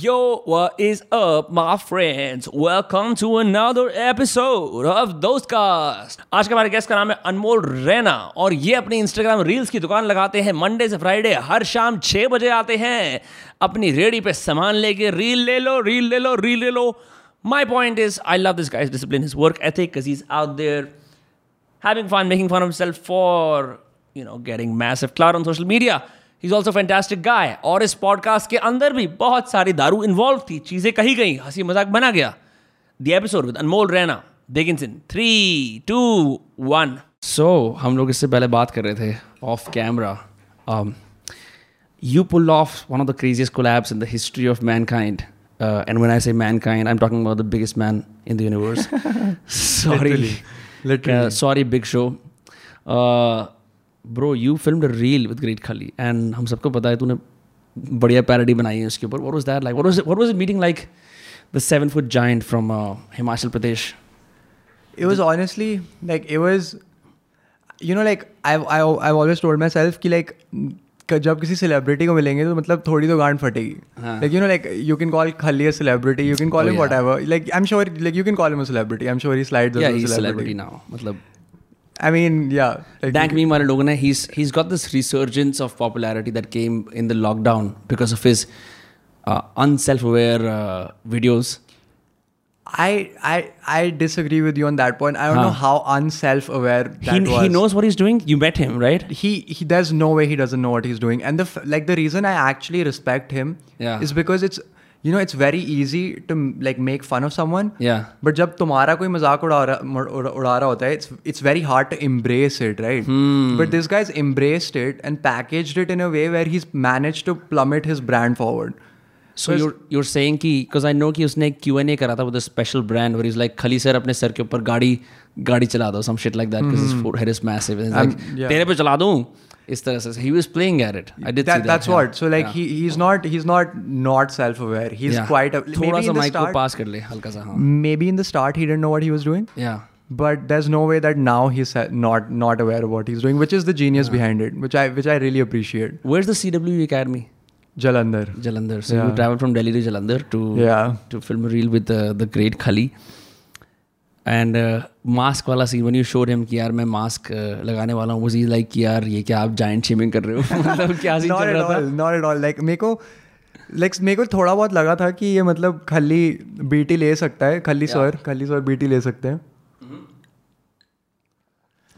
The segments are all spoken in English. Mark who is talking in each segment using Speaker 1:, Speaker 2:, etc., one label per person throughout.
Speaker 1: Yo, what is up, my friends? Welcome to another episode of Dostcast. आज का हमारे guest का नाम है अनमोल रैना और ये अपनी इंस्टाग्राम रील्स की दुकान लगाते हैं मंडे से फ्राइडे हर शाम 6 बजे आते हैं अपनी रेडी पे सामान लेके रील ले लो रील ले लो रील ले लो my point is I love this guys discipline his work ethic because he's out there having fun, making fun of himself for, you know, getting massive clout on social media. He's also a fantastic guy. और इस podcast के अंदर भी बहुत सारी दारू involve थी चीज़ें कही गई हंसी मजाक बना गया the episode with Anmol Raina begins in three two one so हम लोग इससे पहले बात कर रहे थे off camera you pulled off one of the craziest collabs in the history of mankind. Uh, and when I say mankind, I'm talking about the biggest man in the universe. sorry.
Speaker 2: Literally. Literally.
Speaker 1: Uh, sorry, Big Show. Uh, bro, you filmed a reel with Great Khali. And हम सबको पता है तूने बढ़िया parody बनाई है उसके ऊपर. What was that like? What was it, what was it meeting like the seven foot giant from uh, Himachal Pradesh?
Speaker 2: It was honestly like it was, you know, like I've I, I've always told myself कि like क- जब किसी celebrity को मिलेंगे तो मतलब थोड़ी तो गांड फटेगी
Speaker 1: हाँ.
Speaker 2: Like you know like you can call Khali a celebrity you can
Speaker 1: Oh,
Speaker 2: call him
Speaker 1: yeah.
Speaker 2: Whatever like I am sure like you can call him a celebrity I am sure he slides
Speaker 1: Yeah, he's a celebrity now. मतलब
Speaker 2: I mean या
Speaker 1: Dank meme वाले लोगों ने he's he's got this resurgence of popularity that came in the lockdown because of his uh, unself-aware uh, videos.
Speaker 2: I I I disagree with you on that point I don't know
Speaker 1: हाँ.
Speaker 2: How अनसेल्फ aware
Speaker 1: He, he knows what he's doing. You met him, right?
Speaker 2: he he there's no way he doesn't know what he's doing and the f- like the reason i actually respect him
Speaker 1: Yeah.
Speaker 2: is because it's you know it's very easy to m- like make fun of someone
Speaker 1: Yeah.
Speaker 2: but जब तुम्हारा कोई मजाक उड़ा रहा मर- उड़ा उड़ा रहा होता है it's it's very hard to embrace it right
Speaker 1: Hmm.
Speaker 2: but this guy's embraced it and packaged it in a way where he's managed to plummet his brand forward
Speaker 1: So you're you're saying कि because I know कि उसने एक Q&A करा था with a special brand where he's like Khali sir अपने सर के ऊपर गाड़ी गाड़ी चला दो some shit like that because his forehead is massive and he's
Speaker 2: Hmm. I'm-
Speaker 1: like
Speaker 2: yeah.
Speaker 1: तेरे पे चला दूं इस तरह से he was playing at it I did see
Speaker 2: That-
Speaker 1: that
Speaker 2: that's
Speaker 1: yeah.
Speaker 2: what so like
Speaker 1: Yeah.
Speaker 2: he he's not he's not not self-aware he's
Speaker 1: Yeah.
Speaker 2: quite a, maybe
Speaker 1: थोड़ा
Speaker 2: in
Speaker 1: सा
Speaker 2: the
Speaker 1: mic को
Speaker 2: start-
Speaker 1: पास कर ले हल्का सा हाँ
Speaker 2: maybe in the start he didn't know what he was doing
Speaker 1: yeah
Speaker 2: but there's no way that now he's ha- not not aware of what he's doing which is the genius behind it which i which i really appreciate
Speaker 1: where's the CW Academy
Speaker 2: jalandhar
Speaker 1: Jalandhar. So you
Speaker 2: Yeah.
Speaker 1: traveled from Delhi to Jalandhar to
Speaker 2: yeah
Speaker 1: to film a reel with uh, the the great Khali. And uh, mask wala scene when you showed him कि यार मैं mask uh, लगाने वाला हूँ was he like कि यार ये क्या आप giant shaming कर रहे हो मतलब क्या scene
Speaker 2: not
Speaker 1: चल
Speaker 2: at
Speaker 1: रहा
Speaker 2: all
Speaker 1: था
Speaker 2: not at all like मेरे को like मेरे को थोड़ा बहुत लगा था कि ये मतलब खली बीटी ले सकता है खली सर खली सर बीटी ले सकते हैं Mm-hmm.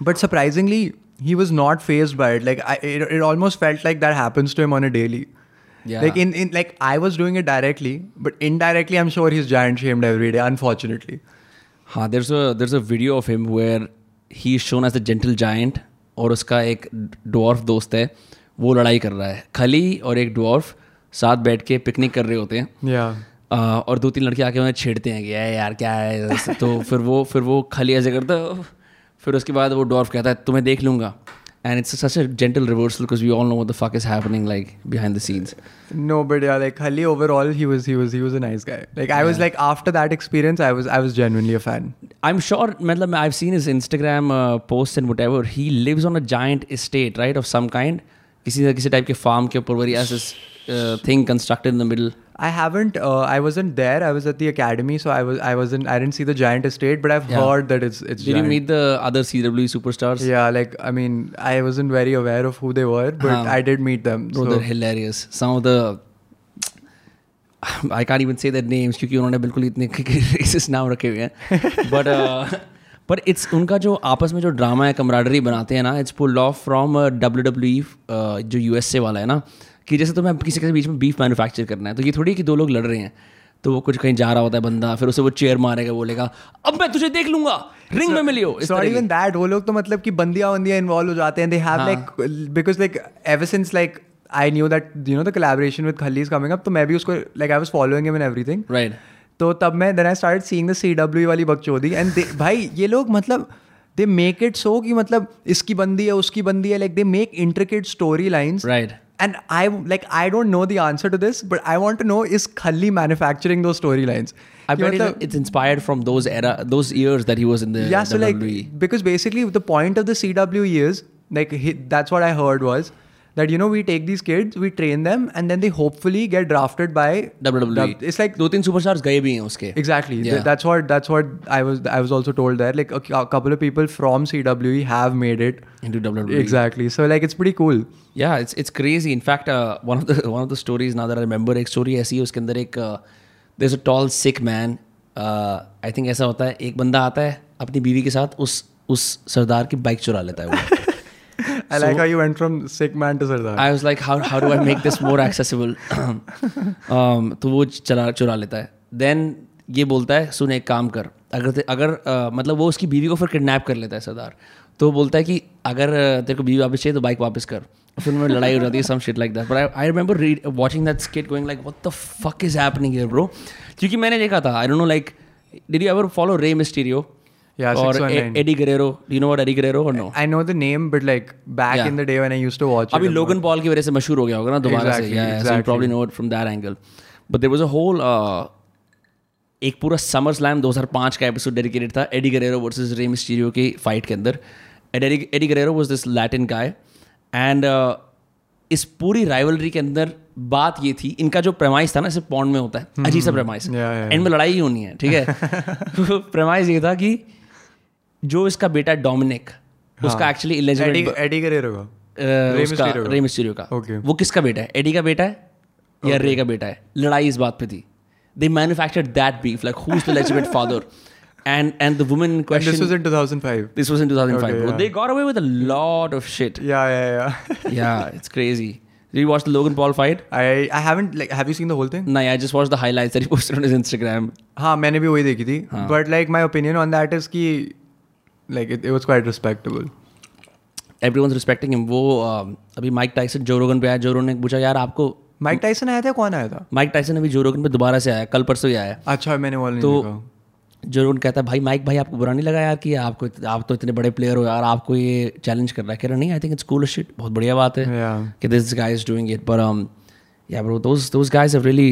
Speaker 2: but surprisingly he was not phased by it like I, it, it almost felt like that happens to him on a daily
Speaker 1: Yeah.
Speaker 2: like in, in like i was doing it directly but indirectly i'm sure he's giant shamed every day unfortunately
Speaker 1: हाँ there's a there's a video of him where he is shown as the gentle giant और उसका एक dwarf दोस्त है वो लड़ाई कर रहा है खली और एक dwarf साथ बैठ के पिकनिक कर रहे होते हैं
Speaker 2: yeah
Speaker 1: अ, और दो तीन लड़के आके उन्हें छेड़ते हैं कि "ए, यार क्या है तो फिर वो फिर वो खाली ऐसे करता है फिर उसके बाद वो डॉर्फ कहता है तुम्हें देख लूंगा and it's such a gentle reversal because we all know what the fuck is happening like behind the scenes
Speaker 2: no but yeah like khali overall he was he was he was a nice guy like i was like after that experience i was i was genuinely a fan
Speaker 1: I am sure मतलब I have seen his Instagram post and whatever he lives on a giant estate right of some kind किसी न किसी type के farm के ऊपर very S thing constructed in the middle
Speaker 2: I haven't. Uh, I wasn't there. I was at the academy, so I was. I wasn't. I didn't see the giant estate, but I've
Speaker 1: Yeah.
Speaker 2: heard that it's it's.
Speaker 1: Did you
Speaker 2: giant.
Speaker 1: meet the other CW superstars?
Speaker 2: Yeah, like I mean, I wasn't very aware of who they were, but
Speaker 1: Huh.
Speaker 2: I did meet them.
Speaker 1: Uh-huh. Bro,
Speaker 2: so.
Speaker 1: they're hilarious. Some of the I can't even say their names क्योंकि उन्होंने बिल्कुल इतने racist नाम रखे हुए हैं but but it's उनका जो आपस में जो ड्रामा है कमराडरी बनाते हैं ना it's pull off from W W E, uh, जो यू एस ए वाला है ना कि जैसे तुम्हें किसी के बीच में बीफ मैन्युफैक्चर करना है तो ये थोड़ी कि दो लोग लड़ रहे हैं तो वो कुछ कहीं जा रहा होता है बंदा फिर उसे वो चेयर मारेगा बोलेगा अब मैं तुझे देख लूंगा रिंग में मिलियो
Speaker 2: It's not even that. वो लोग तो मतलब कि बंदिया बंदिया involved हो जाते हैं. They
Speaker 1: हाँ।
Speaker 2: have like because like ever since like I knew that you know the collaboration with Khalli is coming up, तो मैं भी उसको like I was following him and everything.
Speaker 1: Right
Speaker 2: तो तब मैं then I start seeing the C W वाली बकचोदी and भाई ये लोग मतलब दे मेक इट सो कि मतलब इसकी बंदी है उसकी बंदी है like they make intricate story lines
Speaker 1: right
Speaker 2: And I like I don't know the answer to this, but I want to know is Khalli manufacturing those storylines?
Speaker 1: I bet
Speaker 2: कि मतलब-
Speaker 1: it, it's inspired from those era, those years that he was in the E.
Speaker 2: yeah, so
Speaker 1: WWE.
Speaker 2: E like because basically the point of the CWE is like he, that's what I heard was that you know we take these kids, we train them, and then they hopefully get drafted by E.
Speaker 1: WWE.
Speaker 2: It's like
Speaker 1: दो तीन superstars गए भी हैं उसके
Speaker 2: exactly Th-
Speaker 1: E. Yeah.
Speaker 2: that's what that's what I was I was also told there. Like a, cou- a couple of people from CWE have made it.
Speaker 1: into E. WWE.
Speaker 2: Exactly. So like it's pretty cool.
Speaker 1: Yeah, it's it's crazy. In fact, uh, one of the one of the stories now that I remember, एक story ऐसी है उसके अंदर एक uh, there's a tall sick man. I think ऐसा होता है एक बंदा आता है अपनी बीवी के साथ उस उस सरदार की बाइक चुरा लेता है वो
Speaker 2: I like how you went from sick man to Sardar.
Speaker 1: I was like how how do I make this more accessible तो वो चला चुरा लेता है देन ये बोलता है सुन एक काम कर अगर ते- अगर अ, मतलब वो उसकी बीवी को फिर किडनैप कर लेता है सरदार तो वो बोलता है कि अगर अ, तेरे को बीवी वापस चाहिए तो बाइक वापस कर फिल्म में लड़ाई हो जाती है some shit like that but I I remember read watching that skit going like what the fuck is happening here bro क्योंकि मैंने देखा था I don't know like did you ever follow Rey Mysterio
Speaker 2: Yeah,
Speaker 1: और
Speaker 2: 619.
Speaker 1: Eddie Guerrero do you know what Eddie Guerrero और no
Speaker 2: I know the name, but like back
Speaker 1: Yeah.
Speaker 2: in the day when I used to watch
Speaker 1: अभी
Speaker 2: it.
Speaker 1: Logan Paul की वजह से मशहूर हो गया होगा ना दोबारा से
Speaker 2: Exactly,
Speaker 1: या so
Speaker 2: exactly.
Speaker 1: Problem no from that angle but there was a whole uh, एक पूरा समर स्लैम 2005 का एपिसोड डेडिकेटेड था Eddie Guerrero versus Rey Mysterio की फाइट के अंदर and Eddie Guerrero was this Latin guy and uh, इस पूरी rivalry के अंदर बात ये थी इनका जो प्रेमाइस था ना सिर्फ पॉन्ड में होता है अजीब सा premise
Speaker 2: hmm, Yeah, yeah, yeah.
Speaker 1: End में लड़ाई ही होनी है ठीक है प्रेमाइस ये था कि जो इसका बेटा डोमिनिक उसका एक्चुअली
Speaker 2: हाँ। Eddie,
Speaker 1: इलेजिबल
Speaker 2: Eddie Guerrero का
Speaker 1: रे
Speaker 2: Mysterio का।
Speaker 1: रे मिस्टीरियो का
Speaker 2: Okay.
Speaker 1: वो किसका बेटा है एडी का बेटा है या रे का बेटा है लड़ाई इस बात पे थी they manufactured that beef like who is the legitimate father and and the woman in
Speaker 2: And this was
Speaker 1: question
Speaker 2: in 2005.
Speaker 1: This was in 2005
Speaker 2: Okay,
Speaker 1: bro.
Speaker 2: yeah.
Speaker 1: they got away with a lot of shit
Speaker 2: Yeah, yeah, yeah.
Speaker 1: yeah it's crazy did you watch the Logan Paul fight
Speaker 2: I I haven't like have you seen the whole thing?
Speaker 1: नहीं I just watch the highlights that he posted on his Instagram
Speaker 2: हाँ मैंने भी वही देखी थी
Speaker 1: हाँ.
Speaker 2: But like my opinion on that is की like it was quite respectable
Speaker 1: everyone's respecting him वो um, अभी माइक टाइसन जो रोगन पे आया जो रोगन ने पूछा यार आपको
Speaker 2: माइक टाइसन आया था कौन आया था
Speaker 1: माइक टाइसन अभी जो रोगन पे दोबारा से आया कल परसों ही आया
Speaker 2: अच्छा मैंने वो नहीं
Speaker 1: तो
Speaker 2: देखा।
Speaker 1: जो उन कहता है भाई माइक भाई आपको बुरा नहीं लगा यार कि आपको इत- आप तो इतने बड़े प्लेयर हो यार आपको ये चैलेंज कर रहा है कह रहा नहीं I think it's cool shit बहुत बढ़िया बात है
Speaker 2: Yeah.
Speaker 1: कि this guy is doing it पर या bro those those guys have really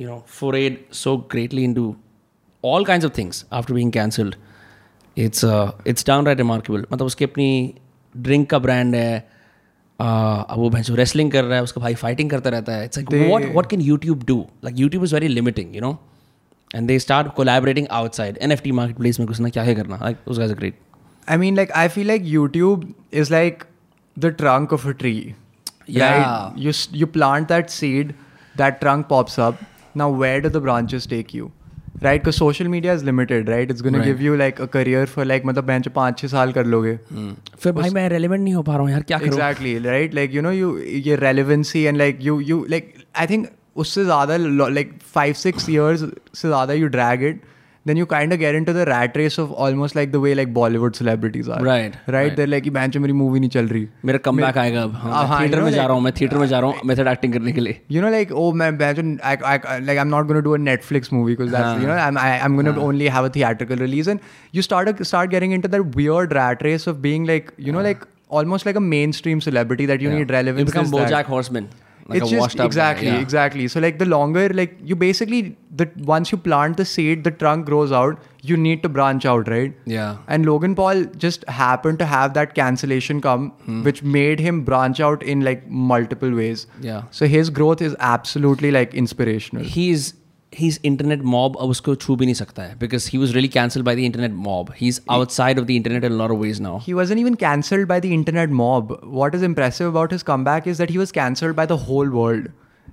Speaker 1: you know forayed so greatly into all kinds of things after being cancelled it's it's downright remarkable मतलब उसकी अपनी ड्रिंक का brand है uh, अब वो भैंसो wrestling कर रहा है उसका भाई फाइटिंग करता रहता है it's like
Speaker 2: They-
Speaker 1: what what can YouTube do? Like YouTube is very limiting, you know. And they start collaborating outside NFT marketplace में घुसना क्या है करना? Like those guys are great.
Speaker 2: I mean, like, I feel like YouTube is like the trunk of a tree.
Speaker 1: Yeah.
Speaker 2: You, s- you plant that seed, that trunk pops up. Now, where do the branches take you? Right? Because social media is limited, right? It's going
Speaker 1: Right.
Speaker 2: to give you like a career for like, मतलब bench पाँच छः साल कर लोगे
Speaker 1: फिर भाई मैं relevant नहीं हो पा रहा हूँ यार क्या करूँ?
Speaker 2: Exactly right like you know you ये relevancy and like you you like I think उससे ज़्यादा लाइक फाइव सिक्स ईयर्स से ज़्यादा you drag it then you kind get into the rat race of almost like the way like Bollywood celebrities are
Speaker 1: Right,
Speaker 2: right there like बैंक मेरी movie नहीं चल रही
Speaker 1: मेरा कम बैक आएगा अब
Speaker 2: हाँ,
Speaker 1: हाँ,
Speaker 2: हाँ,
Speaker 1: थिएटर
Speaker 2: you know,
Speaker 1: में जा
Speaker 2: like- uh,
Speaker 1: रहा हूँ मैं थिएटर में जा रहा हूँ मेथड एक्टिंग करने के लिए
Speaker 2: you know like oh man imagine I, I, I like i'm not going to do a netflix movie because that's you know i'm, I, I'm going to only have a theatrical release and you start a, start getting into that weird rat race of being like you know like almost like a mainstream celebrity that you
Speaker 1: Yeah.
Speaker 2: need relevance
Speaker 1: You become
Speaker 2: this, that.
Speaker 1: BoJack Horseman. Like
Speaker 2: it's
Speaker 1: a
Speaker 2: just
Speaker 1: washed up guy,
Speaker 2: exactly
Speaker 1: yeah.
Speaker 2: exactly so like the longer like you basically the once you plant the seed the trunk grows out you need to branch out right
Speaker 1: Yeah.
Speaker 2: and logan paul just happened to have that cancellation come
Speaker 1: Hmm.
Speaker 2: which made him branch out in like multiple ways
Speaker 1: Yeah.
Speaker 2: so his growth is absolutely like inspirational
Speaker 1: He is he is internet mob अब उसको छू भी नहीं सकता है because he was really cancelled by the internet mob. He is outside of the internet in a lot of ways now.
Speaker 2: he wasn't even cancelled by the internet mob what is impressive about his comeback is that he was cancelled by the whole world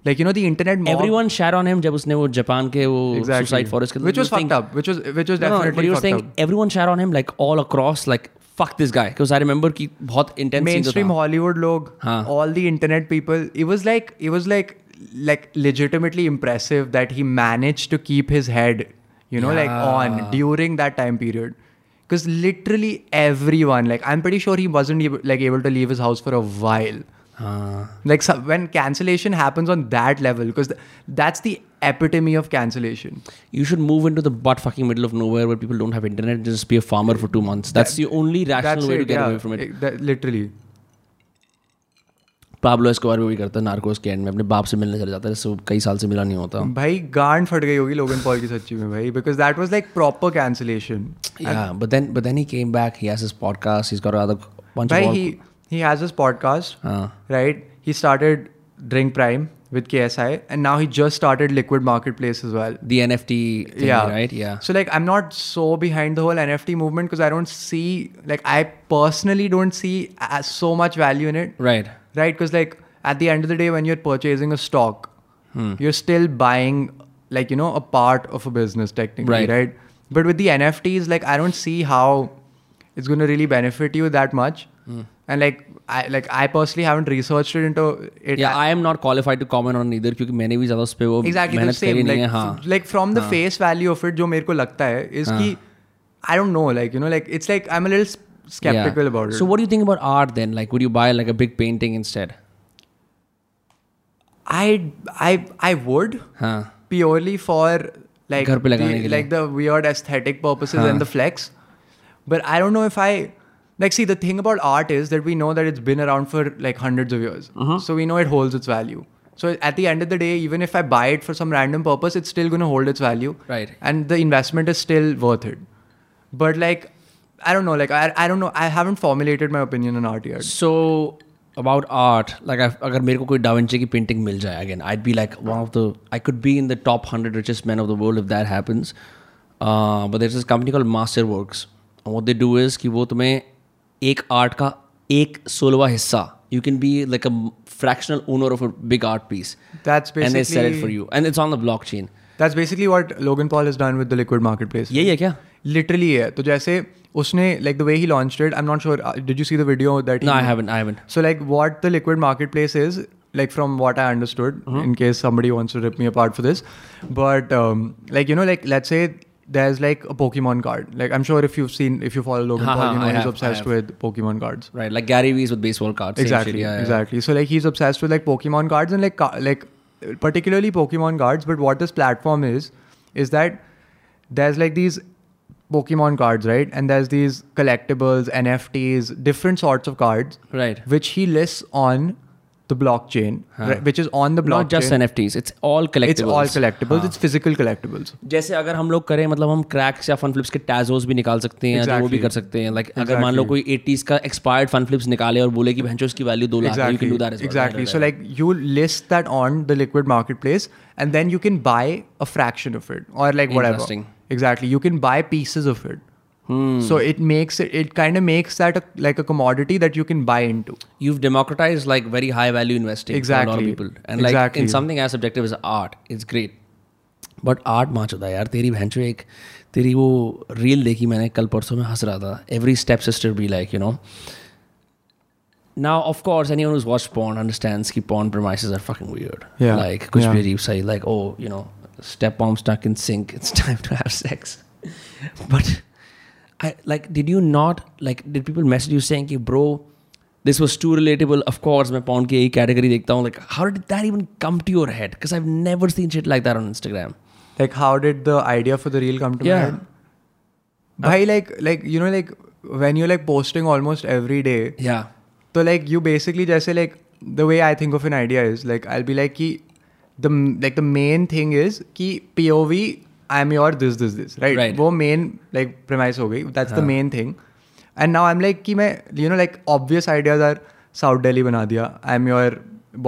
Speaker 2: like you know the internet mob
Speaker 1: Everyone shared on him जब उसने वो Japan के वो suicide forest के अंदर
Speaker 2: which was
Speaker 1: you think-
Speaker 2: fucked up which was which was
Speaker 1: No, no,
Speaker 2: definitely
Speaker 1: but he was
Speaker 2: fucked
Speaker 1: saying
Speaker 2: up.
Speaker 1: everyone shot on him like all across, like fuck this guy. Because I remember कि बहुत intense scenes
Speaker 2: mainstream
Speaker 1: होता
Speaker 2: Hollywood log,
Speaker 1: हाँ.
Speaker 2: all the internet people. It was like it was like like legitimately impressive that he managed to keep his head, you know, like on during that time period. Because literally everyone, like I'm pretty sure he wasn't able, like able to leave his house for a while.
Speaker 1: हाँ.
Speaker 2: Like so, when cancellation happens on that level, because that's the epitome of cancellation.
Speaker 1: You should move into the butt fucking middle of nowhere where people don't have internet and just be a farmer for two months. That's the only rational
Speaker 2: That's
Speaker 1: way
Speaker 2: it,
Speaker 1: to get
Speaker 2: yeah.
Speaker 1: away from it.
Speaker 2: that, literally.
Speaker 1: Pablo Escobar भी वही करता है Narcos के end में अपने बाप से मिलने चला जाता है so कई साल से मिला नहीं होता
Speaker 2: भाई गांड फट गई होगी लोगन पॉल की सच्ची में भाई because that was like proper cancellation
Speaker 1: yeah but then but then he came back he has his podcast he's got a other bunch
Speaker 2: Bhai,
Speaker 1: of all,
Speaker 2: he- He has his podcast,
Speaker 3: Uh.
Speaker 2: right? He started Drink Prime with KSI, and now he just started Liquid Marketplace as well.
Speaker 3: The NFT thing, right? Yeah.
Speaker 2: So like, I'm not so behind the whole NFT movement because I don't see, like, I personally don't see as so much value in it,
Speaker 3: Right.
Speaker 2: right? Because like, at the end of the day, when you're purchasing a stock, you're still buying, like, you know, a part of a business technically,
Speaker 3: Right.
Speaker 2: right? But with the NFTs, like, I don't see how it's gonna really benefit you that much. And like, I like I personally haven't researched it into it.
Speaker 3: या आई am not qualified to comment on either क्योंकि मैंने भी ज्यादा उस पे वो
Speaker 2: exactly the
Speaker 3: मेहनत करी नहीं
Speaker 2: सेम
Speaker 3: है
Speaker 2: लाइक
Speaker 3: हाँ
Speaker 2: like from the face value of it जो मेरे को लगता है इज कि I don't know like you know like it's like I am a little sceptical about
Speaker 3: so
Speaker 2: it
Speaker 3: what do think about art then like would you buy like a big painting instead
Speaker 2: I I I would
Speaker 3: हां
Speaker 2: purely for like
Speaker 3: घर पे लगाने
Speaker 2: the-
Speaker 3: के लिए।
Speaker 2: like the weird aesthetic purposes and the flex. But I don't know if I like see the thing about art is that we know that it's been around for like hundreds of years, so we know it holds its value. So at the end of the day, even if I buy it for some random purpose, it's still going to hold its value,
Speaker 3: Right.
Speaker 2: And the investment is still worth it. But like, I don't know. Like I, I don't know. I haven't formulated my opinion on art yet.
Speaker 3: So about art like अगर मेरे को कोई da Vinci की painting मिल जाए again i'd be like one of the I could be in the top hundred richest man of the world if that happens but Uh, there's this company called Masterworks what they do is कि वो तुम्हें एक art का एक सोलवा हिस्सा you can be like a fractional owner of a big art piece
Speaker 2: That's
Speaker 3: and they sell it
Speaker 2: basically-
Speaker 3: for you and it's on the blockchain
Speaker 2: That's basically what Logan Paul has done with the liquid marketplace.
Speaker 3: यही है क्या
Speaker 2: literally है तो जैसे उसने like the way he launch it I am not sure did you see the video that
Speaker 3: No, I haven't. I haven't.
Speaker 2: So like what the liquid marketplace is like from what I understood
Speaker 3: Mm-hmm.
Speaker 2: In case somebody wants to rip me apart for this but um, like you know like let's say there's like a pokemon card like i'm sure if you've seen if you follow logan
Speaker 3: Ha,
Speaker 2: paul
Speaker 3: ha,
Speaker 2: you know
Speaker 3: I
Speaker 2: he's
Speaker 3: have, I
Speaker 2: obsessed
Speaker 3: have.
Speaker 2: with pokemon cards
Speaker 3: Right, like Gary Vee's with baseball cards. same
Speaker 2: exactly
Speaker 3: shit, yeah, yeah.
Speaker 2: exactly so like he's obsessed with like pokemon cards and like ca- like particularly pokemon cards but what this platform is is that there's like these pokemon cards right and there's these collectibles nfts different sorts of cards
Speaker 3: Right.
Speaker 2: which he lists on the blockchain right, which is on the blockchain
Speaker 3: Not just NFTs. It's all collectibles.
Speaker 2: it's all collectibles it's physical collectibles
Speaker 3: जैसे अगर हम लोग करें मतलब हम Crax या fun flips के tazos भी निकाल सकते हैं जो वो भी
Speaker 2: Exactly.
Speaker 3: कर सकते हैं लाइक अगर मान लो कोई 80s का एक्सपायर्ड फन फ्लिप्स निकाले और बोले कि भैंचो इसकी वैल्यू दो lakh you can do that as
Speaker 2: exactly so like you list that on the liquid marketplace and then you can buy a fraction of it or like whatever
Speaker 3: Interesting. Hmm.
Speaker 2: exactly you can buy pieces of it so it makes it it kind of makes that a, like a commodity that you can buy into
Speaker 3: you've democratized like very high value investing for a lot of
Speaker 2: Exactly.
Speaker 3: people and like in
Speaker 2: Exactly.
Speaker 3: something as subjective as art it's great but art माँ चुदा यार तेरी बहन चो एक तेरी वो reel देखी मैंने कल परसों में हंस रहा था every step sister be like you know now of course anyone who's watched porn understands that porn premises are fucking weird
Speaker 2: Yeah.
Speaker 3: like kuch
Speaker 2: Yeah.
Speaker 3: bhi ajeeb sa hi, like oh you know step mom stuck in sink it's time to have sex but i like did you not like did people message you saying ki, bro this was too relatable of course my porn ki category dekhta hun. like how did that even come to your head because i've never seen shit like that on instagram
Speaker 2: like how did the idea for the reel come to my
Speaker 3: Yeah.
Speaker 2: head by like like you know like when you're like posting almost every day
Speaker 3: yeah
Speaker 2: So तो, like you basically just like the way I think of an idea is like I'll be like ki, the like the main thing is ki POV I'm your this this this right.
Speaker 3: Right.
Speaker 2: वो main like premise हो गई. That's the main thing. And now I'm like कि मैं you know like obvious ideas are South Delhi बना दिया. I'm your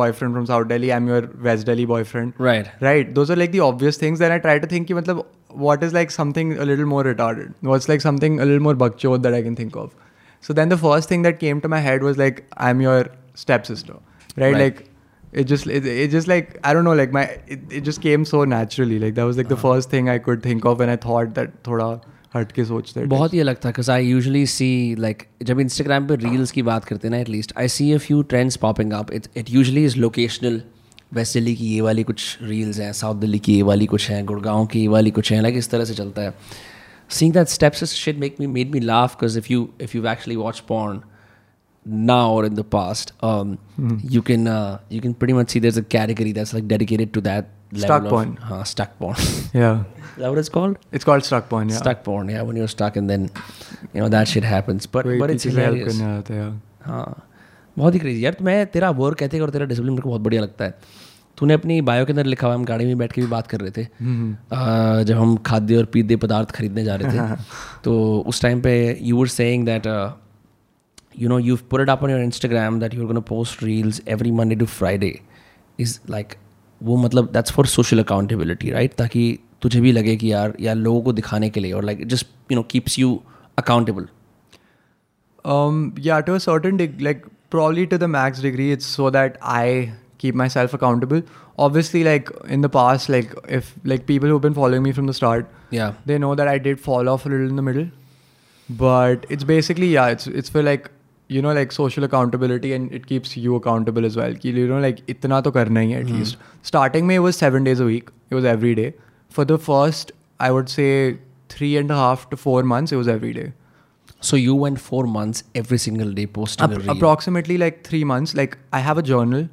Speaker 2: boyfriend from South Delhi. I'm your West Delhi boyfriend.
Speaker 3: right
Speaker 2: Right. Those are like the obvious things. Then I try to think कि मतलब what is like something a little more retarded? What's like something a little more bakchod that I can think of? So then the first thing that came to my head was like I'm your stepsister, right?
Speaker 3: Right.
Speaker 2: Like it just it, it just like I don't know like my it, it just came so naturally like that was like the first thing I could think of when I thought that thoda हटके सोचते थे।
Speaker 3: बहुत ही अलग था because I usually see like जब Instagram पे reels की बात करते हैं ना at least I see a few trends popping up it it usually is locational waste Delhi की ये वाली कुछ रील्स हैं साउथ दिल्ली की ये वाली कुछ हैं गुड़गांव की ये वाली कुछ हैं लाइक इस तरह से चलता है seeing that steps should make me made me laugh because if you if you actually watch porn now or in the past um,
Speaker 2: Hmm.
Speaker 3: you can uh, you can pretty much see there's a category that's like dedicated to that level
Speaker 2: Stuck
Speaker 3: of,
Speaker 2: porn.
Speaker 3: हाँ, stuck porn is
Speaker 2: Yeah,
Speaker 3: that what it's called
Speaker 2: it's called struck point. Yeah,
Speaker 3: stuck porn yeah when you're stuck and then you know that shit happens but
Speaker 2: कोई
Speaker 3: but it's
Speaker 2: किसी से help
Speaker 3: hilarious
Speaker 2: करने आता है, yeah.
Speaker 3: हाँ बहुत ही crazy यार तो मैं तेरा वर्क एथिक और तेरा डिसिप्लिन मेरे को बहुत बढ़िया लगता है तूने अपनी बायो के अंदर लिखा हुआ है, हम गाड़ी में बैठ के भी बात कर रहे थे अ, जब हम खाद्य और पीद्य पदार्थ खरीदने जा रहे थे तो उस टाइम पे you were saying that you know you've put it up on your instagram that you're going to post reels every monday to friday is like वो मतलब that's for social accountability right ताकि तुझे भी लगे कि यार यार लोगों को दिखाने के लिए और like it just you know keeps you accountable
Speaker 2: Um, yeah, to a certain degree, like probably to the max degree, it's so that I keep myself accountable. Obviously, like in the past, like if like people who've been following me from the start,
Speaker 3: yeah
Speaker 2: they know that I did fall off a little in the middle. But it's basically yeah, it's it's for like you know like social accountability and it keeps you accountable as well. कि, You know like itna to karna hi hai, at least. Starting me it was seven days a week. It was every day. For the first, I would say three and a half to four months, it was every day.
Speaker 3: so you went four months every single day posting a
Speaker 2: Ap-
Speaker 3: reel
Speaker 2: approximately like three months like i have a journal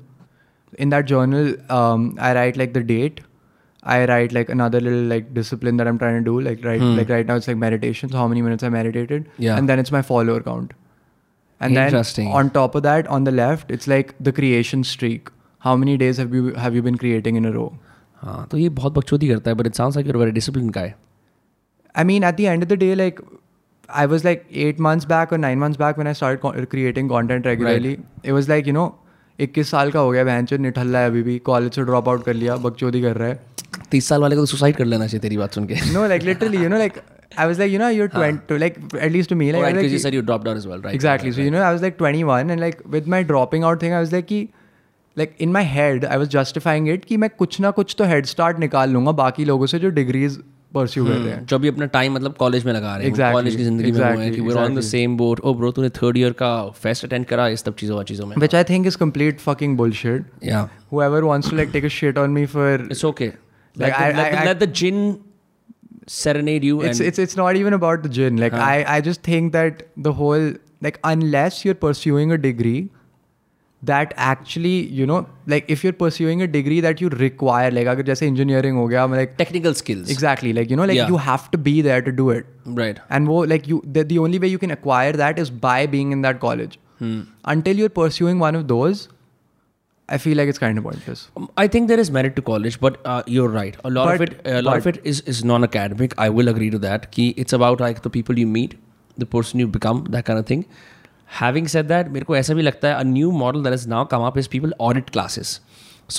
Speaker 2: in that journal um, i write like the date i write like another little like discipline that i'm trying to do like right like right now it's like meditation so how many minutes i meditated
Speaker 3: Hmm. Yeah.
Speaker 2: and then it's my follower count and
Speaker 3: Interesting.
Speaker 2: then on top of that on the left it's like the creation streak how many days have you have you been creating in a row
Speaker 3: हाँ तो ये बहुत बकचोदी करता है but it sounds like you're a very disciplined guy
Speaker 2: I mean, at the end of the day, like I was like eight months back or nine months back when I started co- creating content regularly. It was like you know, 21 साल का हो गया बहन चो निठल्ला है अभी भी college से ड्रॉप आउट कर लिया बकचोदी कर रहा है
Speaker 3: तीस साल वाले को तो सुसाइड कर लेना चाहिए तेरी बात सुन के
Speaker 2: no like literally you know like I was like you know you 20 like at least to me like, I was
Speaker 3: Alright,
Speaker 2: like
Speaker 3: 'cause you said you dropped out as well, right?
Speaker 2: exactly so you know i was like 21 and like with my dropping out thing i was like कि like in my head i was justifying it कि मैं कुछ ना कुछ तो head start निकाल लूंगा बाकी लोगों से जो डिग्रीज परस्यू कर रहे हैं
Speaker 3: जो भी अपना टाइम मतलब कॉलेज में लगा रहे हैं
Speaker 2: Exactly,
Speaker 3: कॉलेज की जिंदगी में वो है कि
Speaker 2: exactly,
Speaker 3: we on the
Speaker 2: exactly.
Speaker 3: Same boat oh bro तूने थर्ड ईयर का फेस्ट अटेंड करा इस सब चीजों और चीजों में
Speaker 2: which i think is complete fucking bullshit
Speaker 3: या
Speaker 2: whoever wants to like take a shit on me for
Speaker 3: it's okay
Speaker 2: Like, I- I- I-
Speaker 3: let the gin serenade you
Speaker 2: it's
Speaker 3: and
Speaker 2: it's it's not even about the gin like i i just think that the whole like unless you're pursuing a degree that actually you know like if you're pursuing a degree that you require like agar jaise engineering ho gaya I'm like
Speaker 3: technical skills
Speaker 2: exactly like you know like
Speaker 3: Yeah.
Speaker 2: you have to be there to do it
Speaker 3: right
Speaker 2: and wo, like you the, the only way you can acquire that is by being in that college until you're pursuing one of those i feel like it's kind of pointless
Speaker 3: I think there is merit to college, but uh, you're right. A lot of
Speaker 2: But-
Speaker 3: it, a lot of it is is non-academic. I will agree to that. Ki it's about like the people you meet, the person you become, that kind of thing. Having said that, मेरे को ऐसा भी लगता है a new model that has now come up is people audit classes.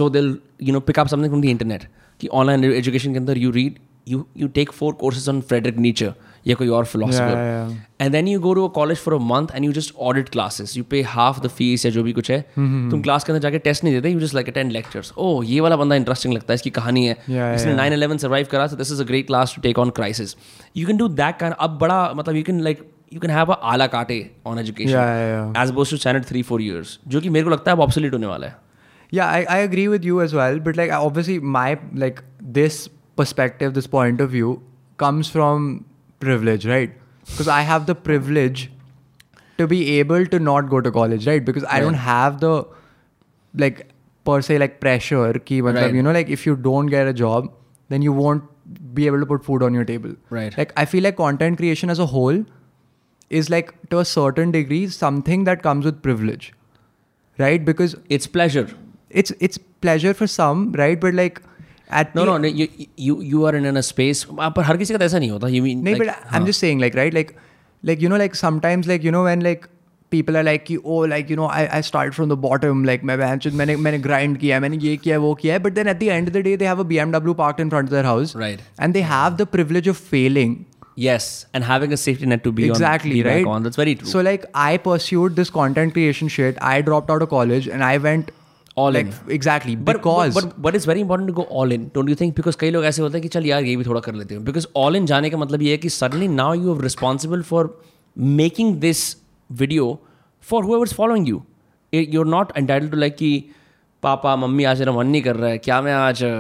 Speaker 3: So they'll you know pick up something from the internet. कि online education के अंदर you read you you take four courses on Frederick Nietzsche या कोई और philosopher.
Speaker 2: Yeah, yeah, yeah.
Speaker 3: And then you go to a college for a month and you just audit classes you pay half the fees या जो भी कुछ है तुम class के अंदर जाके टेस्ट नहीं देते you just like attend lectures oh Oh, ये वाला बंदा इंटरेस्टिंग लगता है इसकी कहानी है
Speaker 2: yeah,
Speaker 3: इसने
Speaker 2: yeah.
Speaker 3: नाइन इलेवन सर्वाइव करा so this is a great class to take on crisis you can do that can अब बड़ा मतलब you can like you can have a a la carte on
Speaker 2: Yeah, yeah,
Speaker 3: education
Speaker 2: yeah.
Speaker 3: As opposed to standard three four years जो कि मेरे को लगता है अब ऑब्सोलीट होने वाला है
Speaker 2: yeah I, I agree with you as well but like obviously my like this perspective this point of view comes from privilege right because i have the privilege to be able to not go to college right because i don't have the like per se like pressure ki, matlab,
Speaker 3: Right.
Speaker 2: you know like if you don't get a job then you won't be able to put food on your table
Speaker 3: Right.
Speaker 2: like i feel like content creation as a whole is like to a certain degree something that comes with privilege right because
Speaker 3: it's pleasure
Speaker 2: it's it's pleasure for some, right? But like at
Speaker 3: no
Speaker 2: the-
Speaker 3: no you you are in in a space पर हर किसी का तो ऐसा नहीं होता you mean
Speaker 2: No, but
Speaker 3: हाँ।
Speaker 2: I'm just saying, like, right, like, like you know, like sometimes, like you know, when like people are like, कि, oh, like you know, I I started from the bottom, like मैं बहनचोद मैंने मैंने grind किया, मैंने ये किया, वो किया, but then at the end of the day, they have a BMW parked in front of their house,
Speaker 3: Right.
Speaker 2: And they have the privilege of failing.
Speaker 3: Yes, and having a safety net to be
Speaker 2: exactly
Speaker 3: on, be back
Speaker 2: right
Speaker 3: on. That's very true.
Speaker 2: so like i pursued this content creation shit i dropped out of college and i went
Speaker 3: All
Speaker 2: like
Speaker 3: in.
Speaker 2: exactly
Speaker 3: but,
Speaker 2: because
Speaker 3: but but it's very important to go all in don't you think because कई लोग ऐसे होते हैं कि चल यार ये भी थोड़ा कर लेते हो because all in जाने का मतलब ये है कि suddenly now you are responsible for making this video for whoever's following you It- you're not entitled to like कि पापा मम्मी आज मेरा मन नहीं कर रहा है क्या मैं आज अ,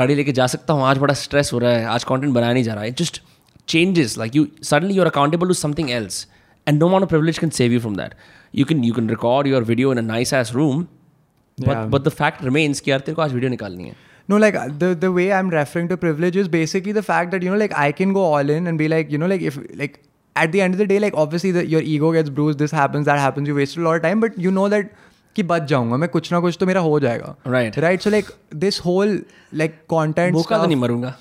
Speaker 3: गाड़ी लेके जा सकता हूँ आज बड़ा स्ट्रेस हो रहा है आज कंटेंट बनाया नहीं जा रहा है just changes like you suddenly you're accountable to something else and no amount of privilege can save you from that you can you can record your video in a nice ass room but
Speaker 2: Yeah.
Speaker 3: but the fact remains कि यार तेरे को आज video निकालनी है
Speaker 2: No, like uh, the the way I'm referring to privilege is basically the fact that you know, like I can go all in and be like, you know, like if like at the end of the day, like obviously the, your ego gets bruised, this happens, that happens, you wasted a lot of time, but you know that कि बच जाऊंगा मैं कुछ ना कुछ तो मेरा हो जाएगा
Speaker 3: Right.
Speaker 2: Right so like this whole like content
Speaker 3: भूखा तो नहीं मरूंगा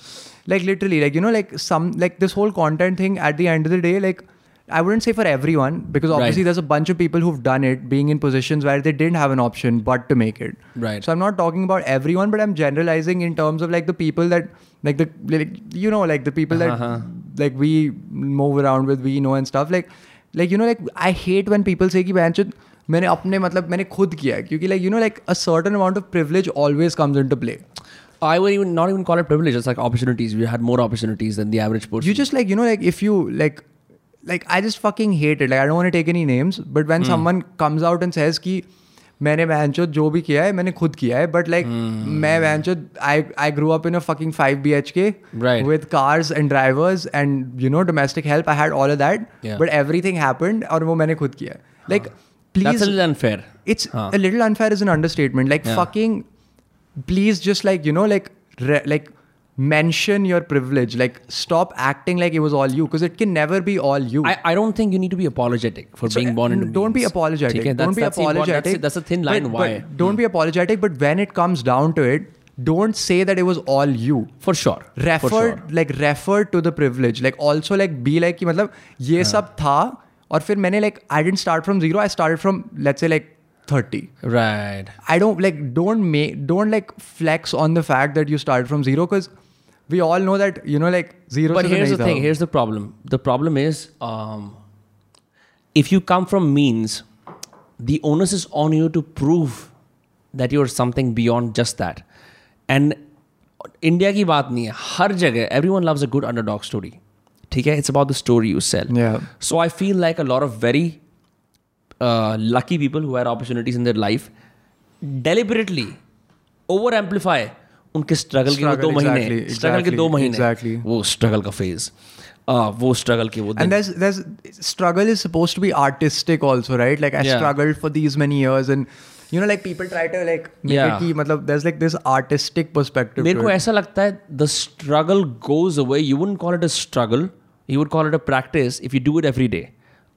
Speaker 2: like literally like you know like some like this whole content thing at the end of the day like I wouldn't say for everyone because obviously
Speaker 3: Right.
Speaker 2: there's a bunch of people who've done it being in positions where they didn't have an option but to make it.
Speaker 3: Right.
Speaker 2: So I'm not talking about everyone, but I'm generalizing in terms of like the people that like the like, you know like the people
Speaker 3: Uh-huh.
Speaker 2: that like we move around with, we know and stuff like like you know like I hate when people say कि "Bhaiyanchut, मैंने अपने मतलब मैंने खुद किया है." क्योंकि like you know like a certain amount of privilege always comes into play.
Speaker 3: I would even not even call it privilege. It's like opportunities. We had more opportunities than the average person.
Speaker 2: you just like you know like if you like like i just fucking hate it like i don't want to take any names but when
Speaker 3: Hmm.
Speaker 2: someone comes out and says ki मैंने वैनचो जो भी किया है मैंने खुद किया है but like
Speaker 3: Hmm.
Speaker 2: मैं वैनचो I I grow up in a fucking five B H K
Speaker 3: Right.
Speaker 2: With cars and drivers and you know domestic help I had all of that
Speaker 3: Yeah.
Speaker 2: But everything happened और वो मैंने खुद किया है like
Speaker 3: that's a
Speaker 2: please
Speaker 3: little unfair.
Speaker 2: it's
Speaker 3: Huh.
Speaker 2: a little unfair is an understatement like
Speaker 3: Yeah.
Speaker 2: fucking please just like you know like re- like mention your privilege like stop acting like it was all you because it can never be all you
Speaker 3: I, I don't think you need to be apologetic for being born into
Speaker 2: don't be
Speaker 3: means.
Speaker 2: apologetic
Speaker 3: ठीक है,
Speaker 2: don't
Speaker 3: that's-
Speaker 2: be
Speaker 3: that's the important-
Speaker 2: apologetic
Speaker 3: that's- That's a thin line.
Speaker 2: but,
Speaker 3: Why? Hmm.
Speaker 2: but don't be apologetic but when it comes down to it don't say that it was all you
Speaker 3: For sure. For
Speaker 2: refer
Speaker 3: sure.
Speaker 2: Like refer to the privilege like also like be like कि मतलब ये सब था और फिर मैंने like I didn't start from zero I start from let's say like thirty
Speaker 3: Right.
Speaker 2: I don't like don't make don't like flex on the fact that you started from zero because we all know that you know like zero.
Speaker 3: But
Speaker 2: से तो
Speaker 3: here's
Speaker 2: नहीं
Speaker 3: the
Speaker 2: था।
Speaker 3: thing. Here's the problem. The problem is, um, if you come from means, the onus is on you to prove that you are something beyond just that. And India ki baat nahi hai. Har jagah, everyone loves a good underdog story. ठीक है? It's about the story you sell.
Speaker 2: Yeah.
Speaker 3: So I feel like a lot of very uh, lucky people who had opportunities in their life deliberately over amplify उनके struggle के वो
Speaker 2: Struggle,
Speaker 3: दो महीने
Speaker 2: exactly,
Speaker 3: struggle के
Speaker 2: exactly,
Speaker 3: दो महीने
Speaker 2: exactly.
Speaker 3: वो struggle का phase uh, वो struggle के वो
Speaker 2: And
Speaker 3: दिन
Speaker 2: there's there's struggle is supposed to be artistic also, right? Like I
Speaker 3: Yeah.
Speaker 2: struggled for these many years and you know like people try to like make
Speaker 3: Yeah.
Speaker 2: it ki, matlab, there's like this artistic perspective.
Speaker 3: मेरे
Speaker 2: to
Speaker 3: को
Speaker 2: it.
Speaker 3: ऐसा लगता है the struggle goes away you wouldn't call it a struggle you would call it a practice if you do it every day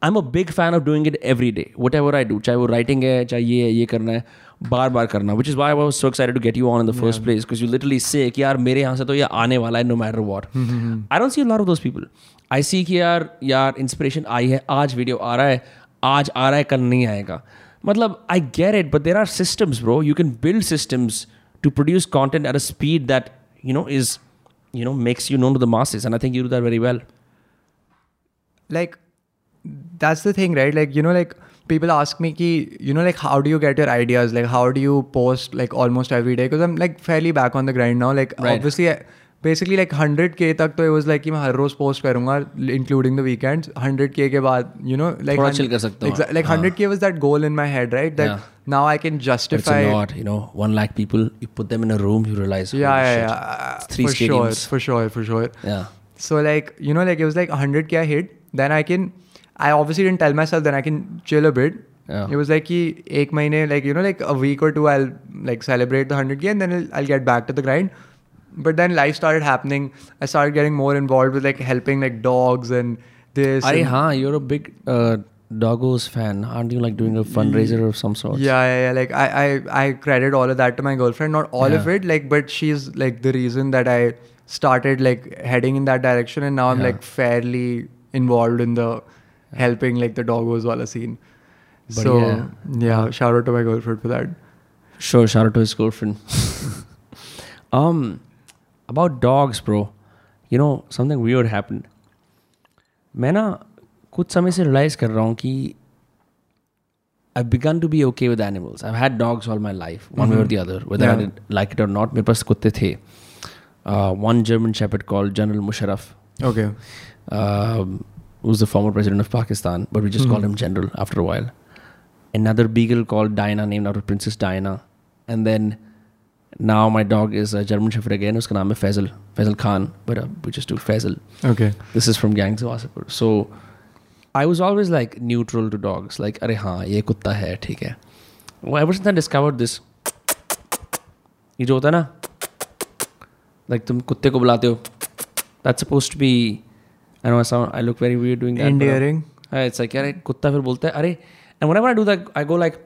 Speaker 3: I am a big fan of doing it every day whatever I do चाहे वो writing है चाहे ये है ये करना है बार बार करना which is why I so excited to get you on in the first place because you literally say कि यार मेरे यहाँ से तो ये आने वाला है no matter what I don't see lot of those people I see कि यार यार इंस्पिरेशन आई है आज वीडियो आ रहा है आज आ रहा है कल नहीं आएगा मतलब I get it but there are systems bro you can build systems to produce content at a speed that you know is you know makes you known to the masses and i think you do that very well
Speaker 2: like that's the thing right like you know like people ask me ki, you know like how do you get your ideas like how do you post like almost every day because i'm like fairly back on the grind now like
Speaker 3: Right.
Speaker 2: obviously I, basically like hundred K तक तो was like कि मैं हर रोज post करूंगा including the weekends hundred K के बाद you know
Speaker 3: थोड़ा chill कर सकता हूँ।
Speaker 2: Like like hundred K was that goal in my head right that
Speaker 3: Yeah.
Speaker 2: Now I can
Speaker 3: it's a
Speaker 2: justify
Speaker 3: lot you know one lakh people you put them in a room you realize
Speaker 2: या
Speaker 3: holy shit.
Speaker 2: या या
Speaker 3: It's three
Speaker 2: for sure
Speaker 3: stadiums.
Speaker 2: for sure for sure
Speaker 3: yeah
Speaker 2: So like you know like it was like 100k I hit. Then I can I obviously didn't tell myself then I can chill a bit.
Speaker 3: Yeah.
Speaker 2: It was like ki ek mahine like you know like a week or two I'll like celebrate the 100k and then I'll, I'll get back to the grind. But then life started happening. I started getting more involved with like helping like dogs and this.
Speaker 3: Are,
Speaker 2: and-
Speaker 3: huh, you're a big uh, doggos fan aren't you like doing a fundraiser of some sort
Speaker 2: yeah, yeah, yeah. Like I, I, I credit all of that to my girlfriend. Not all of
Speaker 3: Yeah.
Speaker 2: it, like, but she's like the reason that I started like heading in that direction, and now I'm
Speaker 3: Yeah.
Speaker 2: like fairly involved in the helping like the doggos wala scene.
Speaker 3: But
Speaker 2: so
Speaker 3: yeah.
Speaker 2: yeah. shout out to my girlfriend for that.
Speaker 3: Sure, shout out to his girlfriend. um, about dogs, bro. You know something weird happened. मैं ना कुछ समय से realise कर रहा हूँ कि I begin to be okay with animals I had dogs all my life one way or the other whether I
Speaker 2: Yeah.
Speaker 3: Like it or not मेरे पास कुत्ते थे Uh, one German shepherd call General Musharraf
Speaker 2: Okay.
Speaker 3: um, who's the former president of Pakistan, but we just called him General after a while. Another beagle called Diana, named after Princess Diana. And then now my dog is a German Shepherd again, whose name is Faisal, Faisal Khan, but uh, we just took Faisal.
Speaker 2: Okay.
Speaker 3: This is from Gangs of Wasseypur. So I was always like neutral to dogs, like, अरे हाँ ये कुत्ता है ठीक है well, ever since I discovered this, ये जो होता है ना like तुम कुत्ते को बुलाते हो that's supposed to be I know I sound I look very weird doing that but, uh,
Speaker 2: Endearing.
Speaker 3: हाँ, it's like यार एक कुत्ता फिर बोलता है अरे and whenever I do that I go like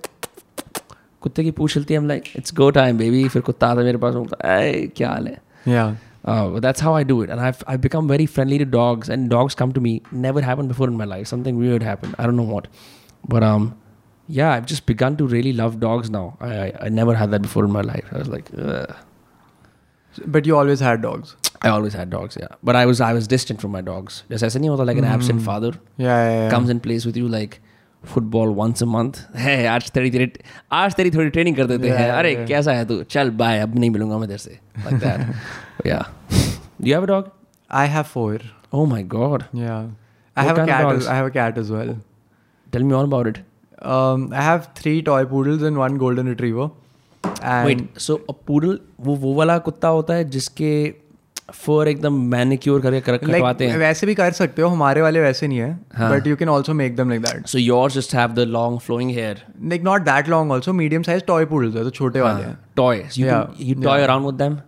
Speaker 3: कुत्ते की पूछ हिलती है I'm like it's go time baby फिर कुत्ता आता है मेरे पास बोलता है "ऐ, क्या हाल है
Speaker 2: Yeah.
Speaker 3: Uh, but that's how I do it, and I've I've become very friendly to dogs, and dogs come to me. Never happened before in my life. Something weird happened. I don't know what, but um, yeah, I've just begun to really love dogs now. I I, I never had that before in my life. I was like, Ugh.
Speaker 2: But you always had dogs.
Speaker 3: I always had dogs, yeah, but I was I was distant from my dogs. Just as any other like an absent father
Speaker 2: Mm-hmm. Yeah, yeah, yeah.
Speaker 3: comes and plays with you like football once a month है आज तेरी तेरी आज तेरी थोड़ी training कर देते हैं
Speaker 2: Yeah,
Speaker 3: अरे
Speaker 2: yeah.
Speaker 3: कैसा है तू चल बाय अब नहीं मिलूंगा मैं तेरे से like that yeah do you have a dog
Speaker 2: I have four.
Speaker 3: oh my god
Speaker 2: Yeah. I
Speaker 3: What
Speaker 2: have a
Speaker 3: kind of
Speaker 2: cat.
Speaker 3: dogs?
Speaker 2: As, I have a cat as well.
Speaker 3: tell me all about it
Speaker 2: Um, I have three toy poodles and one golden retriever. And
Speaker 3: wait so a poodle वो वो वाला कुत्ता होता है जिसके fur एकदम manicure करके कर
Speaker 2: like,
Speaker 3: कटवाते हैं हाँ।
Speaker 2: वैसे भी कर सकते हो हमारे वाले वैसे नहीं है but you can also make them like that
Speaker 3: so yours just have the long flowing hair
Speaker 2: like not that long also medium size toy poodles है तो छोटे वाले
Speaker 3: हाँ।
Speaker 2: हैं
Speaker 3: toys Uh, you
Speaker 2: Yeah,
Speaker 3: can, you toy around with them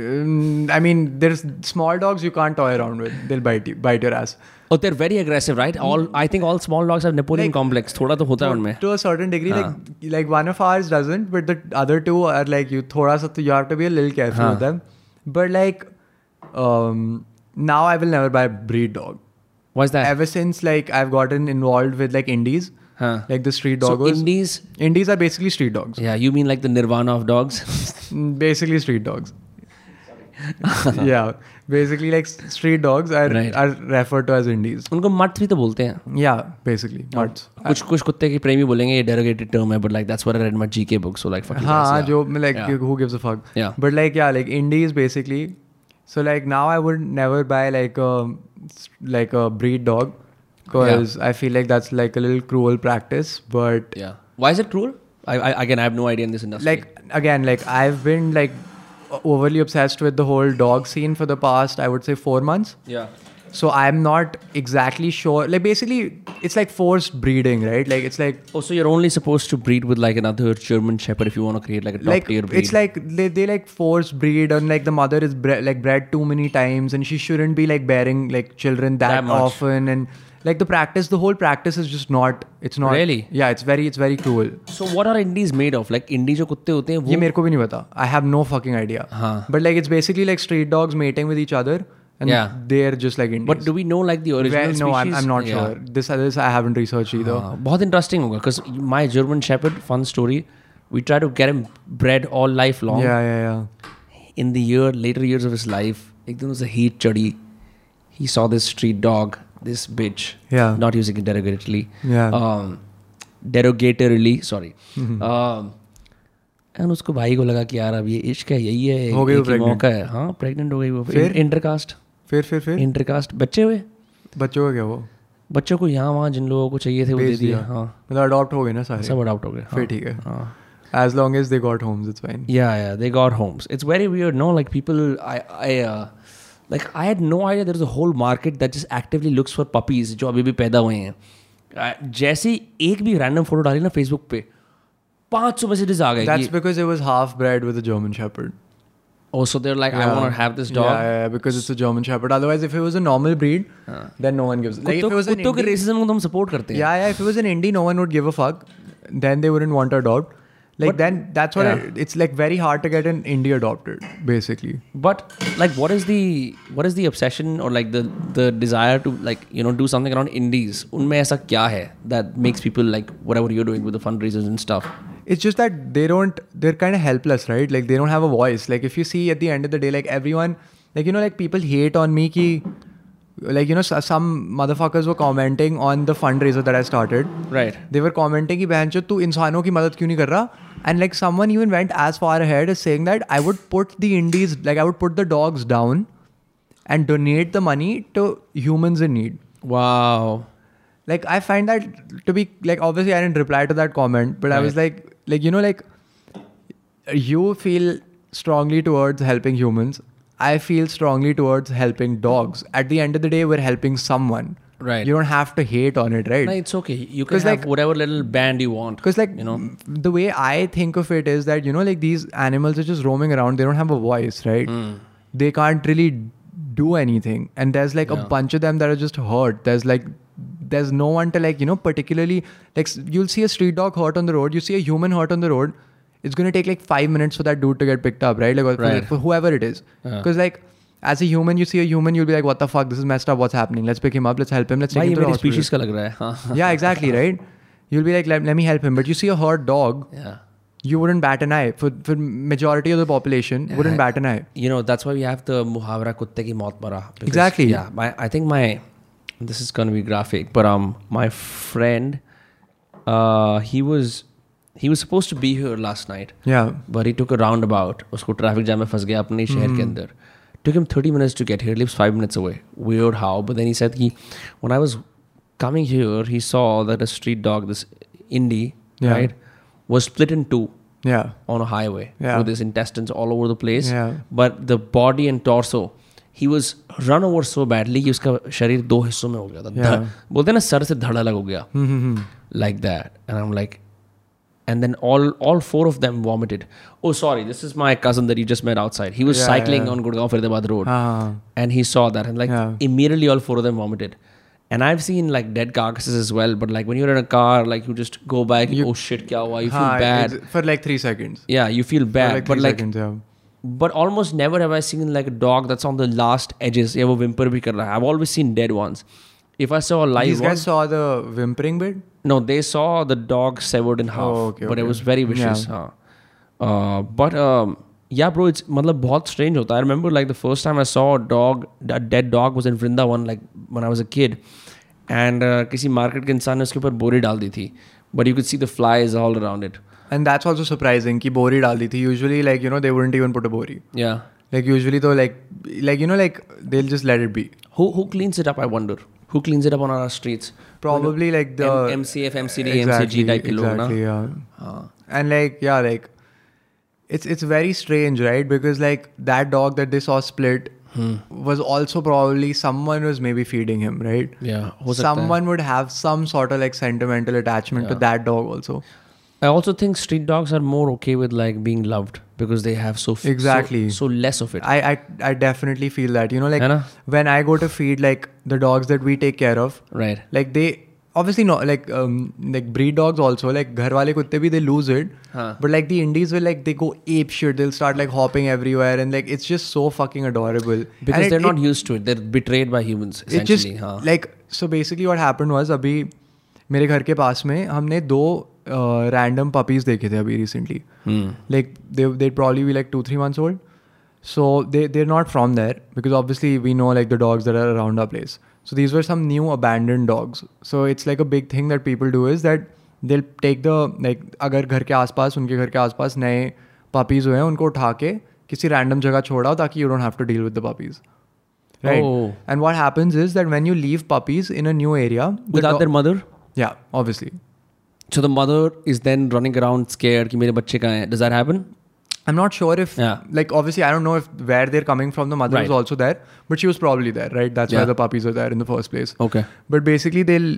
Speaker 2: Um, I mean, there's small dogs you can't toy around with. They'll bite you, bite your ass.
Speaker 3: oh they're very aggressive right all I think all small dogs have Napoleon
Speaker 2: Mm. Like-
Speaker 3: complex थोड़ा तो होता है उनमें
Speaker 2: To a certain degree,
Speaker 3: हाँ।
Speaker 2: like like one of ours doesn't, but the other two are like you. Thoda sa, to you have to be a little careful
Speaker 3: हाँ।
Speaker 2: with them. But like, um, now I will never buy a breed dog.
Speaker 3: what's that
Speaker 2: Ever since like I've gotten involved with like indies,
Speaker 3: Huh.
Speaker 2: like the street
Speaker 3: हाँ। So
Speaker 2: doggos.
Speaker 3: indies,
Speaker 2: indies are basically street dogs.
Speaker 3: yeah, you mean like the Nirvana of dogs?
Speaker 2: Mm, basically street dogs yeah basically like s- street dogs are,
Speaker 3: Right.
Speaker 2: are referred to as indies
Speaker 3: उनको मट भी तो बोलते हैं
Speaker 2: yeah basically
Speaker 3: Oh.
Speaker 2: mutts
Speaker 3: कुछ कुछ कुत्ते के प्रेमी बोलेंगे ये डेरोगेटेड टर्म है but like that's what I read my GK book so like fucking
Speaker 2: हाँ जो like
Speaker 3: Yeah.
Speaker 2: you- who gives a fuck
Speaker 3: Yeah.
Speaker 2: but like yeah like indies basically so like now I would never buy like a s- like a breed dog because I feel like that's like a little cruel practice but
Speaker 3: yeah why is it cruel I, I again I have no idea in this industry
Speaker 2: like again like I've been like o- overly obsessed with the whole dog scene for the past I would say four months
Speaker 3: yeah
Speaker 2: So I'm not exactly sure. Like basically, it's like forced breeding, right? Like it's like
Speaker 3: oh so you're only supposed to breed with like another German shepherd if you want to create like a top
Speaker 2: like
Speaker 3: tier breed
Speaker 2: it's like they, they like forced breed and like the mother is bre- like bred too many times and she shouldn't be like bearing like children that,
Speaker 3: That much.
Speaker 2: often and like the practice the whole practice is just not it's not
Speaker 3: Really?
Speaker 2: yeah it's very it's very cruel
Speaker 3: so what are indies made of like indie जो कुत्ते होते हैं
Speaker 2: ये
Speaker 3: वो हाँ।
Speaker 2: मेरे को भी नहीं पता I have no fucking idea but like it's basically like street dogs mating with each other and
Speaker 3: Yeah.
Speaker 2: They are just like
Speaker 3: but do we know like the original
Speaker 2: no I'm,
Speaker 3: species?
Speaker 2: I'm not
Speaker 3: Yeah.
Speaker 2: sure this this I haven't researched either
Speaker 3: हाँ, बहुत interesting होगा because my German shepherd fun story we try to get him bred all life long
Speaker 2: yeah yeah yeah
Speaker 3: in the year later years of his life एकदम से heat चढ़ी he saw this street dog this bitch
Speaker 2: Yeah.
Speaker 3: not using it derogatorily
Speaker 2: Yeah. Mm-hmm.
Speaker 3: um, derogatorily sorry um, and उसको भाई को लगा कि यार अब ये इश्क है यही है
Speaker 2: हो गई वो
Speaker 3: एक ही
Speaker 2: pregnant?
Speaker 3: मौका है हाँ प्रेग्नेंट हो गई वो
Speaker 2: फिर?
Speaker 3: इंटरकास्ट
Speaker 2: फिर फिर फिर
Speaker 3: इंटरकास्ट बच्चे हुए
Speaker 2: बच्चों का क्या वो
Speaker 3: बच्चों को यहाँ वहाँ जिन लोगों को चाहिए थे वो दे
Speaker 2: भेज
Speaker 3: दिया
Speaker 2: दिया
Speaker 3: हाँ
Speaker 2: मतलब अडॉप्ट हो गए ना सारे
Speaker 3: सब अडाप्ट हो गए हाँ,
Speaker 2: फिर ठीक है
Speaker 3: हाँ
Speaker 2: as long as they got homes it's fine
Speaker 3: Yeah, yeah, they got homes. It's very weird, no? Like people, I, I, uh, like I had no idea there's a whole market that just actively looks for puppies जो अभी भी पैदा हुए हैं Uh, जैसे ही एक भी random photo डाली ना Facebook पे 500 messages आ गए
Speaker 2: दैट्स
Speaker 3: कि
Speaker 2: because it was half bred with a German shepherd
Speaker 3: oh so they're like I want to have this dog.
Speaker 2: Um, yeah because it's a german shepherd otherwise if it was a normal breed then no one gives like if it
Speaker 3: हाँ। कुत्तों
Speaker 2: was an
Speaker 3: कुत्तों के
Speaker 2: Indi-
Speaker 3: racism को तो हम support करते हैं.
Speaker 2: yeah yeah if it was an indie no one would give a fuck then they wouldn't want to adopt like then that's what
Speaker 3: Yeah.
Speaker 2: I- it's like very hard to get an indie adopted basically
Speaker 3: But like, what is the what is the obsession or like the the desire to like you know do something around indies? उनमें ऐसा क्या है that makes people like whatever you're doing with the fundraisers and stuff?
Speaker 2: it's just that they don't they're kind of helpless right like they don't have a voice like if you see at the end of the day like everyone like you know like people hate on me ki like you know so- some motherfuckers were commenting on the fundraiser that i started
Speaker 3: Right.
Speaker 2: they were commenting ki bancho tu इंसानों की मदद क्यों नहीं कर रहा and like someone even went as far ahead as saying that i would put the indies like i would put the dogs down and donate the money to humans in need
Speaker 3: Wow.
Speaker 2: like i find that to be like obviously i didn't reply to that comment but i was like like you know like you feel strongly towards helping humans i feel strongly towards helping dogs at the end of the day we're helping someone
Speaker 3: Right.
Speaker 2: you don't have to hate on it
Speaker 3: No,
Speaker 2: right
Speaker 3: it's okay. You can
Speaker 2: 'Cause,
Speaker 3: have
Speaker 2: like-
Speaker 3: whatever little band you want.
Speaker 2: because like
Speaker 3: you know,
Speaker 2: the way i think of it is that you know like these animals are just roaming around they don't have a voice right
Speaker 3: Hmm.
Speaker 2: they can't really do anything and there's like a bunch of them that are just hurt there's like there's no one to like you know particularly like s- you'll see a street dog hurt on the road you see a human hurt on the road it's going to take like 5 minutes for that dude to get picked up right like or for-
Speaker 3: Right.
Speaker 2: for whoever it is
Speaker 3: Yeah.
Speaker 2: because like As a human, you see a human, you'll be like, what the fuck? This is messed up. What's happening? Let's pick him up. Let's help him. Let's take
Speaker 3: भाई
Speaker 2: him
Speaker 3: ये
Speaker 2: to the
Speaker 3: मेरी
Speaker 2: hospital.
Speaker 3: Species का लग रहा है हाँ
Speaker 2: yeah, exactly, right? You'll be like, let, let me help him. But you see a hurt dog,
Speaker 3: yeah
Speaker 2: you wouldn't bat an eye. For, for majority of the population, wouldn't bat an eye.
Speaker 3: you know that's why we have the muhavra kutte ki maut mara because-
Speaker 2: Exactly.
Speaker 3: yeah my, i think my this is going to be graphic but um my friend uh he was he was supposed to be here last night
Speaker 2: Yeah.
Speaker 3: but he took a roundabout उसको traffic jam में फंस गया अपने ही शहर के अंदर took him 30 minutes to get here lives 5 minutes away weird how but then he said he when i was coming here he saw that a street dog this indie
Speaker 2: Yeah.
Speaker 3: right was split in two
Speaker 2: Yeah.
Speaker 3: on a highway
Speaker 2: Yeah.
Speaker 3: with his intestines all over the place.
Speaker 2: Yeah.
Speaker 3: But the body and torso, he was run over so badly कि उसका शरीर दो हिस्सों में हो गया था
Speaker 2: Yeah.
Speaker 3: धड़- बोलते हैं ना सर से धड़ अलग हो गया like that and I'm like and then all all four of them vomited oh sorry this is my cousin that you just met outside he was
Speaker 2: Yeah,
Speaker 3: cycling
Speaker 2: yeah.
Speaker 3: on Gurgaon Faridabad road
Speaker 2: Uh,
Speaker 3: and he saw that and like
Speaker 2: Yeah.
Speaker 3: immediately all four of them vomited and I've seen like dead carcasses as well but like when you're in a car like you just go back
Speaker 2: You-
Speaker 3: oh shit क्या हुआ you feel
Speaker 2: हाँ,
Speaker 3: bad
Speaker 2: it's- For like three seconds.
Speaker 3: yeah you feel
Speaker 2: for
Speaker 3: bad
Speaker 2: like
Speaker 3: but
Speaker 2: three
Speaker 3: like
Speaker 2: seconds, yeah.
Speaker 3: but almost never have i seen like a dog that's on the last edges yeah wo whimper bhi kar raha hai. i've always seen dead ones if i saw a live
Speaker 2: These
Speaker 3: one
Speaker 2: guys saw the whimpering bit?
Speaker 3: no they saw the dog severed in half
Speaker 2: Oh, okay,
Speaker 3: but
Speaker 2: okay.
Speaker 3: it was very vicious
Speaker 2: Yeah.
Speaker 3: yeah. uh, but um, yeah bro it's मतलब बहुत strange होता है i remember like the first time i saw a dog a dead dog was in vrindavan like when i was a kid and uh, किसी market के इंसान ने उसके ऊपर बोरी डाल दी थी but you could see the flies all around it
Speaker 2: And that's also surprising कि बोरी डाल दी थी usually like you know they wouldn't even put a बोरी
Speaker 3: yeah
Speaker 2: लाइक यूजुअली तो like like you know like they just let it be
Speaker 3: Who who cleans it up? I wonder. Who cleans it up on our streets?
Speaker 2: probably like the
Speaker 3: M- MCF, MCD,
Speaker 2: Exactly,
Speaker 3: MCG type Ah. के लोग ना?
Speaker 2: exactly, yeah. And like yeah, like it's it's very strange, right? Because like that dog that they saw split
Speaker 3: Hmm.
Speaker 2: was also probably someone was maybe feeding him, right?
Speaker 3: Yeah, हो सकता है.
Speaker 2: Someone would have some sort of like sentimental attachment to that dog also.
Speaker 3: I also think street dogs are more okay with like being loved because they have so f- so-
Speaker 2: Exactly.
Speaker 3: so, less of it.
Speaker 2: I, I I definitely feel that. You know, like
Speaker 3: है ना?
Speaker 2: when I go to feed like the dogs that we take care of,
Speaker 3: right.
Speaker 2: like they obviously not like um like breed dogs also like घर वाले कुत्ते भी they lose it
Speaker 3: हाँ.
Speaker 2: but like the indies will like they go ape shit they'll start like hopping everywhere and like it's just so fucking adorable
Speaker 3: Because
Speaker 2: And it-
Speaker 3: they're not
Speaker 2: it,
Speaker 3: used to it. They're betrayed by humans
Speaker 2: it just
Speaker 3: essentially. हाँ.
Speaker 2: like so basically what happened was अभी मेरे घर के पास में हमने दो random puppies देखे थे अभी recently
Speaker 3: Hmm.
Speaker 2: like they they'd probably be like two three months old so they they're not from there because obviously we know like the dogs that are around our place so these were some new abandoned dogs so it's like a big thing that people do is that they'll take the like अगर घर के आसपास उनके घर के आसपास नए puppies हुए हैं उनको उठा के किसी रैंडम जगह छोड़ाओ ताकि you don't have to deal with the puppies right
Speaker 3: Oh.
Speaker 2: And what happens is that when you leave puppies in a new area
Speaker 3: Without their mother,
Speaker 2: या obviously
Speaker 3: so the mother is then running around scared. कि मेरे बच्चे कहाँ हैं? Does that happen?
Speaker 2: I'm not sure if
Speaker 3: Yeah.
Speaker 2: like obviously I don't know if where they're coming from. The mother was
Speaker 3: Right.
Speaker 2: also there, but she was probably there, right? That's why
Speaker 3: Yeah. Oh.
Speaker 2: the puppies are there in the first place.
Speaker 3: Okay.
Speaker 2: But basically they'll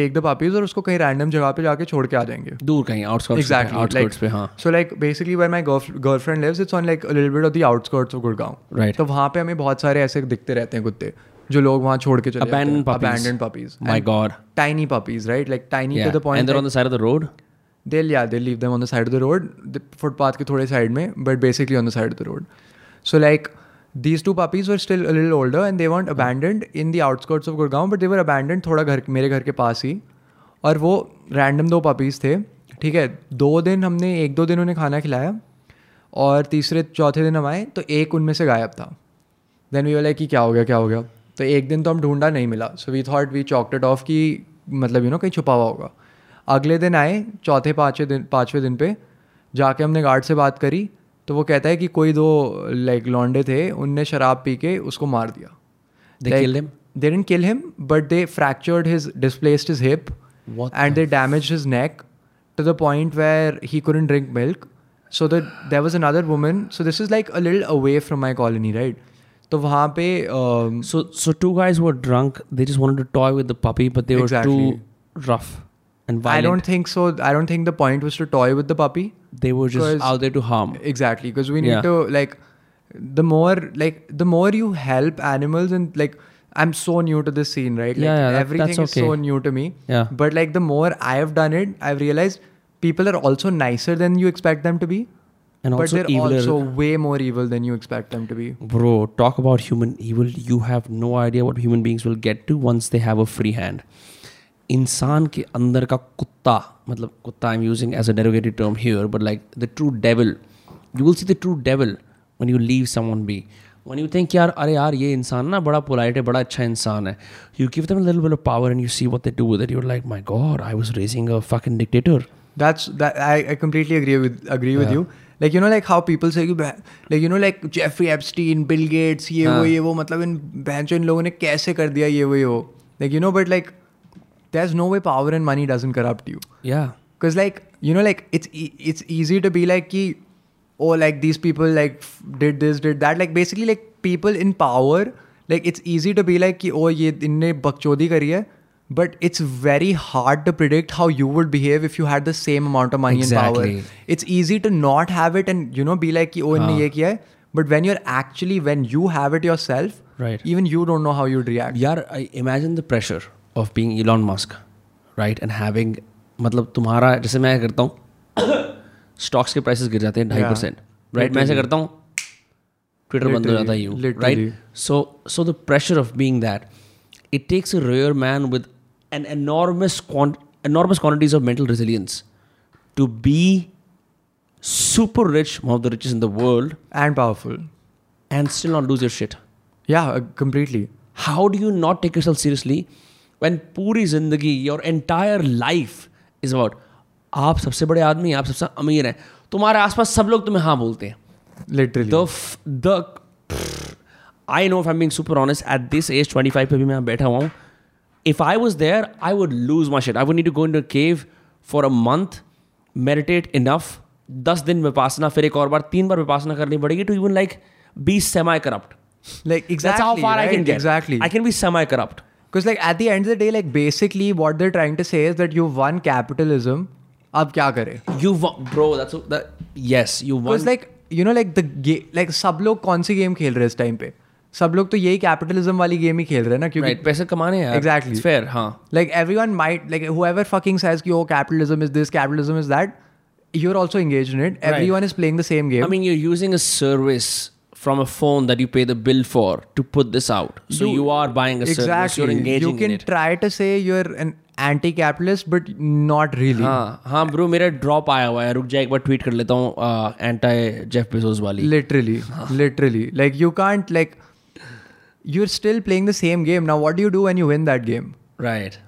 Speaker 2: take the puppies और उसको कहीं random जगह पे जाके छोड़ के आ जाएंगे.
Speaker 3: दूर कहीं outskirts
Speaker 2: Exactly.
Speaker 3: पे, outskirts
Speaker 2: like,
Speaker 3: पे हाँ.
Speaker 2: So like basically where my girlf- girlfriend lives, it's on like a little bit of the outskirts of Gurgaon.
Speaker 3: Right.
Speaker 2: तो वहाँ पे हमें बहुत सारे ऐसे दिखते रहते हैं कुत्ते जो लोग वहाँ छोड़ के चले जाते हैं.
Speaker 3: Abandoned puppies.
Speaker 2: Abandoned puppies.
Speaker 3: My God.
Speaker 2: Tiny puppies, right? Like tiny
Speaker 3: Yeah.
Speaker 2: to the point.
Speaker 3: and they're
Speaker 2: like-
Speaker 3: on the side of the road.
Speaker 2: they'll yeah they'll leave them on the side of the road the footpath ke thode side mein but basically on the side of the road so like these two puppies were still a little older and they weren't abandoned in the outskirts of gurgaon but they were abandoned thoda घर मेरे घर के पास ही और वो random दो puppies थे ठीक है दो दिन हमने एक दो दिन उन्हें खाना खिलाया और तीसरे चौथे दिन हम आए तो एक उनमें से गायब था देन वी लाइक कि क्या हो गया क्या हो गया तो एक दिन तो हम ढूंढा नहीं मिला so we thought we chocolate off कि मतलब यू नो कहीं छुपा हुआ होगा अगले दिन आए चौथे पाँचवें दिन पाँचवें दिन पे जाके हमने गार्ड से बात करी तो वो कहता है कि कोई दो लाइक लॉन्डे थे उनने शराब पी के उसको मार दिया
Speaker 3: They killed him?
Speaker 2: They didn't kill him, but they fractured his, displaced his hip,
Speaker 3: What
Speaker 2: and they damaged his neck to the point where he couldn't drink milk. So that there was another woman. So this is like a little away from my colony, right? तो वहाँ पे um,
Speaker 3: So so two guys were drunk. They just wanted to toy with the puppy, but they were
Speaker 2: Exactly.
Speaker 3: too rough and
Speaker 2: I
Speaker 3: violent.
Speaker 2: don't think so. I don't think the point was to toy with the puppy.
Speaker 3: they were just
Speaker 2: 'Cause-
Speaker 3: out there to harm.
Speaker 2: Exactly, because we need
Speaker 3: Yeah.
Speaker 2: to like the more like the more you help animals and like I'm so new to this scene, right? Like
Speaker 3: Yeah, yeah, that-
Speaker 2: everything
Speaker 3: that's
Speaker 2: is so
Speaker 3: okay.
Speaker 2: new to me.
Speaker 3: Yeah.
Speaker 2: But like the more I have done it, I've realized people are also nicer than you expect them to be.
Speaker 3: And
Speaker 2: but
Speaker 3: also
Speaker 2: they're
Speaker 3: eviler.
Speaker 2: also way more evil than you expect them to be.
Speaker 3: Bro, talk about human evil. You have no idea what human beings will get to once they have a free hand. इंसान के अंदर का कुत्ता मतलब कुत्ता I am using as a derogatory term here but like the true devil you will see the true devil when you leave someone be when you think यार अरे यार ये इंसान ना बड़ा पोलाइट है बड़ा अच्छा इंसान है you give them little bit of power and you see what they do with it you like my God I was raising a fucking dictator
Speaker 2: That's that I, I completely agree with agree with you. Like you know like how people say कि बह- like you know like Jeffrey Epstein, Bill Gates, ये वो ये वो मतलब इन बहनचोद इन लोगों ने कैसे कर दिया ये वो ये वो like you know but like there's no way power and money doesn't corrupt you.
Speaker 3: या
Speaker 2: because like you know like it's e- it's easy to be like ki, oh like these people like f- did this did that like basically like people in power like it's easy to be like ki, oh ye inne bakchodi kari hai but it's very hard to predict how you would behave if you had the same amount of money
Speaker 3: Exactly.
Speaker 2: and power it's easy to not have it and you know be like ki, oh inne ye kiya hai but when you're actually when you have it yourself
Speaker 3: Right.
Speaker 2: even you don't know how you'd react
Speaker 3: यार I imagine the pressure of being Elon Musk right and having मतलब तुम्हारा जैसे मैं करता हूँ stocks के prices गिर जाते हैं ढाई
Speaker 2: Yeah.
Speaker 3: परसेंट राइट मैं ऐसे करता हूँ ट्विटर बंद हो जाता है you
Speaker 2: Literally.
Speaker 3: Right so so the pressure of being that it takes a rare man with an enormous enormous quantities of mental resilience to be super rich one of the richest in the world
Speaker 2: and powerful
Speaker 3: and still not lose your shit
Speaker 2: yeah uh, completely
Speaker 3: how do you not take yourself seriously when पूरी जिंदगी your entire life is about आप सबसे बड़े आदमी हैं, आप सबसे अमीर हैं तुम्हारे आसपास सब लोग तुम्हें हाँ बोलते हैं
Speaker 2: literally
Speaker 3: the the I know I being super honest at this age 25 पे भी मैं बैठा हुआ हूँ if I was there I would lose my shit I would need to go into a cave for a month meditate enough दस दिन विपासना फिर एक और बार तीन बार विपासना करनी पड़ेगी to even like be semi corrupt
Speaker 2: like
Speaker 3: That's
Speaker 2: exactly
Speaker 3: how far I can
Speaker 2: right?
Speaker 3: get.
Speaker 2: exactly
Speaker 3: I can be semi corrupt.
Speaker 2: Because like at the end of the day, like basically what they're trying to say is that you won capitalism. अब क्या करे?
Speaker 3: You won, bro. That's what, that. Yes, you won.
Speaker 2: Because like you know like the game like सब लोग कौन सी game खेल रहे हैं इस टाइम पे? सब लोग तो यही कैपिटलिज्म वाली गेम ही खेल रहे हैं ना क्योंकि
Speaker 3: right, पैसे कमाने हैं यार.
Speaker 2: Exactly.
Speaker 3: It's fair, हाँ.
Speaker 2: like everyone might like whoever fucking says कि oh capitalism is this capitalism is that you're also engaged in it everyone is playing the same game
Speaker 3: I mean, you're using a service from a phone that you pay the bill for to put this out. So you, are buying a service. You're engaging
Speaker 2: you can
Speaker 3: in it.
Speaker 2: try to say you're an anti-capitalist but not really
Speaker 3: हाँ हाँ bro मेरा drop आया हुआ है रुक जा एक बार tweet कर लेता हूँ एंटी जेफ बेजोस वाली
Speaker 2: literally literally like you can't like you're still playing the same game now what do you do when you win that game
Speaker 3: right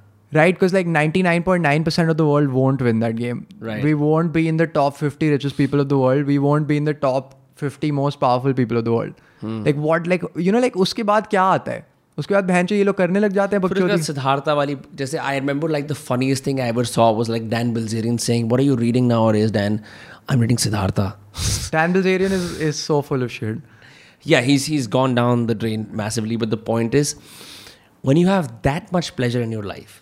Speaker 2: right because like 99.9% of the world won't win that game
Speaker 3: Right.
Speaker 2: we won't be in the top 50 richest people of the world we won't be in the top 50 most powerful people of the world like what like you know like उसके बाद क्या आता है उसके बाद बहन ये लोग करने लग जाते हैं
Speaker 3: फिर उसके बाद
Speaker 2: बकचोदी
Speaker 3: सिद्धार्था वाली जैसे I remember like the funniest thing I ever saw was like Dan Bilzerian saying what are you reading now और is Dan I am reading Siddhartha
Speaker 2: Dan Bilzerian is is so full of shit
Speaker 3: yeah he's he's gone down the drain massively but the point is when you have that much pleasure in your life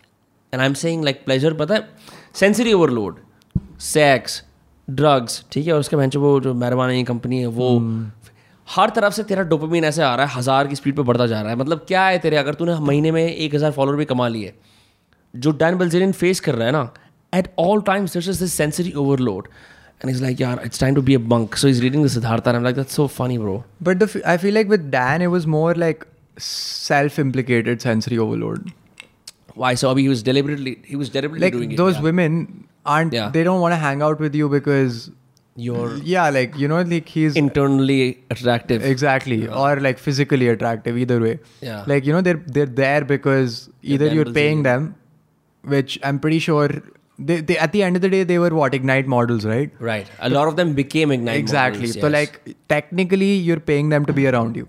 Speaker 3: and i'm saying like pleasure but sensory overload sex drugs ठीक है और उसके bench वो जो मेहरबानी की company है वो हर तरफ से तेरा डोपामीन ऐसे आ रहा है हज़ार की स्पीड पे बढ़ता जा रहा है मतलब क्या है तेरे अगर तूने महीने में एक हज़ार फॉलोअर भी कमा लिए जो डैन बेल्जेरियन फेस कर रहा है ना at all times this is this sensory overload and is like यार it's time to be a bunk so is reading the Siddhartha I am like that's so funny bro
Speaker 2: but the f- I feel like with Dan it was more like self-implicated sensory overload
Speaker 3: Why? So, Abhi, he was deliberately he was deliberately
Speaker 2: like
Speaker 3: doing
Speaker 2: those
Speaker 3: it. yeah.
Speaker 2: women aren't
Speaker 3: Yeah.
Speaker 2: they don't want to hang out with you because
Speaker 3: You're
Speaker 2: yeah like you know like he's
Speaker 3: internally attractive.
Speaker 2: exactly or like physically attractive either way
Speaker 3: Yeah.
Speaker 2: like you know they're they're there because either
Speaker 3: Dan
Speaker 2: you're paying them which i'm pretty sure they, they at the end of the day they were what ignite models right
Speaker 3: right. A lot of them became ignite.
Speaker 2: exactly
Speaker 3: models,
Speaker 2: so
Speaker 3: yes.
Speaker 2: like technically you're paying them to be around you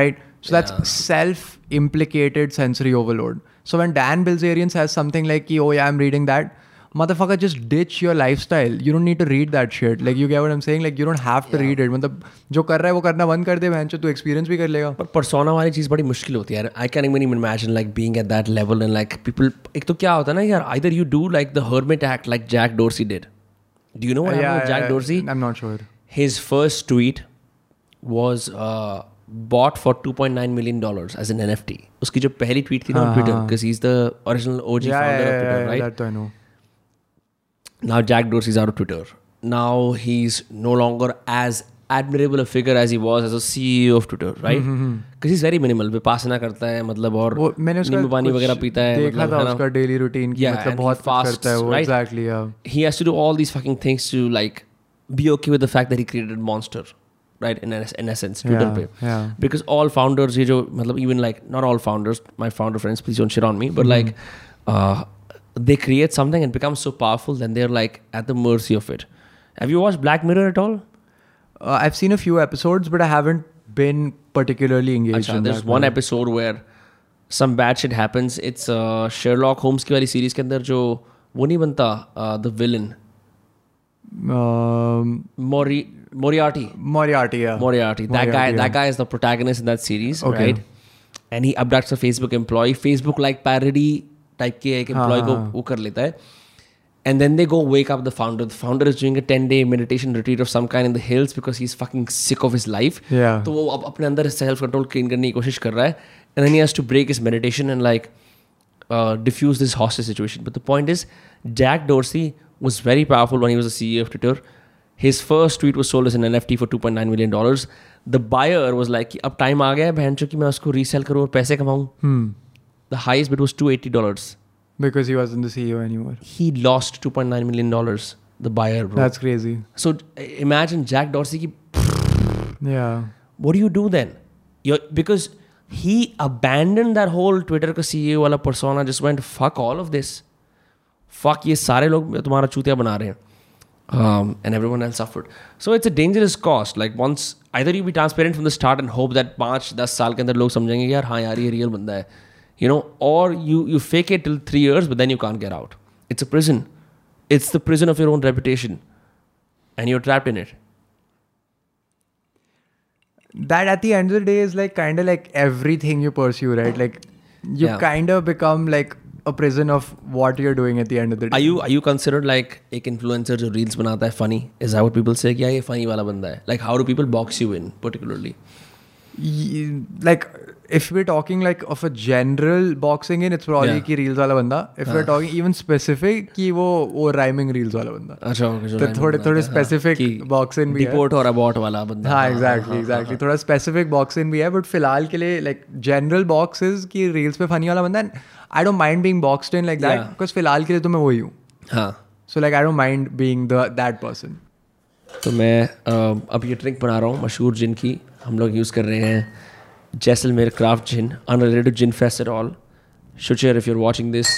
Speaker 2: right so that's self implicated sensory overload so when dan bilzerian says something like oh yeah i'm reading that motherfucker just ditch your lifestyle you don't need to read that shit like you get what i'm saying like you don't have to read it मतलब जो कर रहा है वो करना बंद कर दे बहनचोद तू एक्सपीरियंस भी कर लेगा
Speaker 3: पर persona वाली चीज़ बड़ी मुश्किल होती है यार I can even imagine like being at that level and like people एक तो क्या होता है ना यार either you do like the hermit act like Jack Dorsey did do you know
Speaker 2: Yeah,
Speaker 3: what Jack
Speaker 2: yeah,
Speaker 3: Dorsey
Speaker 2: i'm not sure
Speaker 3: his first tweet was uh, bought for 2.9 million dollars as an NFT उसकी जो पहली tweet थी
Speaker 1: Ah.
Speaker 3: ना on Twitter
Speaker 2: Ah.
Speaker 3: because he's the original OG
Speaker 2: yeah, yeah,
Speaker 3: founder
Speaker 2: yeah,
Speaker 3: of Twitter
Speaker 2: yeah,
Speaker 3: right
Speaker 2: that i know
Speaker 3: now Jack Dorsey's out of Twitter now he's no longer as admirable a figure as he was as a CEO of Twitter, right? Because he's very minimal. Vipassana करता है मतलब और
Speaker 2: वो मैंने उसका
Speaker 3: नींबू पानी
Speaker 2: कुछ
Speaker 3: वगैरह पीता है
Speaker 2: देखा
Speaker 3: मतलब
Speaker 2: था
Speaker 3: है ना?
Speaker 2: उसका डेली रूटीन
Speaker 3: Yeah,
Speaker 2: मतलब
Speaker 3: and he
Speaker 2: बहुत कुछ
Speaker 3: fasts,
Speaker 2: करता है वो
Speaker 3: right?
Speaker 2: एग्जैक्टली या
Speaker 3: he has to do all these fucking things to like be okay with the fact that he created monster right in, es- in essence twitter
Speaker 2: Yeah,
Speaker 3: पे
Speaker 2: yeah.
Speaker 3: because all founders ये जो मतलब even like not all founders my founder friends please don't shit on me but like uh, they create something and become so powerful then they're like at the mercy of it have you watched black mirror at all
Speaker 2: Uh, I've seen a few episodes, but I haven't been particularly engaged.
Speaker 3: Achha,
Speaker 2: in
Speaker 3: there's
Speaker 2: that
Speaker 3: one episode where some bad shit happens it's uh, sherlock holmes की वाली series के अंदर जो वो नहीं बनता uh, the villain
Speaker 2: Um,
Speaker 3: Mori- moriarty
Speaker 2: Moriarty. Yeah.
Speaker 3: Moriarty. That guy.
Speaker 2: Moriarty,
Speaker 3: That
Speaker 2: yeah.
Speaker 3: guy is the protagonist in that series,
Speaker 2: Okay.
Speaker 3: right? And he abducts a Facebook employee. Facebook like parody type के एक employee को वो कर लेता है. And then they go wake up the founder. The founder is doing a 10 day meditation retreat of some kind in the hills because he's fucking sick of his life.
Speaker 2: Yeah.
Speaker 3: तो वो अब अपने अंदर सेल्फ कंट्रोल क्लीन करने की कोशिश कर रहा है and then he has to break his meditation and like uh, defuse this hostage situation but the point is Jack Dorsey was very powerful when he was the CEO of Twitter. His first tweet was sold as an NFT for 2.9 million dollars. The buyer was like, कि अब time आ गया है बहन चो कि मैं उसको resell करूँ और पैसे कमाऊँ.
Speaker 2: Hmm.
Speaker 3: The highest bid was 280 dollars.
Speaker 2: Because he wasn't the CEO anymore.
Speaker 3: He lost 2.9 million dollars. The buyer, bro.
Speaker 2: That's crazy.
Speaker 3: so uh, imagine Jack Dorsey की
Speaker 2: Yeah.
Speaker 3: what do you do then? You're, because he abandoned that whole Twitter का CEO वाला persona, just went fuck all of this. Fuck ये सारे लोग तुम्हारा चूतिया बना रहे हैं. Um, and everyone else suffered. So it's a dangerous cost. Like once either you be transparent from the start and hope that पाँच दस साल के अंदर लोग समझेंगे यार हाँ यार ये real बंदा है. You know, or you you fake it till three years, but then you can't get out. It's a prison. It's the prison of your own reputation, and you're trapped in it.
Speaker 2: That at the end of the day is like kind of like everything you pursue, right? Like you
Speaker 3: Yeah.
Speaker 2: kind of become like a prison of what you're doing at the end of the day.
Speaker 3: Are you are you considered like एक influencer जो reels बनाता है funny? Is that what people say? कि यार ये funny वाला बंदा है. Like how do people box you in particularly?
Speaker 2: Y- like if we're talking like of a general boxing in, it's probably
Speaker 3: Yeah. Uh.
Speaker 2: ki reels wala banda. If we're talking even specific, ki wo, wo rhyming reels wala banda.
Speaker 3: अच्छा okay, जो
Speaker 2: तो
Speaker 3: rhyme
Speaker 2: थोड़े
Speaker 3: बनाता
Speaker 2: थोड़े
Speaker 3: है, हाँ,
Speaker 2: specific
Speaker 3: कि
Speaker 2: box in भी है
Speaker 3: deport और abort वाला बंदा.
Speaker 2: हाँ एग्जैक्टली एग्जैक्टली थोड़ा स्पेसिफिक बॉक्स इन भी है बट फिलहाल के लिए लाइक जनरल बॉक्स की रील्स पे फनी वाला बंदा I don't mind being boxed in like that
Speaker 3: Yeah.
Speaker 2: Because फिलहाल के लिए तो मैं वही हूँ
Speaker 3: हाँ.
Speaker 2: So like I don't mind being the that person
Speaker 3: तो मैं अ, अब ये ट्रिक बना रहा हूँ मशहूर जिन की हम लोग यूज़ कर रहे हैं Jaisalmer craft gin unrelated gin fest at all sure if you are watching this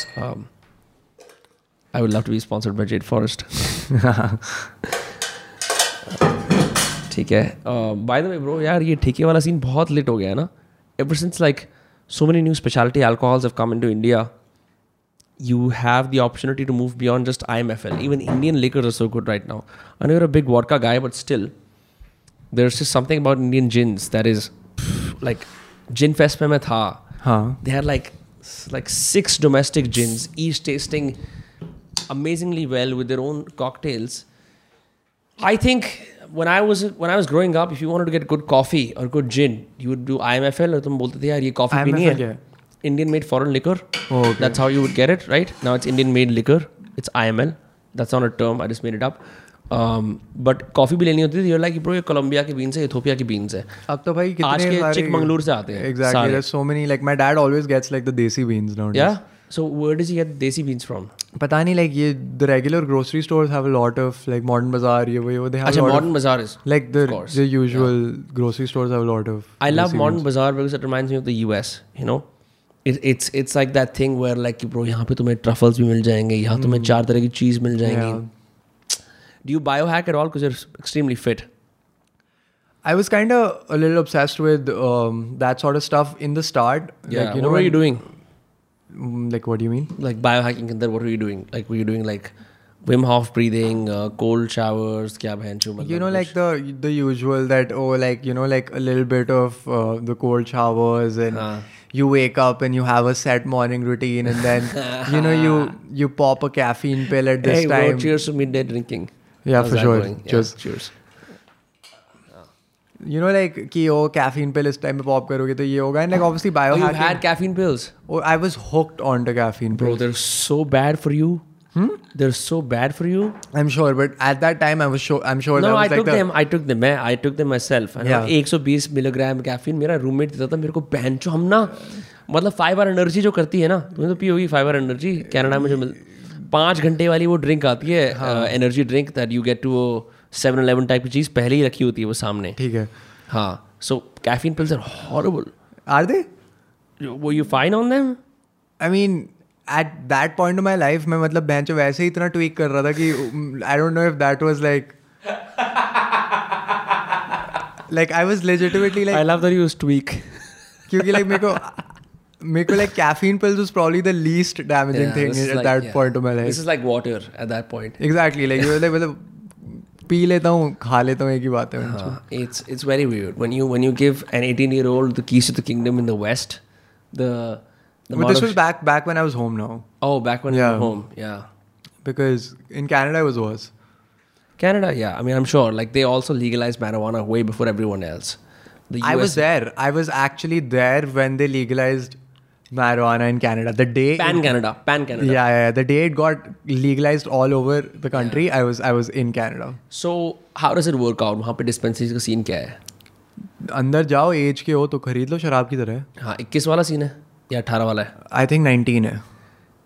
Speaker 3: I would love to be sponsored by Jade Forest ठीक है बाय द वे ब्रो यार ये ठेके वाला सीन बहुत लेट हो गया है ना ever since like so many new speciality alcohols have come into India you have the opportunity to move beyond just IMFL. Even Indian liquors are so good right now. I know you're a big vodka guy, but still, there's just something about Indian gins that is pff, like gin fest mein main tha.
Speaker 2: हाँ
Speaker 3: They had like s- like six domestic gins, each tasting amazingly well with their own cocktails. I think when I was when I was growing up, if you wanted to get good coffee or good gin, you would do IMFL or तुम बोलते थे यार ये coffee पीनी
Speaker 2: IMFL क्या
Speaker 3: है.
Speaker 2: है?
Speaker 3: Indian made foreign liquor.
Speaker 2: Oh, okay.
Speaker 3: That's how you would get it, right? Now it's Indian made liquor. It's IML. That's not a term. I just made it up. Um, but coffee भी लेनी होती थी you're like bro ये Colombia के beans है Ethiopia के beans है
Speaker 2: अब तो भाई कितने
Speaker 3: आज के
Speaker 2: सारे-
Speaker 3: चिकमंगलूर से आते हैं
Speaker 2: exactly
Speaker 3: सारे।
Speaker 2: there's so many like my dad always gets like the desi beans nowadays
Speaker 3: yeah so where does he get desi beans from
Speaker 2: पता नहीं like ये the regular grocery stores have a lot of like modern bazaar ये वो ये वो they have
Speaker 3: अच्छा
Speaker 2: a lot
Speaker 3: modern bazaar is
Speaker 2: of like the
Speaker 3: of course.
Speaker 2: the usual grocery stores have a lot of
Speaker 3: I love
Speaker 2: desi
Speaker 3: modern bazaar because it reminds me of the US. You know, it, it's it's like that thing where like bro, यहाँ पे तुम्हें truffles भी मिल जाएंगे,
Speaker 2: Hmm.
Speaker 3: यहाँ तुम्हें चार तरह की cheese मिल जाएंगी. Do you biohack at all? Because you're extremely fit.
Speaker 2: I was kind of a little obsessed with um, that sort of stuff in the start.
Speaker 3: Yeah. you
Speaker 2: Like, you
Speaker 3: know
Speaker 2: know,
Speaker 3: what were you
Speaker 2: when-
Speaker 3: doing?
Speaker 2: Mm, Like, what do you mean?
Speaker 3: Like biohacking and then what were you doing? Like were you doing like Wim Hof breathing, uh, cold showers, क्या बहन चो
Speaker 2: You know, like the the usual that oh, like you know, like a little bit of uh, the cold showers and
Speaker 3: Huh.
Speaker 2: you wake up and you have a set morning routine and then you know you you pop a caffeine pill at this
Speaker 3: hey,
Speaker 2: time.
Speaker 3: Bro, cheers to midday drinking.
Speaker 2: Yeah,
Speaker 3: How's
Speaker 2: for
Speaker 3: that
Speaker 2: sure.
Speaker 3: going? Yeah,
Speaker 2: Cheers.
Speaker 3: cheers.
Speaker 2: You know, like कि oh, caffeine pill इस time पे pop करोगे तो ये होगा and like obviously
Speaker 3: Oh, you've
Speaker 2: biohacking.
Speaker 3: had caffeine pills.
Speaker 2: oh, I was hooked onto caffeine
Speaker 3: Bro,
Speaker 2: pills.
Speaker 3: they're so bad for you.
Speaker 2: Hmm?
Speaker 3: They're so bad for you.
Speaker 2: I'm sure, but at that time I was sure. I'm sure that
Speaker 3: No,
Speaker 2: was
Speaker 3: I
Speaker 2: like
Speaker 3: took
Speaker 2: the
Speaker 3: them. I took them. मैं I took them myself. And
Speaker 2: Yeah.
Speaker 3: 120 milligram caffeine मेरा roommate देता था मेरे को बेंचो हम ना मतलब फाइव आर एनर्जी जो करती है ना तुमने तो पी होगी फाइव आर एनर्जी कनाडा में जो मिल पाँच घंटे वाली वो ड्रिंक आती
Speaker 2: Ah.
Speaker 3: है energy drink that you get to seven eleven type की चीज़ पहले ही रखी होती है वो सामने
Speaker 2: ठीक है.
Speaker 3: हाँ so caffeine pills are horrible
Speaker 2: Are they?
Speaker 3: वो you fine on them
Speaker 2: I mean. At that point of my life, मैं मतलब बेंच वैसे ही इतना ट्वीक कर रहा था कि mm, I don't know if that was like like I was legitimately like
Speaker 3: I love that you tweak
Speaker 2: क्योंकि like मेरे को मेरे को like caffeine pills was probably the least damaging thing at that point of my life.
Speaker 3: This is like water at that point
Speaker 2: exactly like you like मतलब पी लेता हूँ खा लेता हूँ एक ही बात है
Speaker 3: Uh, it's it's very weird when you when you give an 18 year old the keys to the kingdom in the west the, the
Speaker 2: but
Speaker 3: amount
Speaker 2: this
Speaker 3: of
Speaker 2: was back back when I was home now
Speaker 3: oh back when you were
Speaker 2: Yeah.
Speaker 3: home yeah
Speaker 2: because in Canada was worse
Speaker 3: Canada yeah I mean I'm sure like they also legalized marijuana way before everyone else the
Speaker 2: I was there I was actually there when they legalized marijuana in Canada the day it-
Speaker 3: pan Canada pan Canada
Speaker 2: yeah yeah yeah. the day it got legalized all over the country i was i was in canada
Speaker 3: so how does it work out वहाँ पे dispensaries का scene क्या है
Speaker 2: अंदर जाओ as के हो तो खरीद लो शराब की तरह
Speaker 3: हाँ 21 वाला scene है या 18 वाला है
Speaker 2: आई थिंक 19 है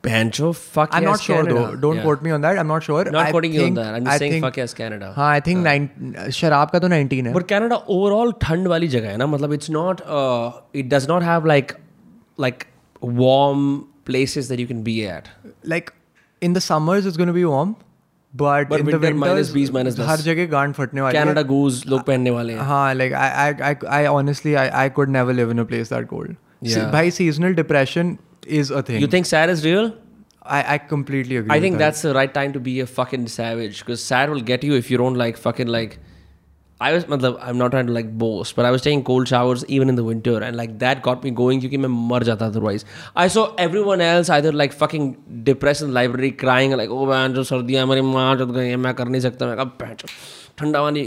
Speaker 3: Banjo fuck
Speaker 2: I'm
Speaker 3: yes,
Speaker 2: not sure
Speaker 3: Canada.
Speaker 2: though. Don't
Speaker 3: Yeah.
Speaker 2: quote me on that. I'm not sure.
Speaker 3: not
Speaker 2: I
Speaker 3: quoting you on
Speaker 2: think-
Speaker 3: that I'm
Speaker 2: I
Speaker 3: just saying
Speaker 2: think-
Speaker 3: fuck yes Canada
Speaker 2: हाँ I think nine शराब का तो 19 है
Speaker 3: but Canada overall ठंड वाली जगह है ना मतलब it's not it does not have like like warm places that you can be at
Speaker 2: like in the summers it's going to be warm but,
Speaker 3: But
Speaker 2: in the
Speaker 3: winter minus
Speaker 2: winters
Speaker 3: 20, minus 10.
Speaker 2: हर जगह गांड फटने वाली है
Speaker 3: Canada Goose लोग पहनने वाले हैं
Speaker 2: हाँ like I I I I honestly I I could never live in a place that cold Se-
Speaker 3: Yeah.
Speaker 2: भाई seasonal depression is a thing
Speaker 3: you think sad is real
Speaker 2: I I completely agree
Speaker 3: I think
Speaker 2: with that.
Speaker 3: That's the right time to be a fucking savage because sad will get you if you don't like fucking like I was मतलब I'm not trying to like boast, but I was taking cold showers even in the winter, and like that got me going क्योंकि मैं मर जाता otherwise. I saw everyone else either like fucking depressed in the library crying like oh man जो सर्दियाँ हमारी माँ जत गई हैं मैं कर नहीं सकता मैं कब ठंडा पानी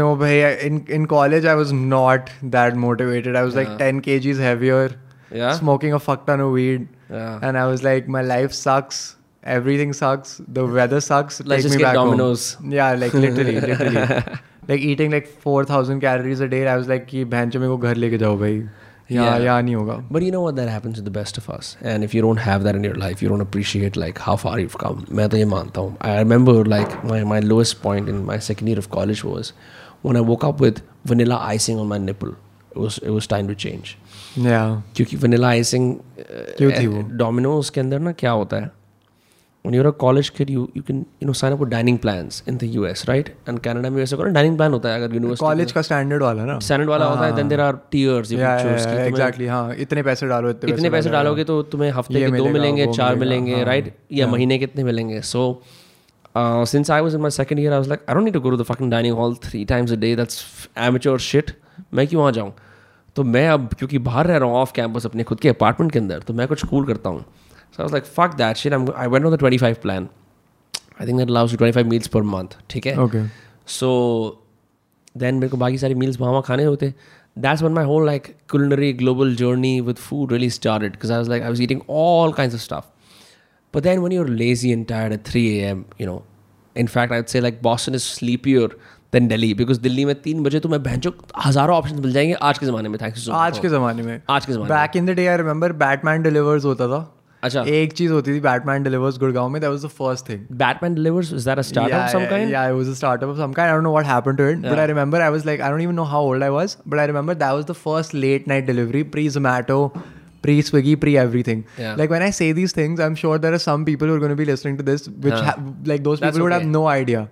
Speaker 2: no भाई I- in in college I was not that motivated I was like 10 kgs heavier
Speaker 3: Yeah?
Speaker 2: smoking a fuck ton of weed
Speaker 3: Yeah.
Speaker 2: and I was like my life sucks everything sucks the weather sucks
Speaker 3: Let's
Speaker 2: take
Speaker 3: just
Speaker 2: me
Speaker 3: get
Speaker 2: back home.
Speaker 3: Domino's.
Speaker 2: Yeah, like literally, literally. like eating like 4000 calories a day. I was like, कि बहन चो मेरे को घर लेके जाओ भाई यहाँ
Speaker 3: Yeah.
Speaker 2: यहाँ नहीं होगा
Speaker 3: But you know what? That happens to the best of us. And if you don't have that in your life, you don't appreciate like how far you've come. मैं तो ये मानता हूँ. I remember like my, my lowest point in my second year of college was when I woke up with vanilla icing on my nipple. It was it was time to change.
Speaker 2: Yeah.
Speaker 3: क्योंकि vanilla icing
Speaker 2: क्यों थी वो?
Speaker 3: Domino's के अंदर ना क्या होता है When you're a college kid, you you can you know sign up for dining plans in the US, right? And Canada में वैसे करो dining plan होता है अगर university
Speaker 2: कॉलेज का स्टैंडर्ड वाला ना
Speaker 3: standard वाला होता है then there are tiers you
Speaker 2: Yeah,
Speaker 3: can
Speaker 2: yeah,
Speaker 3: choose कि
Speaker 2: yeah,
Speaker 3: तुम्हें-
Speaker 2: exactly हाँ इतने पैसे डालो इतने
Speaker 3: इतने पैसे
Speaker 2: डालो।
Speaker 3: डालोगे तो तुम्हें हफ्ते
Speaker 2: ये
Speaker 3: के दो
Speaker 2: मिलेगा,
Speaker 3: मिलेंगे
Speaker 2: वो
Speaker 3: चार
Speaker 2: मिलेगा, हाँ।
Speaker 3: मिलेंगे राइट या महीने कितने मिलेंगे uh, so since I was in my second year I was like I don't need to go to the fucking dining hall three times a day that's amateur shit मैं क्यों वहाँ जाऊँ तो मैं अब क्योंकि बाहर रह रहा हूँ ऑफ कैंपस अपने खुद के अपार्टमेंट के अंदर तो मैं कुछ कूल करता हूँ so I was like fuck that shit I went on the 25 plan I think that allows you 25 meals पर मंथ ठीक है
Speaker 2: Okay.
Speaker 3: सो देन मेरे को बाकी सारी मील्स वहाँ वहाँ खाने होते that's when my whole like culinary global journey with food really started because i was like i was eating all kinds of stuff but then when you're lazy and tired at 3 am you know in fact i'd say like boston is sleepier than delhi because delhi में तीन बजे तो मैं भैंचो हजारों option मिल जाएंगे आज के जमाने में थैंक्स
Speaker 2: आज के जमाने में
Speaker 3: आज के जमाने में
Speaker 2: back in the day I remember Batman Delivers होता था
Speaker 3: अच्छा
Speaker 2: एक चीज होती थी बैटमैन डिलीवर्स गुड़गांव में that was the first thing
Speaker 3: Batman Delivers is that a startup some
Speaker 2: yeah,
Speaker 3: kind
Speaker 2: Yeah, it was a startup of some kind. I don't know what happened to it, but I remember I was like, I don't even know how old I was, but I remember that was the first late night delivery, pre Zomato, pre Swiggy, pre everything.
Speaker 3: Yeah.
Speaker 2: Like when I say these things, I'm sure there are some people who are going to be listening to this, which ha- like those
Speaker 3: That's
Speaker 2: people would have
Speaker 3: okay.
Speaker 2: no idea.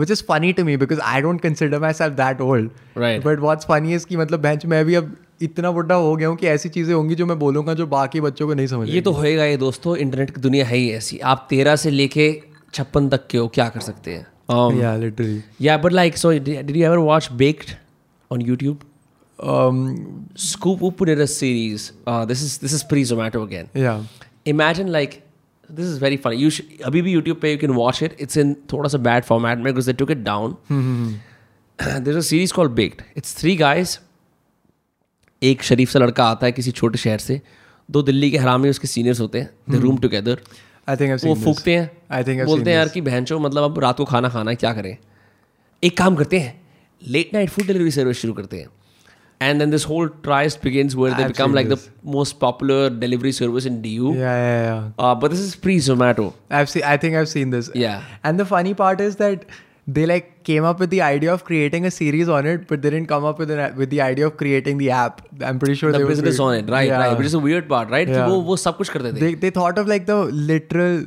Speaker 2: Which is funny to me because I don't consider myself that old.
Speaker 3: Right.
Speaker 2: But what's funny is कि मतलब bench मैं भी अब इतना बुढ़ा हो गया हूँ कि ऐसी चीजें होंगी जो मैं बोलूंगा जो बाकी बच्चों को नहीं समझ
Speaker 3: ये तो होएगा ये दोस्तों इंटरनेट की दुनिया है ही ऐसी आप तेरह से लेके छप्पन तक के हो क्या कर सकते हैं Um,
Speaker 2: yeah, literally.
Speaker 3: Yeah, but like, so did did you ever watch Baked on YouTube?
Speaker 2: Um,
Speaker 3: Scoop Oop did a series. Uh, this is this is pre Zomato again.
Speaker 2: yeah.
Speaker 3: Imagine like this is very funny. You should अभी भी YouTube पे you can watch it. It's in थोड़ा सा bad format में because they took it down. hmm, There's a series called Baked. It's three guys. एक Hmm. शरीफ सा लड़का आता है किसी छोटे शहर से दो दिल्ली के हरामी उसके सीनियर्स होते हैं they room together
Speaker 2: I think I've seen
Speaker 3: वो
Speaker 2: this.
Speaker 3: फूकते हैं
Speaker 2: I think I've seen
Speaker 3: बोलते हैं यार
Speaker 2: this.
Speaker 3: कि बहनचो मतलब अब रात को खाना खाना है क्या करें एक काम करते हैं late night food delivery service शुरू करते हैं and then this whole tryst begins where they
Speaker 2: I've
Speaker 3: become
Speaker 2: seen
Speaker 3: like the most popular delivery service in D U
Speaker 2: Yeah, yeah, yeah.
Speaker 3: But this is pre Zomato
Speaker 2: I've seen. I think I've seen this.
Speaker 3: Yeah.
Speaker 2: And the funny part is that they like came up with the idea of creating a series on it, but they didn't come up with an, with the idea of creating the app. I'm pretty sure
Speaker 3: the
Speaker 2: they were
Speaker 3: business
Speaker 2: doing-
Speaker 3: on it right
Speaker 2: Yeah.
Speaker 3: Right which is a weird part right
Speaker 2: Yeah.
Speaker 3: वो वो सब कुछ करते थे
Speaker 2: They they thought of like the literal.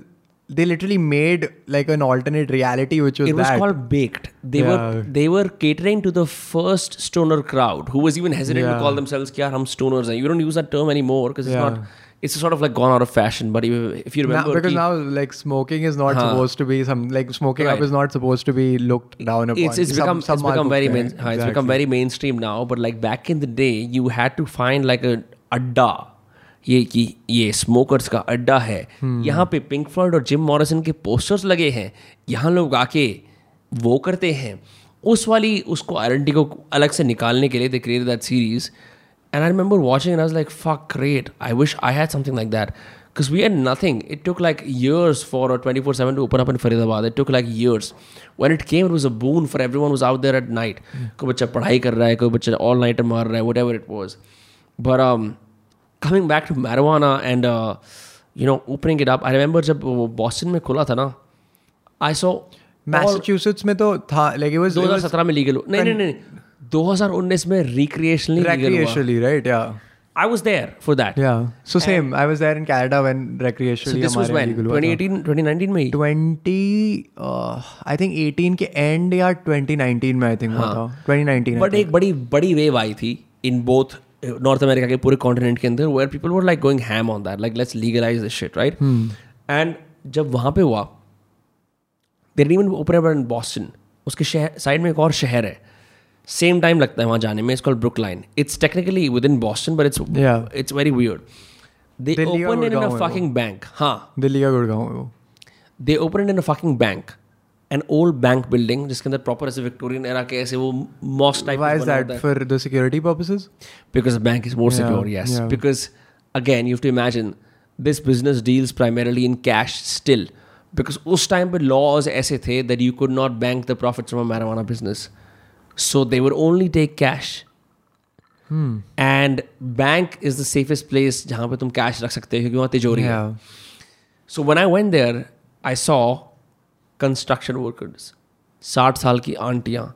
Speaker 2: They literally made like an alternate reality, which was
Speaker 3: it was
Speaker 2: that.
Speaker 3: called baked they were
Speaker 2: Yeah.
Speaker 3: they were catering to the first stoner crowd who was even hesitant to
Speaker 2: Yeah.
Speaker 3: call themselves kya hum stoners and you don't use that term anymore because it's
Speaker 2: Yeah.
Speaker 3: not it's sort of like gone out of fashion but if you- if you
Speaker 2: now,
Speaker 3: remember
Speaker 2: because
Speaker 3: ki-
Speaker 2: now like smoking is not
Speaker 3: Huh.
Speaker 2: supposed to be some like smoking up
Speaker 3: Uh-huh. Right.
Speaker 2: is not supposed to be looked down upon.
Speaker 3: it's, it's
Speaker 2: Some-
Speaker 3: become
Speaker 2: some
Speaker 3: it's
Speaker 2: are
Speaker 3: become very
Speaker 2: looked
Speaker 3: main,
Speaker 2: down,
Speaker 3: हाँ, it's
Speaker 2: exactly.
Speaker 3: become very mainstream now but like back in the day you had to find like a adda ये कि ये smokers का अड्डा है
Speaker 2: Hmm.
Speaker 3: यहाँ पे Pink Floyd और जिम मॉरिसन के पोस्टर्स लगे हैं यहाँ लोग आके वो करते हैं उस वाली उसको आइडेंटिटी को अलग से निकालने के लिए they created that series and I remember watching and I was like fuck great I wish I had something like that because we had nothing. It took like years for a 24 7 to open up in Faridabad. It took like years. When it came, it was a boon for everyone who was out there at night. कोई बच्चा पढ़ाई कर रहा है कोई बच्चा all nighter मार रहा है whatever it was. But um, coming back to marijuana and uh, you know opening it up, I remember जब वो Boston में खुला था ना, I saw all-
Speaker 2: Massachusetts में तो था like it was, it was
Speaker 3: 2017 में legal हो- नहीं नहीं नहीं 2019 में recreationally legal हुआ.
Speaker 2: recreationally right yeah.
Speaker 3: I was there for that.
Speaker 2: Yeah. So same. I was there in Canada when recreational.
Speaker 3: So तो this was when 2018 2019 में ही?
Speaker 2: 20 uh, I think 18 के end या 2019 में I think
Speaker 3: हाँ.
Speaker 2: हुआ था 2019 I
Speaker 3: बट
Speaker 2: think.
Speaker 3: एक बड़ी बड़ी वेव आई थी इन बोथ नॉर्थ अमेरिका के पूरे कॉन्टिनेंट के अंदर where people were like going ham on that like let's legalize this shit right
Speaker 2: Hmm.
Speaker 3: And जब वहाँ पे हुआ there even open up in Boston उसके शहर साइड में एक और शहर है सेम टाइम लगता है वहाँ जाने में it's called Brookline it's technically within Boston but it's
Speaker 2: Yeah.
Speaker 3: It's very weird they
Speaker 2: Delhi का
Speaker 3: ओपन इन
Speaker 2: गुड़गांव
Speaker 3: अ
Speaker 2: है वो।
Speaker 3: फकिंग बैंक हाँ
Speaker 2: दिल्ली का गुड़गांव है वो
Speaker 3: they open in a fucking bank an old bank building जिसके अंदर proper ऐसे विक्टोरियन एरा के ऐसे वो moss type
Speaker 2: Why is that for the security purposes?
Speaker 3: because the bank is more
Speaker 2: Yeah,
Speaker 3: secure yes
Speaker 2: yeah.
Speaker 3: because again you have to imagine this business deals primarily in cash still because उस time पे laws ऐसे थे that you could not bank the profits from a marijuana business so they would only take cash
Speaker 2: Hmm.
Speaker 3: and bank is the safest place जहाँ पे तुम cash रख सकते हो क्योंकि वहाँ तिजोरी है
Speaker 2: Yeah.
Speaker 3: so when I went there, I saw construction workers, 60 साल की auntiyan.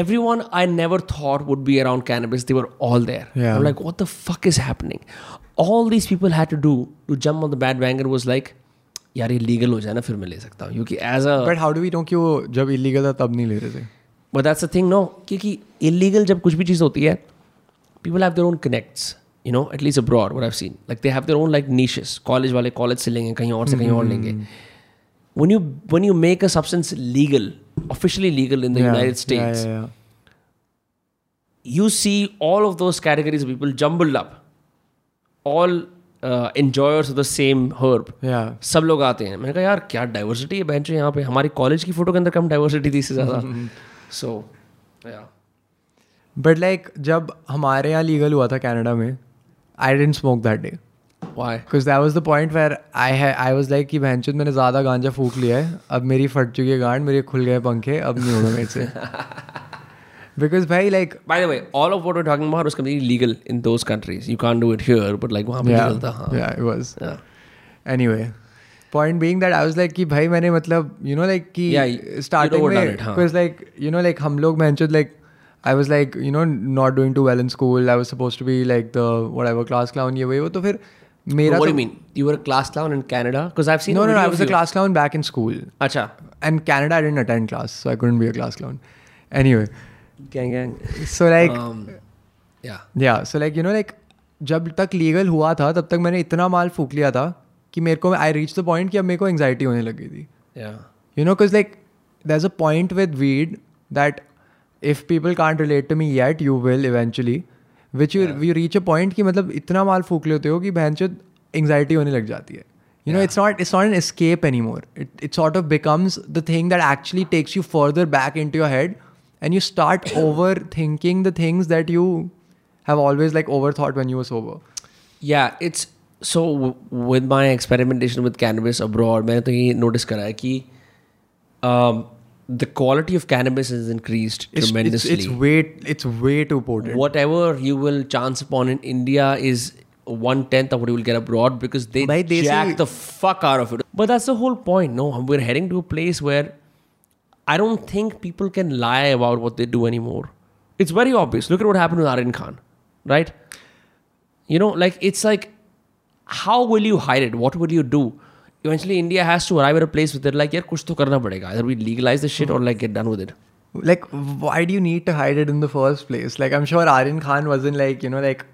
Speaker 3: Everyone I never thought would be around cannabis, they were all there.
Speaker 2: Yeah.
Speaker 3: I'm like, what the fuck is happening? All these people had to do to jump on the bandwagon was like, यार ये legal हो जाए ना फिर मैं ले सकता हूँ क्योंकि as a
Speaker 2: But how do we know कि वो जब illegal था तब नहीं ले रहे थे?
Speaker 3: But that's a thing no क्योंकि इलीगल जब कुछ भी चीज़ होती है people have their own connects you know at least abroad what I have seen like they have their own like niches college वाले कॉलेज से लेंगे कहीं और से कहीं और लेंगे
Speaker 2: Mm-hmm.
Speaker 3: when you when you make a substance legal officially legal in the
Speaker 2: Yeah.
Speaker 3: united
Speaker 2: Yeah,
Speaker 3: states
Speaker 2: yeah, yeah.
Speaker 3: you see all of those categories of people jumbled up all uh, enjoyers of the same herb
Speaker 2: Yeah.
Speaker 3: सब लोग आते हैं मैंने कहा यार क्या diversity है bench यहाँ पे हमारी कॉलेज की फोटो के अंदर कम डाइवर्सिटी थी इससे ज़्यादा सो या
Speaker 2: But like जब हमारे यहाँ legal हुआ था कनाडा में I didn't smoke that day.
Speaker 3: Why
Speaker 2: Because that was the point where I had I was like कि बहनचोद मैंने ज़्यादा गांजा फूक लिया है अब मेरी फट चुकी है गांड मेरे खुल गए पंखे अब नहीं होगा मेरे से बिकॉज भाई like
Speaker 3: By the way, all of what we're talking about was completely legal in those countries. You can't do it here, but like वहाँ पे
Speaker 2: yeah,
Speaker 3: चलता हाँ.
Speaker 2: yeah, it was.
Speaker 3: uh-huh. Yeah.
Speaker 2: Anyway, point being that I was like कि भाई मैंने मतलब you know like कि
Speaker 3: Yeah, you-
Speaker 2: starting
Speaker 3: you'd overdone
Speaker 2: में
Speaker 3: it, हाँ.
Speaker 2: because like you know like हम लोग mentioned like I was like you know not doing too well in school I was supposed to be like the whatever class clown ये वही वो तो फिर मेरा
Speaker 3: what do
Speaker 2: तो
Speaker 3: you mean? You were a class clown in Canada? Because I've seen.
Speaker 2: no
Speaker 3: a
Speaker 2: no no
Speaker 3: video
Speaker 2: I
Speaker 3: of
Speaker 2: was a
Speaker 3: you.
Speaker 2: class clown back in school
Speaker 3: अच्छा.
Speaker 2: and Canada I didn't attend class so I couldn't be a class clown anyway
Speaker 3: Gang gang.
Speaker 2: so like
Speaker 3: Um, yeah.
Speaker 2: या so like you know like जब तक legal हुआ था तब तक मैंने इतना माल फूक लिया था कि मेरे को आई रीच द पॉइंट कि अब मेरे को एंगजाइटी होने लग गई थी
Speaker 3: Yeah.
Speaker 2: You know because like there is a point with weed that if people can't relate to me yet you will eventually which you you reach a point कि मतलब इतना माल फूक लेते हो कि बहन चो एंगजाइटी होने लग जाती है you know it's not it's not an escape any more it it sort of becomes the thing that actually takes you further back in to your head and you start over thinking the things that you have always like over thought when you were sober
Speaker 3: Yeah. It's so with my experimentation with cannabis abroad मैंने तो ये notice करा है कि um, the quality of cannabis is increase
Speaker 2: It's, it's, it's
Speaker 3: tremendously
Speaker 2: way it's way too potent.
Speaker 3: Whatever you will chance upon in India is one tenth of what you will get abroad because they
Speaker 2: भाई, desi-
Speaker 3: jack the fuck out of it. But that's the whole point. No, we're heading to a place where I don't think people can lie about what they do anymore. It's very obvious. Look at what happened with Aryan Khan, right? You know, like it's like, how will you hide it? What will you do? Eventually, India has to arrive at a place where they're like, yeah, kuch to karna padega. Either we legalize the shit or like get done with it.
Speaker 2: Like, why do you need to hide it in the first place? Like, I'm sure Aryan Khan wasn't like you know like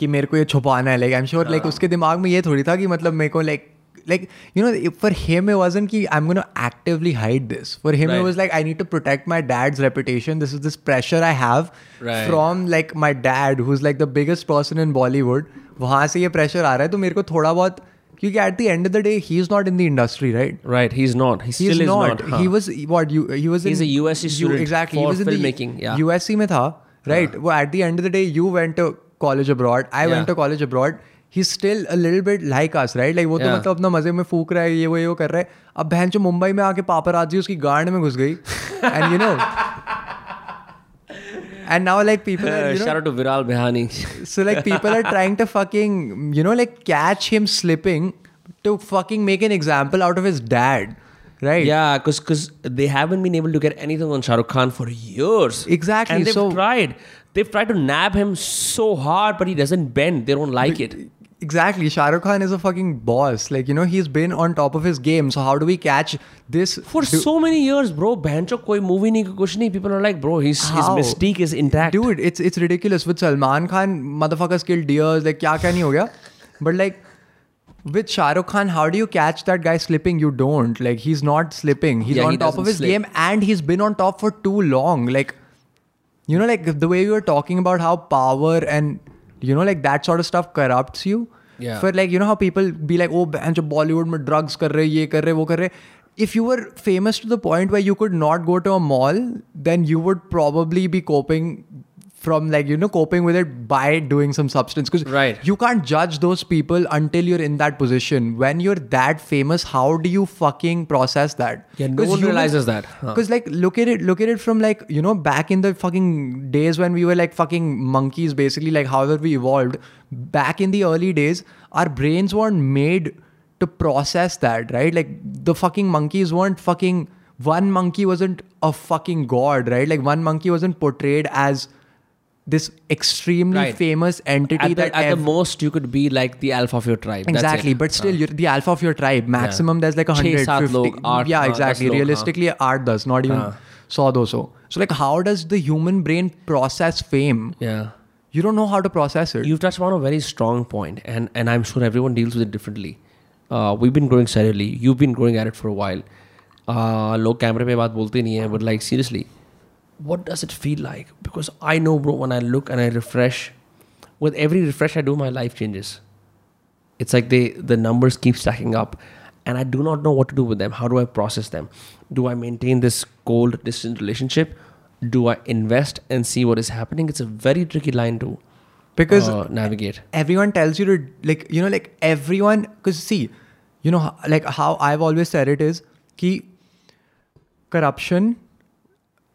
Speaker 2: कि मेरे को ये छुपाना है like I am sure
Speaker 3: हाँ।
Speaker 2: Like उसके दिमाग में ये थोड़ी था कि मतलब मेरे को like like you know for him it wasn't कि I am gonna actively hide this for him it
Speaker 3: Right.
Speaker 2: was like i need to protect my dad's reputation this is this pressure i have
Speaker 3: Right.
Speaker 2: from like my dad who's like the biggest person in bollywood वहाँ से ये pressure आ रहा है तो मेरे को थोड़ा बहुत क्योंकि at the end of the day he is not in the industry right
Speaker 3: Right? He's not. He
Speaker 2: He
Speaker 3: still is not. huh?
Speaker 2: He was what you he was
Speaker 3: He's a
Speaker 2: in
Speaker 3: USC student
Speaker 2: exactly.
Speaker 3: for
Speaker 2: he was in
Speaker 3: filmmaking,
Speaker 2: The,
Speaker 3: yeah.
Speaker 2: USC में था right. Well, at the end of the day, you went to college abroad. I
Speaker 3: Yeah.
Speaker 2: went to college abroad. He's still a little bit like us, right? Like वो तो
Speaker 3: Yeah.
Speaker 2: मतलब अपना मजे में फूक रहा है ये वो ये वो कर रहा है अब बहन जो मुंबई में आके पापराजी उसकी गांड में घुस गई and you know and now like people are you know
Speaker 3: Uh, Shout out to Viral Bihani.
Speaker 2: so like people are trying to fucking you know like catch him slipping to fucking make an example out of his dad right
Speaker 3: Yeah, because they haven't been able to get anything on Shah Rukh Khan for years.
Speaker 2: Exactly,
Speaker 3: And they've
Speaker 2: so-
Speaker 3: tried. They've tried to nab him so hard, but he doesn't bend. They don't like it.
Speaker 2: exactly Shah Rukh Khan is a fucking boss like you know he's been on top of his game so how do we catch this
Speaker 3: For so many years, bro, Bancho koi movie nahi, kuch nahi. People are like, bro, his, his
Speaker 2: How?
Speaker 3: mystique is intact.
Speaker 2: dude it's it's ridiculous with Salman Khan motherfuckers killed deers like kya kya nahi ho gaya but like with Shah Rukh Khan how do you catch that guy slipping you don't like he's not slipping he's
Speaker 3: Yeah,
Speaker 2: on
Speaker 3: he
Speaker 2: top
Speaker 3: doesn't
Speaker 2: of his
Speaker 3: slip.
Speaker 2: game and he's been on top for too long like you know like the way we were talking about how power and you know like that sort of stuff corrupts you
Speaker 3: Yeah.
Speaker 2: for like you know how people be like oh bench bollywood mein drugs kar rahe ye kar rahe wo kar rahe if you were famous to the point where you could not go to a mall then you would probably be coping from like you know coping with it by doing some substance because
Speaker 3: Right.
Speaker 2: you can't judge those people until you're in that position when you're that famous how do you fucking process that
Speaker 3: Yeah, no one realizes that. Huh.
Speaker 2: because like look at it look at it from like you know back in the fucking days when we were like fucking monkeys basically like however we evolved back in the early days our brains weren't made to process that right like the fucking monkeys weren't fucking one monkey wasn't a fucking god right like one monkey wasn't portrayed as this extremely
Speaker 3: Right.
Speaker 2: famous entity
Speaker 3: At,
Speaker 2: that
Speaker 3: the, at the
Speaker 2: ev-
Speaker 3: most, you could be like the alpha of your tribe. That's it.
Speaker 2: Exactly, but still, you're the alpha of your tribe. Maximum, there's like a
Speaker 3: Chhe,
Speaker 2: hundred
Speaker 3: saat
Speaker 2: fifty.
Speaker 3: log, aath,
Speaker 2: yeah,
Speaker 3: हाँ,
Speaker 2: exactly.
Speaker 3: दस लोग, हाँ.
Speaker 2: Realistically, art does not even saw those. So, so like, how does the human brain process fame?
Speaker 3: Yeah.
Speaker 2: You don't know how to process it.
Speaker 3: You've touched on a very strong point, and, and I'm sure everyone deals with it differently. Uh, we've been growing steadily. You've been growing at it for a while. Uh, लोग कैमरे पे बात बोलते नहीं हैं but like seriously what does it feel like because I know bro when I look and I refresh with every refresh I do my life changes it's like they the numbers keep stacking up and i do not know what to do with them how do i process them do i maintain this cold distant relationship do i invest and see what is happening it's a very tricky line to
Speaker 2: Because
Speaker 3: uh, navigate
Speaker 2: everyone tells you to like you know like everyone because see you know h- like how i've always said it is ki corruption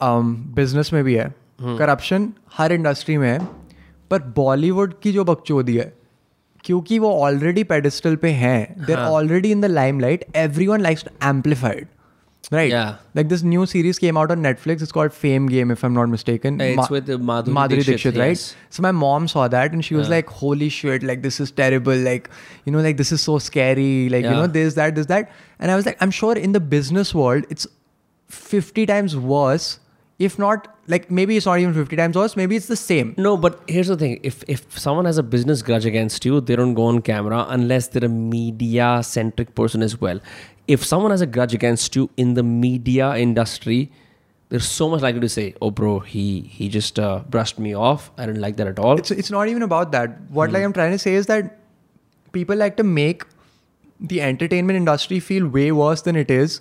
Speaker 2: um, business में भी है corruption हर industry में है पर बॉलीवुड की जो बकचोदी है क्योंकि वो ऑलरेडी पेडिस्टल पे हैं there already in the limelight everyone likes amplified right
Speaker 3: Yeah.
Speaker 2: Like this new series came out on Netflix is called fame game if I am not mistaken
Speaker 3: It's with the Madhuri Dixit,
Speaker 2: right
Speaker 3: yes.
Speaker 2: so my mom saw that and she was like, holy shit, like this is terrible. Like, you know, like this is so scary. Like, you
Speaker 3: Yeah.
Speaker 2: know, this, that, this, that. And I was like, I'm sure in the business world, it's 50 times worse. If not, like maybe it's not even 50 times worse. Maybe it's the same.
Speaker 3: no but here's the thing if if someone has a business grudge against you they don't go on camera unless they're a media centric person as well if someone has a grudge against you in the media industry they're so much likely to say oh bro he he just uh, brushed me off i didn't like that at all
Speaker 2: It's, it's not even about that. What
Speaker 3: Hmm.
Speaker 2: like I'm trying to say is that people like to make the entertainment industry feel
Speaker 3: Hmm.
Speaker 2: way worse than it is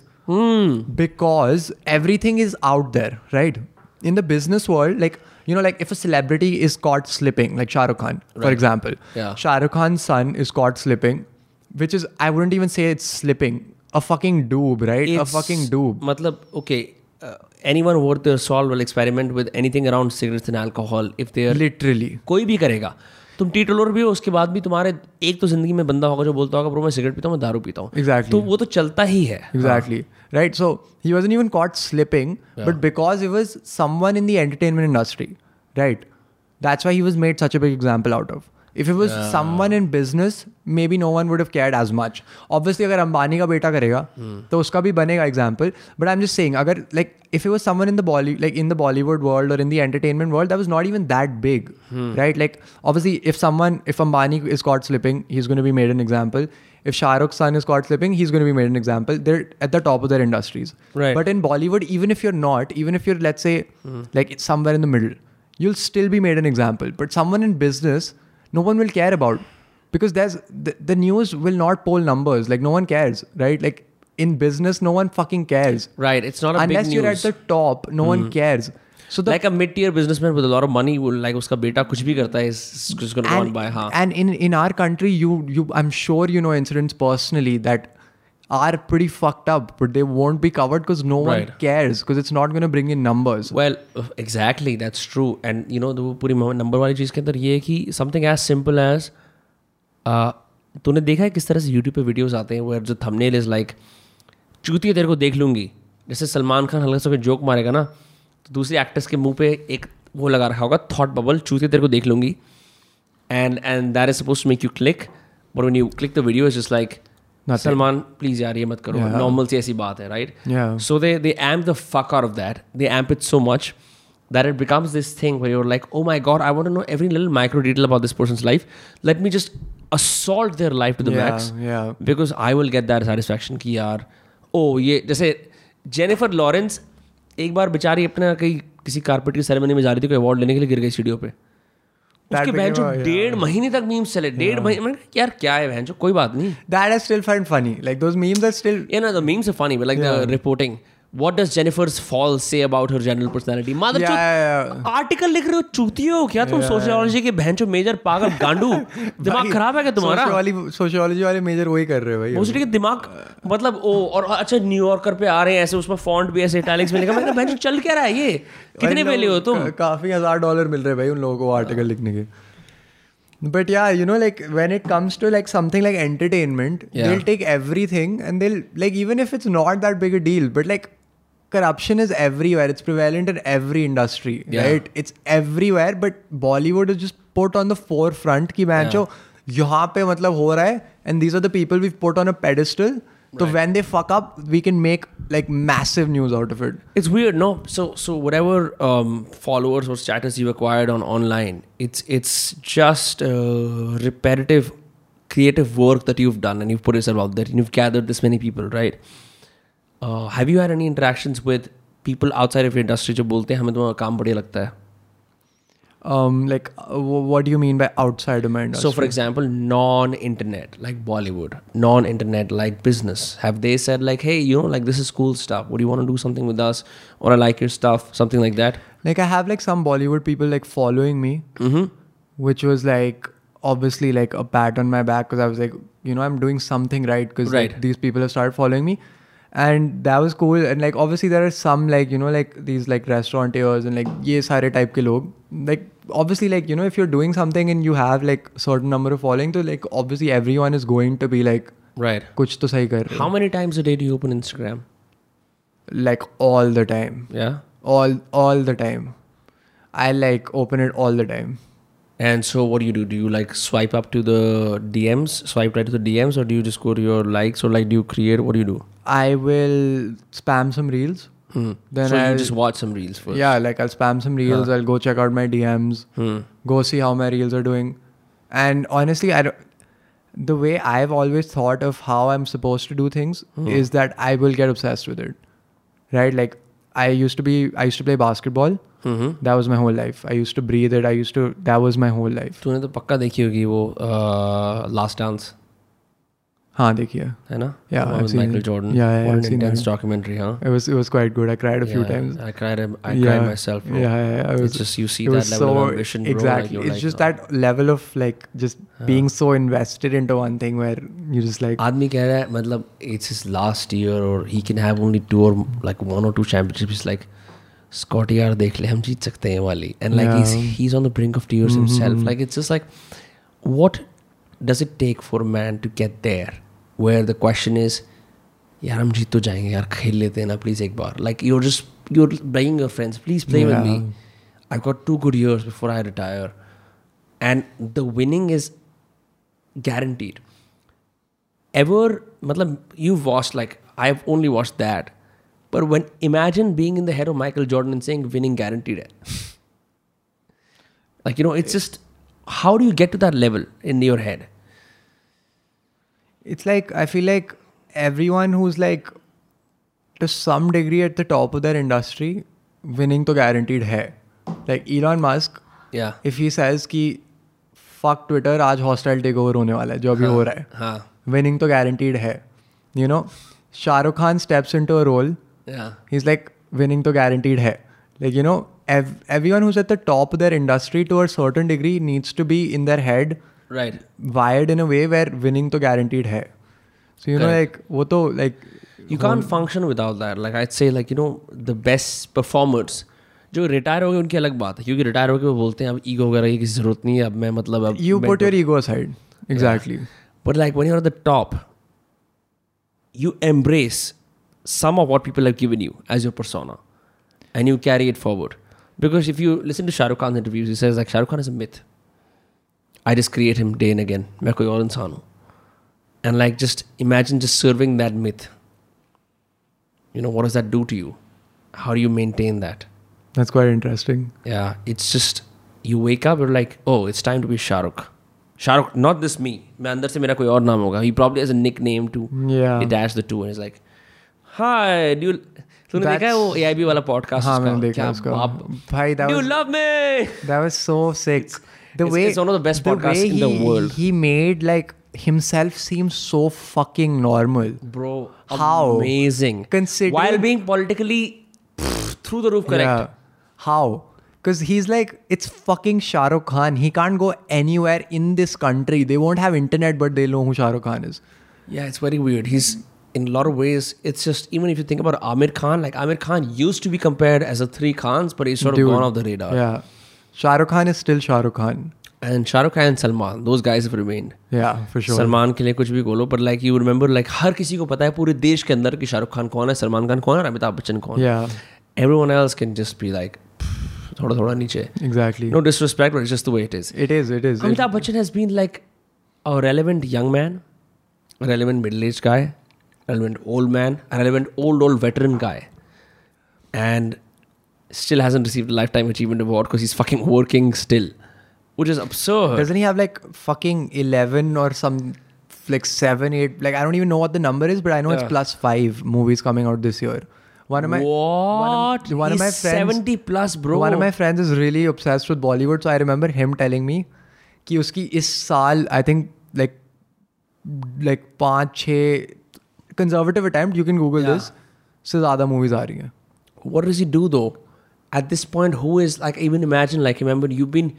Speaker 2: because everything is out there, right? in the business world, like you know, like if a celebrity is caught slipping, like Shah Rukh Khan, for example,
Speaker 3: Yeah.
Speaker 2: Shah Rukh Khan's son is caught slipping, which is I wouldn't even say it's slipping. A fucking doob, right? a
Speaker 3: It's-
Speaker 2: fucking doob.
Speaker 3: matlab, okay, uh, anyone worth their salt will experiment with anything around cigarettes and alcohol if they are
Speaker 2: Literally.
Speaker 3: कोई भी करेगा तुम T टोलर भी हो उसके बाद भी तुम्हारे एक तो जिंदगी में बंदा होगा जो बोलता होगा ब्रो मैं सिगरेट पीता हूँ मैं दारू पीता हूँ
Speaker 2: Exactly.
Speaker 3: तो वो तो चलता ही है
Speaker 2: Exactly. Right? So he wasn't even caught slipping, but because he was someone in the entertainment industry, right? That's why he was made such a big example out of. If it was someone in business, maybe no one would have cared as much. Obviously, अगर अंबानी का बेटा करेगा तो उसका भी बनेगा example. But I'm just saying, अगर like if it was someone in the Bolly like in the Bollywood world or in the entertainment world, that was not even that big, right? Like obviously, if someone if Ambani is caught slipping, he's going to be made an example. If Shah Rukh's son is caught slipping, he's going to be made an example. They're at the top of their industries.
Speaker 3: Right.
Speaker 2: But in Bollywood, even if you're not, even if you're let's say like it's somewhere in the middle, you'll still be made an example. But someone in business, no one will care about because there's the, the news will not poll numbers. Like no one cares, right? Like in business, no one fucking cares
Speaker 3: right it's not
Speaker 2: unless you're at the top no one cares so the
Speaker 3: like a mid-tier businessman with a lot of money will like उसका बेटा कुछ भी करता है is just gonna go on
Speaker 2: and,
Speaker 3: by हाँ
Speaker 2: and in in our country you you i'm sure you know incidents personally that are pretty fucked up but they won't be covered because no
Speaker 3: Right.
Speaker 2: one cares because it's not going to bring in numbers
Speaker 3: well exactly that's true and you know वो पूरी number वाली चीज़ के अंदर ये है कि something as simple as uh, तूने देखा है किस तरह से यूट्यूब पे वीडियोस आते हैं वेयर जो थंबनेल इज लाइक चूतिए तेरे को देख लूंगी जैसे सलमान खान हल्का सा जोक मारेगा ना तो दूसरी एक्ट्रेस के मुंह पे एक वो लगा रखा होगा थॉट बबल चूतिए तेरे को देख लूंगी and and that is suppose to make you click but when you click the video is just like
Speaker 2: Nothing.
Speaker 3: Salman please यार ये मत करो नॉर्मल सी ऐसी बात है right
Speaker 2: Yeah.
Speaker 3: So they they amp the fuck out of that. They amp it so much that it becomes this thing where you're like, oh my god, I want to know every little micro detail about this person's life. Let me just assault their life to the
Speaker 2: Yeah,
Speaker 3: max.
Speaker 2: yeah.
Speaker 3: Because I will get that satisfaction कि यार oh ये जैसे Jennifer Lawrence एक बार बेचारी अपने कहीं किसी carpet की सेरेमनी में जा रही थी कोई अवार्ड लेने के लिए गिर गई सीढ़ियों पे
Speaker 2: That
Speaker 3: उसके बहन
Speaker 2: became
Speaker 3: जो
Speaker 2: a- yeah.
Speaker 3: डेढ़ महीने तक मीम्स चले डेढ़ महीने मैंने कहा, यार क्या है बहन जो कोई बात नहीं
Speaker 2: that i still find funny like those memes are still
Speaker 3: Yeah, no, the memes are funny, but like the reporting. What does Jennifer's fall say about her general personality? Mother
Speaker 2: yeah, yeah, yeah.
Speaker 3: Article लिख रहे हो चूती हो क्या तुम sociology के बहन major पागल गांडू दिमाग खराब है क्या तुम्हारा
Speaker 2: सोशियोलॉजी सोशियोलॉजी वाले मेजर वही कर रहे हो भाई
Speaker 3: मोस्टली के दिमाग मतलब ओ और अच्छा न्यूयॉर्कर पे आ रहे हैं ऐसे उसमें फॉन्ट भी ऐसे इटैलिक्स में लिखा मैंने कहा बहन चल क्या रहा है ये कितने
Speaker 2: भाई
Speaker 3: पहले हो
Speaker 2: लोग
Speaker 3: तुम हाँ।
Speaker 2: का- काफी हजार डॉलर मिल रहे हैं भाई उन लोगों को आर्टिकल लिखने के बट या you know like when it comes to like something like entertainment they will take everything and they like even if it's not that big a deal but like corruption is everywhere it's prevalent in every industry right it's everywhere but bollywood is just put on the forefront ki man yeah. यहाँ पे मतलब हो रहा है and these are the people we put on a pedestal तो when they fuck up we can make like massive news out of it
Speaker 3: It's weird, no. So so whatever um, followers or status you acquired on online, it's it's just uh, repetitive, creative work that you've done and you've put yourself out there and you've gathered this many people, right? Uh, have you had any interactions with people outside of your industry जो बोलते हैं हमें तुम्हारा काम बढ़िया लगता है?
Speaker 2: Um, like, uh, wh- what do you mean by outside of my industry?
Speaker 3: So for example, non-internet like Bollywood, non-internet like business, have they said like, hey, you know, like this is cool stuff. Would you want to do something with us? Or I like your stuff, something like that.
Speaker 2: like, I have like some Bollywood people like following me,
Speaker 3: Mm-hmm.
Speaker 2: which was like obviously like a pat on my back because I was like, you know, I'm doing something right because
Speaker 3: Right.
Speaker 2: these people have started following me, and that was cool. And like, obviously, there are some like you know like these like restaurateurs and like yes, sare type ke log. Like, obviously, like you know, if you're doing something and you have like certain number of following, so like obviously everyone is going to be like,
Speaker 3: Right.
Speaker 2: kuch to sahi kar. rahe ho."
Speaker 3: How many times a day do you open Instagram?
Speaker 2: Like all the time.
Speaker 3: Yeah.
Speaker 2: all all the time i like open it all the time
Speaker 3: And so what do you do? Do you like swipe up to the DMs, swipe right to the DMs, or do you just go to your likes, or like do you create? What do you do?
Speaker 2: i will spam some reels
Speaker 3: Hmm.
Speaker 2: then
Speaker 3: so
Speaker 2: i'll
Speaker 3: you just watch some reels first.
Speaker 2: yeah like i'll spam some reels i'll go check out my dms
Speaker 3: Hmm.
Speaker 2: go see how my reels are doing and honestly i don't the way i've always thought of how i'm supposed to do things
Speaker 3: Hmm.
Speaker 2: is that i will get obsessed with it right like i used to be i used to play basketball
Speaker 3: Mm-hmm.
Speaker 2: that was my whole life i used to breathe it i used to that was my whole life
Speaker 3: तूने तो पक्का देखी होगी वो last dance
Speaker 2: हाँ देखिए
Speaker 3: uh, है ना
Speaker 2: Yeah, I've seen
Speaker 3: Michael
Speaker 2: it.
Speaker 3: Jordan
Speaker 2: Yeah, yeah, I've seen
Speaker 3: intense
Speaker 2: that.
Speaker 3: Documentary हाँ
Speaker 2: It was it was quite good. I cried a few
Speaker 3: Yeah,
Speaker 2: times.
Speaker 3: I cried I
Speaker 2: yeah.
Speaker 3: cried myself bro.
Speaker 2: Yeah, yeah, yeah. I was,
Speaker 3: it's just you see
Speaker 2: it
Speaker 3: that
Speaker 2: was
Speaker 3: level
Speaker 2: so
Speaker 3: of ambition bro, like,
Speaker 2: exactly.
Speaker 3: you're
Speaker 2: it's
Speaker 3: like,
Speaker 2: just
Speaker 3: "Oh." Uh-huh.
Speaker 2: that level of like just being so invested into one thing where you just like
Speaker 3: आदमी कह रहा है मतलब it's his last year और he can have only two और like one और two championships like Scott यार देख ले हम जीत सकते हैं ये वाली and like
Speaker 2: Yeah.
Speaker 3: He is on the brink of tears himself like it's just like what does it take for man to get there where the question is यार हम जीत तो जाएंगे यार खेल लेते हैं ना प्लीज एक बार like you just you are playing your friends please play with me I got two good years before I retire and the winning is guaranteed. Ever, matlab, you've watched like I've only watched that, but when imagine being in the head of Michael Jordan and saying winning guaranteed. hai." like you know, it's just how do you get to that level in your head?
Speaker 2: it's like I feel like everyone who's like to some degree at the top of their industry, winning to guaranteed hai. Like Elon Musk,
Speaker 3: Yeah.
Speaker 2: if he says ki fuck Twitter, aaj hostile takeover होने वाला है जो अभी हो रहा है.
Speaker 3: Huh.
Speaker 2: winning to guaranteed hai you know shahrukh khan steps into a role
Speaker 3: Yeah.
Speaker 2: he's like winning to guaranteed hai like you know ev- everyone who's at the top of their industry to a certain degree needs to be in their head
Speaker 3: Right.
Speaker 2: wired in a way where winning to guaranteed hai so you know like wo to like
Speaker 3: You can't function without that. Like I'd say, like you know, the best performers. जो retire हो गए उनकी अलग बात है क्योंकि retire हो गए वो बोलते हैं अब ईगो वगैरह की किसी जरूरत नहीं है अब मैं मतलब अब
Speaker 2: you
Speaker 3: मैं
Speaker 2: put your ego aside exactly
Speaker 3: But like when you're at the top, you embrace some of what people have given you as your persona and you carry it forward. Because if you listen to Shah Rukh Khan's interviews, he says like Shah Rukh Khan is a myth. I just create him day and again. मैं कोई और इंसान हूँ. And like just imagine just serving that myth. You know, what does that do to you? How do you maintain that?
Speaker 2: that's quite interesting
Speaker 3: Yeah, it's just you wake up, you're like, oh, it's time to be Shahrukh. Shahrukh, not this me. मैं अंदर से मेरा कोई और नाम होगा. He probably has a nickname to
Speaker 2: yeah
Speaker 3: detach the two and is like, hi, do you तूने देखा है वो AIB वाला podcast
Speaker 2: हाँ
Speaker 3: उसका?
Speaker 2: मैंने देखा
Speaker 3: क्या
Speaker 2: उसका
Speaker 3: बाप-
Speaker 2: भाई that
Speaker 3: Do you
Speaker 2: was
Speaker 3: love me?
Speaker 2: That was so sick. the
Speaker 3: it's-
Speaker 2: way
Speaker 3: it's one of the best podcasts
Speaker 2: way
Speaker 3: in the
Speaker 2: he-
Speaker 3: world.
Speaker 2: He made like himself seem so fucking normal.
Speaker 3: Bro,
Speaker 2: How?
Speaker 3: amazing.
Speaker 2: Considering-
Speaker 3: While being politically pff, through the roof correct.
Speaker 2: How? Because he's like, it's fucking Shah Rukh Khan. He can't go anywhere in this country. They won't have internet, but they know who Shah Rukh Khan is.
Speaker 3: Yeah, it's very weird. He's in a lot of ways. It's just even if you think about Amir Khan, like Amir Khan used to be compared as the three Khans, but he's sort
Speaker 2: Dude.
Speaker 3: of gone off the radar.
Speaker 2: Yeah. Shah Rukh Khan is still Shah Rukh Khan.
Speaker 3: And Shah Rukh Khan and Salman, those guys have remained.
Speaker 2: Yeah, for sure.
Speaker 3: Salman के लिए कुछ भी बोलो but like you remember like हर किसी को पता है पूरे देश के अंदर कि शाहरुख खान कौन है सलमान खान कौन है और अमिताभ बच्चन कौन है
Speaker 2: Yeah,
Speaker 3: every one else can just be like थोड़ा थोड़ा नीचे
Speaker 2: exactly.
Speaker 3: No disrespect but just the way it is
Speaker 2: It is, it is. It-
Speaker 3: Amitabh Bachchan has been like a relevant young man relevant middle age guy relevant old man relevant old old veteran guy and still hasn't received a lifetime achievement award because he's fucking working still which is absurd
Speaker 2: Doesn't he have like fucking 11 or some like 7, 8? Like, I don't even know what the number is, but I know it's
Speaker 3: Yeah.
Speaker 2: plus 5 movies coming out this year. One of my.
Speaker 3: what?
Speaker 2: One of, one of my
Speaker 3: He's
Speaker 2: friends.
Speaker 3: 70 plus, bro.
Speaker 2: One of my friends is really obsessed with Bollywood, so I remember him telling me कि उसकी इस साल I think like like पाँच छः conservative attempt you can Google
Speaker 3: Yeah.
Speaker 2: This से ज़्यादा movies आ रही हैं
Speaker 3: What does he do though? At this point, who is like even imagine like remember you've been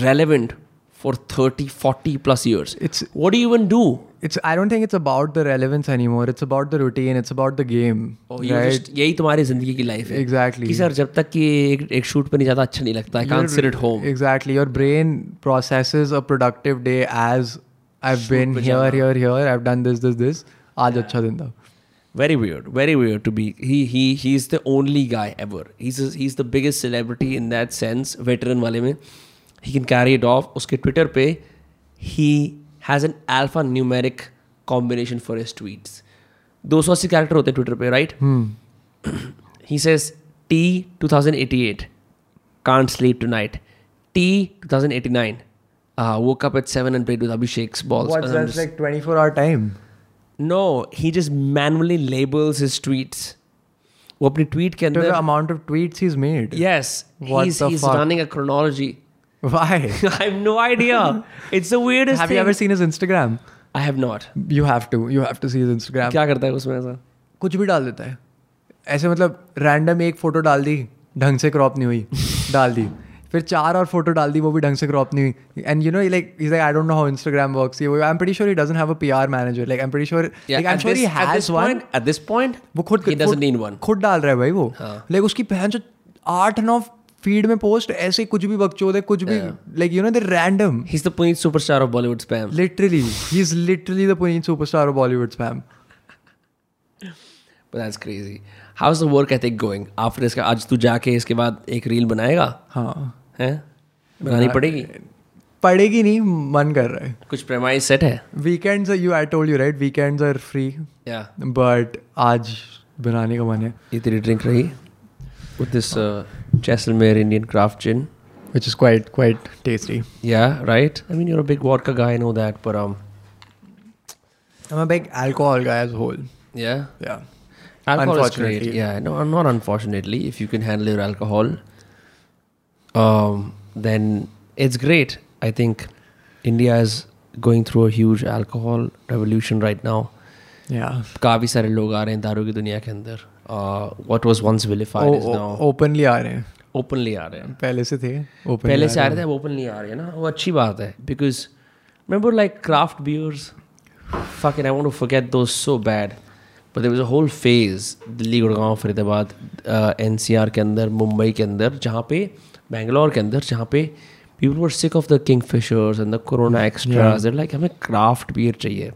Speaker 3: relevant for 30, 40 plus years.
Speaker 2: It's-
Speaker 3: what do you even do?
Speaker 2: It's I don't think it's about the relevance any more it's about the routine it's about the game
Speaker 3: Oh, you just यही तुम्हारी जिंदगी की life है
Speaker 2: Exactly.
Speaker 3: कि sir जब तक कि एक एक शूट पे नहीं जाता अच्छा नहीं लगता I can't sit at home
Speaker 2: Exactly. Your brain processes a productive day as I've been here, here, here. I've done this, this, this. आज अच्छा दिन था
Speaker 3: very weird very weird to be he he he is the only guy ever he is the biggest celebrity in that sense veteran वाले में he can carry it off उसके Twitter पे he has an alphanumeric combination for his tweets दो सौ अस्सी character होते हैं Twitter पे right he says T 2088 can't sleep tonight. T 2089 uh, woke up at seven and played with Abhishek's balls.
Speaker 2: What's
Speaker 3: And I'm
Speaker 2: that's
Speaker 3: just-
Speaker 2: like 24 hour time?
Speaker 3: no, he just manually labels his tweets. वो अपनी tweet के
Speaker 2: To the
Speaker 3: अंदर
Speaker 2: amount of tweets he's made.
Speaker 3: yes
Speaker 2: What
Speaker 3: he's
Speaker 2: the
Speaker 3: he's
Speaker 2: fuck?
Speaker 3: running a chronology.
Speaker 2: Why?
Speaker 3: I have no idea. It's the weirdest
Speaker 2: Have
Speaker 3: thing.
Speaker 2: you ever seen his Instagram?
Speaker 3: I have not
Speaker 2: you have to you have to see his instagram
Speaker 3: क्या करता है उसमें ऐसा
Speaker 2: कुछ भी डाल देता है ऐसे मतलब रैंडम एक फोटो डाल दी ढंग से क्रॉप नहीं हुई डाल दी फिर चार और फोटो डाल दी वो भी ढंग से क्रॉप नहीं हुई and you know like is like I don't know how Instagram works ये I am pretty sure he doesn't have a PR manager like I am pretty sure like I am sure he has one
Speaker 3: at this point
Speaker 2: वो खुद
Speaker 3: he doesn't
Speaker 2: खुद-
Speaker 3: need one
Speaker 2: खुद डाल रहा है भाई वो
Speaker 3: हाँ।
Speaker 2: लाइक उसकी बहन जो आठ नौ फीड में पोस्ट ऐसे कुछ भी बकचोद है कुछ भी like you know they random
Speaker 3: he's the Puneet superstar of Bollywood spam
Speaker 2: literally he is literally the Puneet superstar of Bollywood spam
Speaker 3: but that's crazy how's the work ethic going after इसका आज तू जाके इसके बाद एक रील बनाएगा
Speaker 2: हाँ
Speaker 3: हैं बनानी पड़ेगी
Speaker 2: पड़ेगी नहीं मन कर रहा है
Speaker 3: कुछ प्रेमाइज सेट है
Speaker 2: weekends you I told you right weekends are free
Speaker 3: या
Speaker 2: बट आज बनाने का मन है
Speaker 3: ये तेरी ड्रिंक रही with this uh, Jaisalmer Indian craft gin
Speaker 2: which is quite quite tasty
Speaker 3: yeah right I mean you're a big vodka guy I know that but um
Speaker 2: I'm a big alcohol guy as a whole.
Speaker 3: yeah
Speaker 2: Yeah.
Speaker 3: Alcohol is great.
Speaker 2: Unfortunately.
Speaker 3: Yeah, no, not unfortunately. If you can handle your alcohol, um, then it's great. I think India is going through a huge alcohol revolution right now.
Speaker 2: Yeah.
Speaker 3: काफी सारे लोग आ रहे हैं दारू की दुनिया के अंदर. Uh, what was once vilified is
Speaker 2: ओ-
Speaker 3: now
Speaker 2: ओपनली आ रहे हैं
Speaker 3: openly आ रहे हैं.
Speaker 2: पहले से थे ओपन
Speaker 3: पहले से आ रहे थे अब ओपनली आ रहे हैं ना वो अच्छी बात है because remember like craft beers fucking I want to forget those so bad but there was a whole phase Delhi Gurgaon Faridabad uh, NCR के अंदर मुंबई के अंदर जहाँ पे बैंगलोर के अंदर जहाँ पे people were sick of the Kingfishers and the Corona extras लाइक हमें क्राफ्ट बियर चाहिए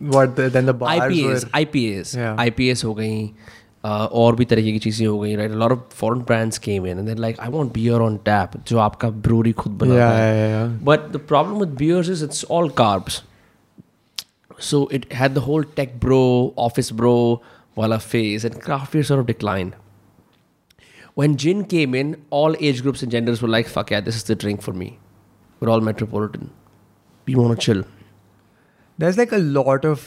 Speaker 2: what then the
Speaker 3: I P
Speaker 2: bars
Speaker 3: S I P S
Speaker 2: Yeah.
Speaker 3: I P S हो गई uh, और भी तरीके की चीज़ें हो गई right lot of foreign brands came in and like I want beer on tap जो आपका ब्रूरी खुद बनाता है But the problem with beers is it's all carbs. So it had the whole tech bro, office bro, wala phase, and craft beer sort of declined. When gin came in, all age groups and genders were like, fuck yeah, this is the drink for me. We're all metropolitan. We want to chill.
Speaker 2: there's like a lot of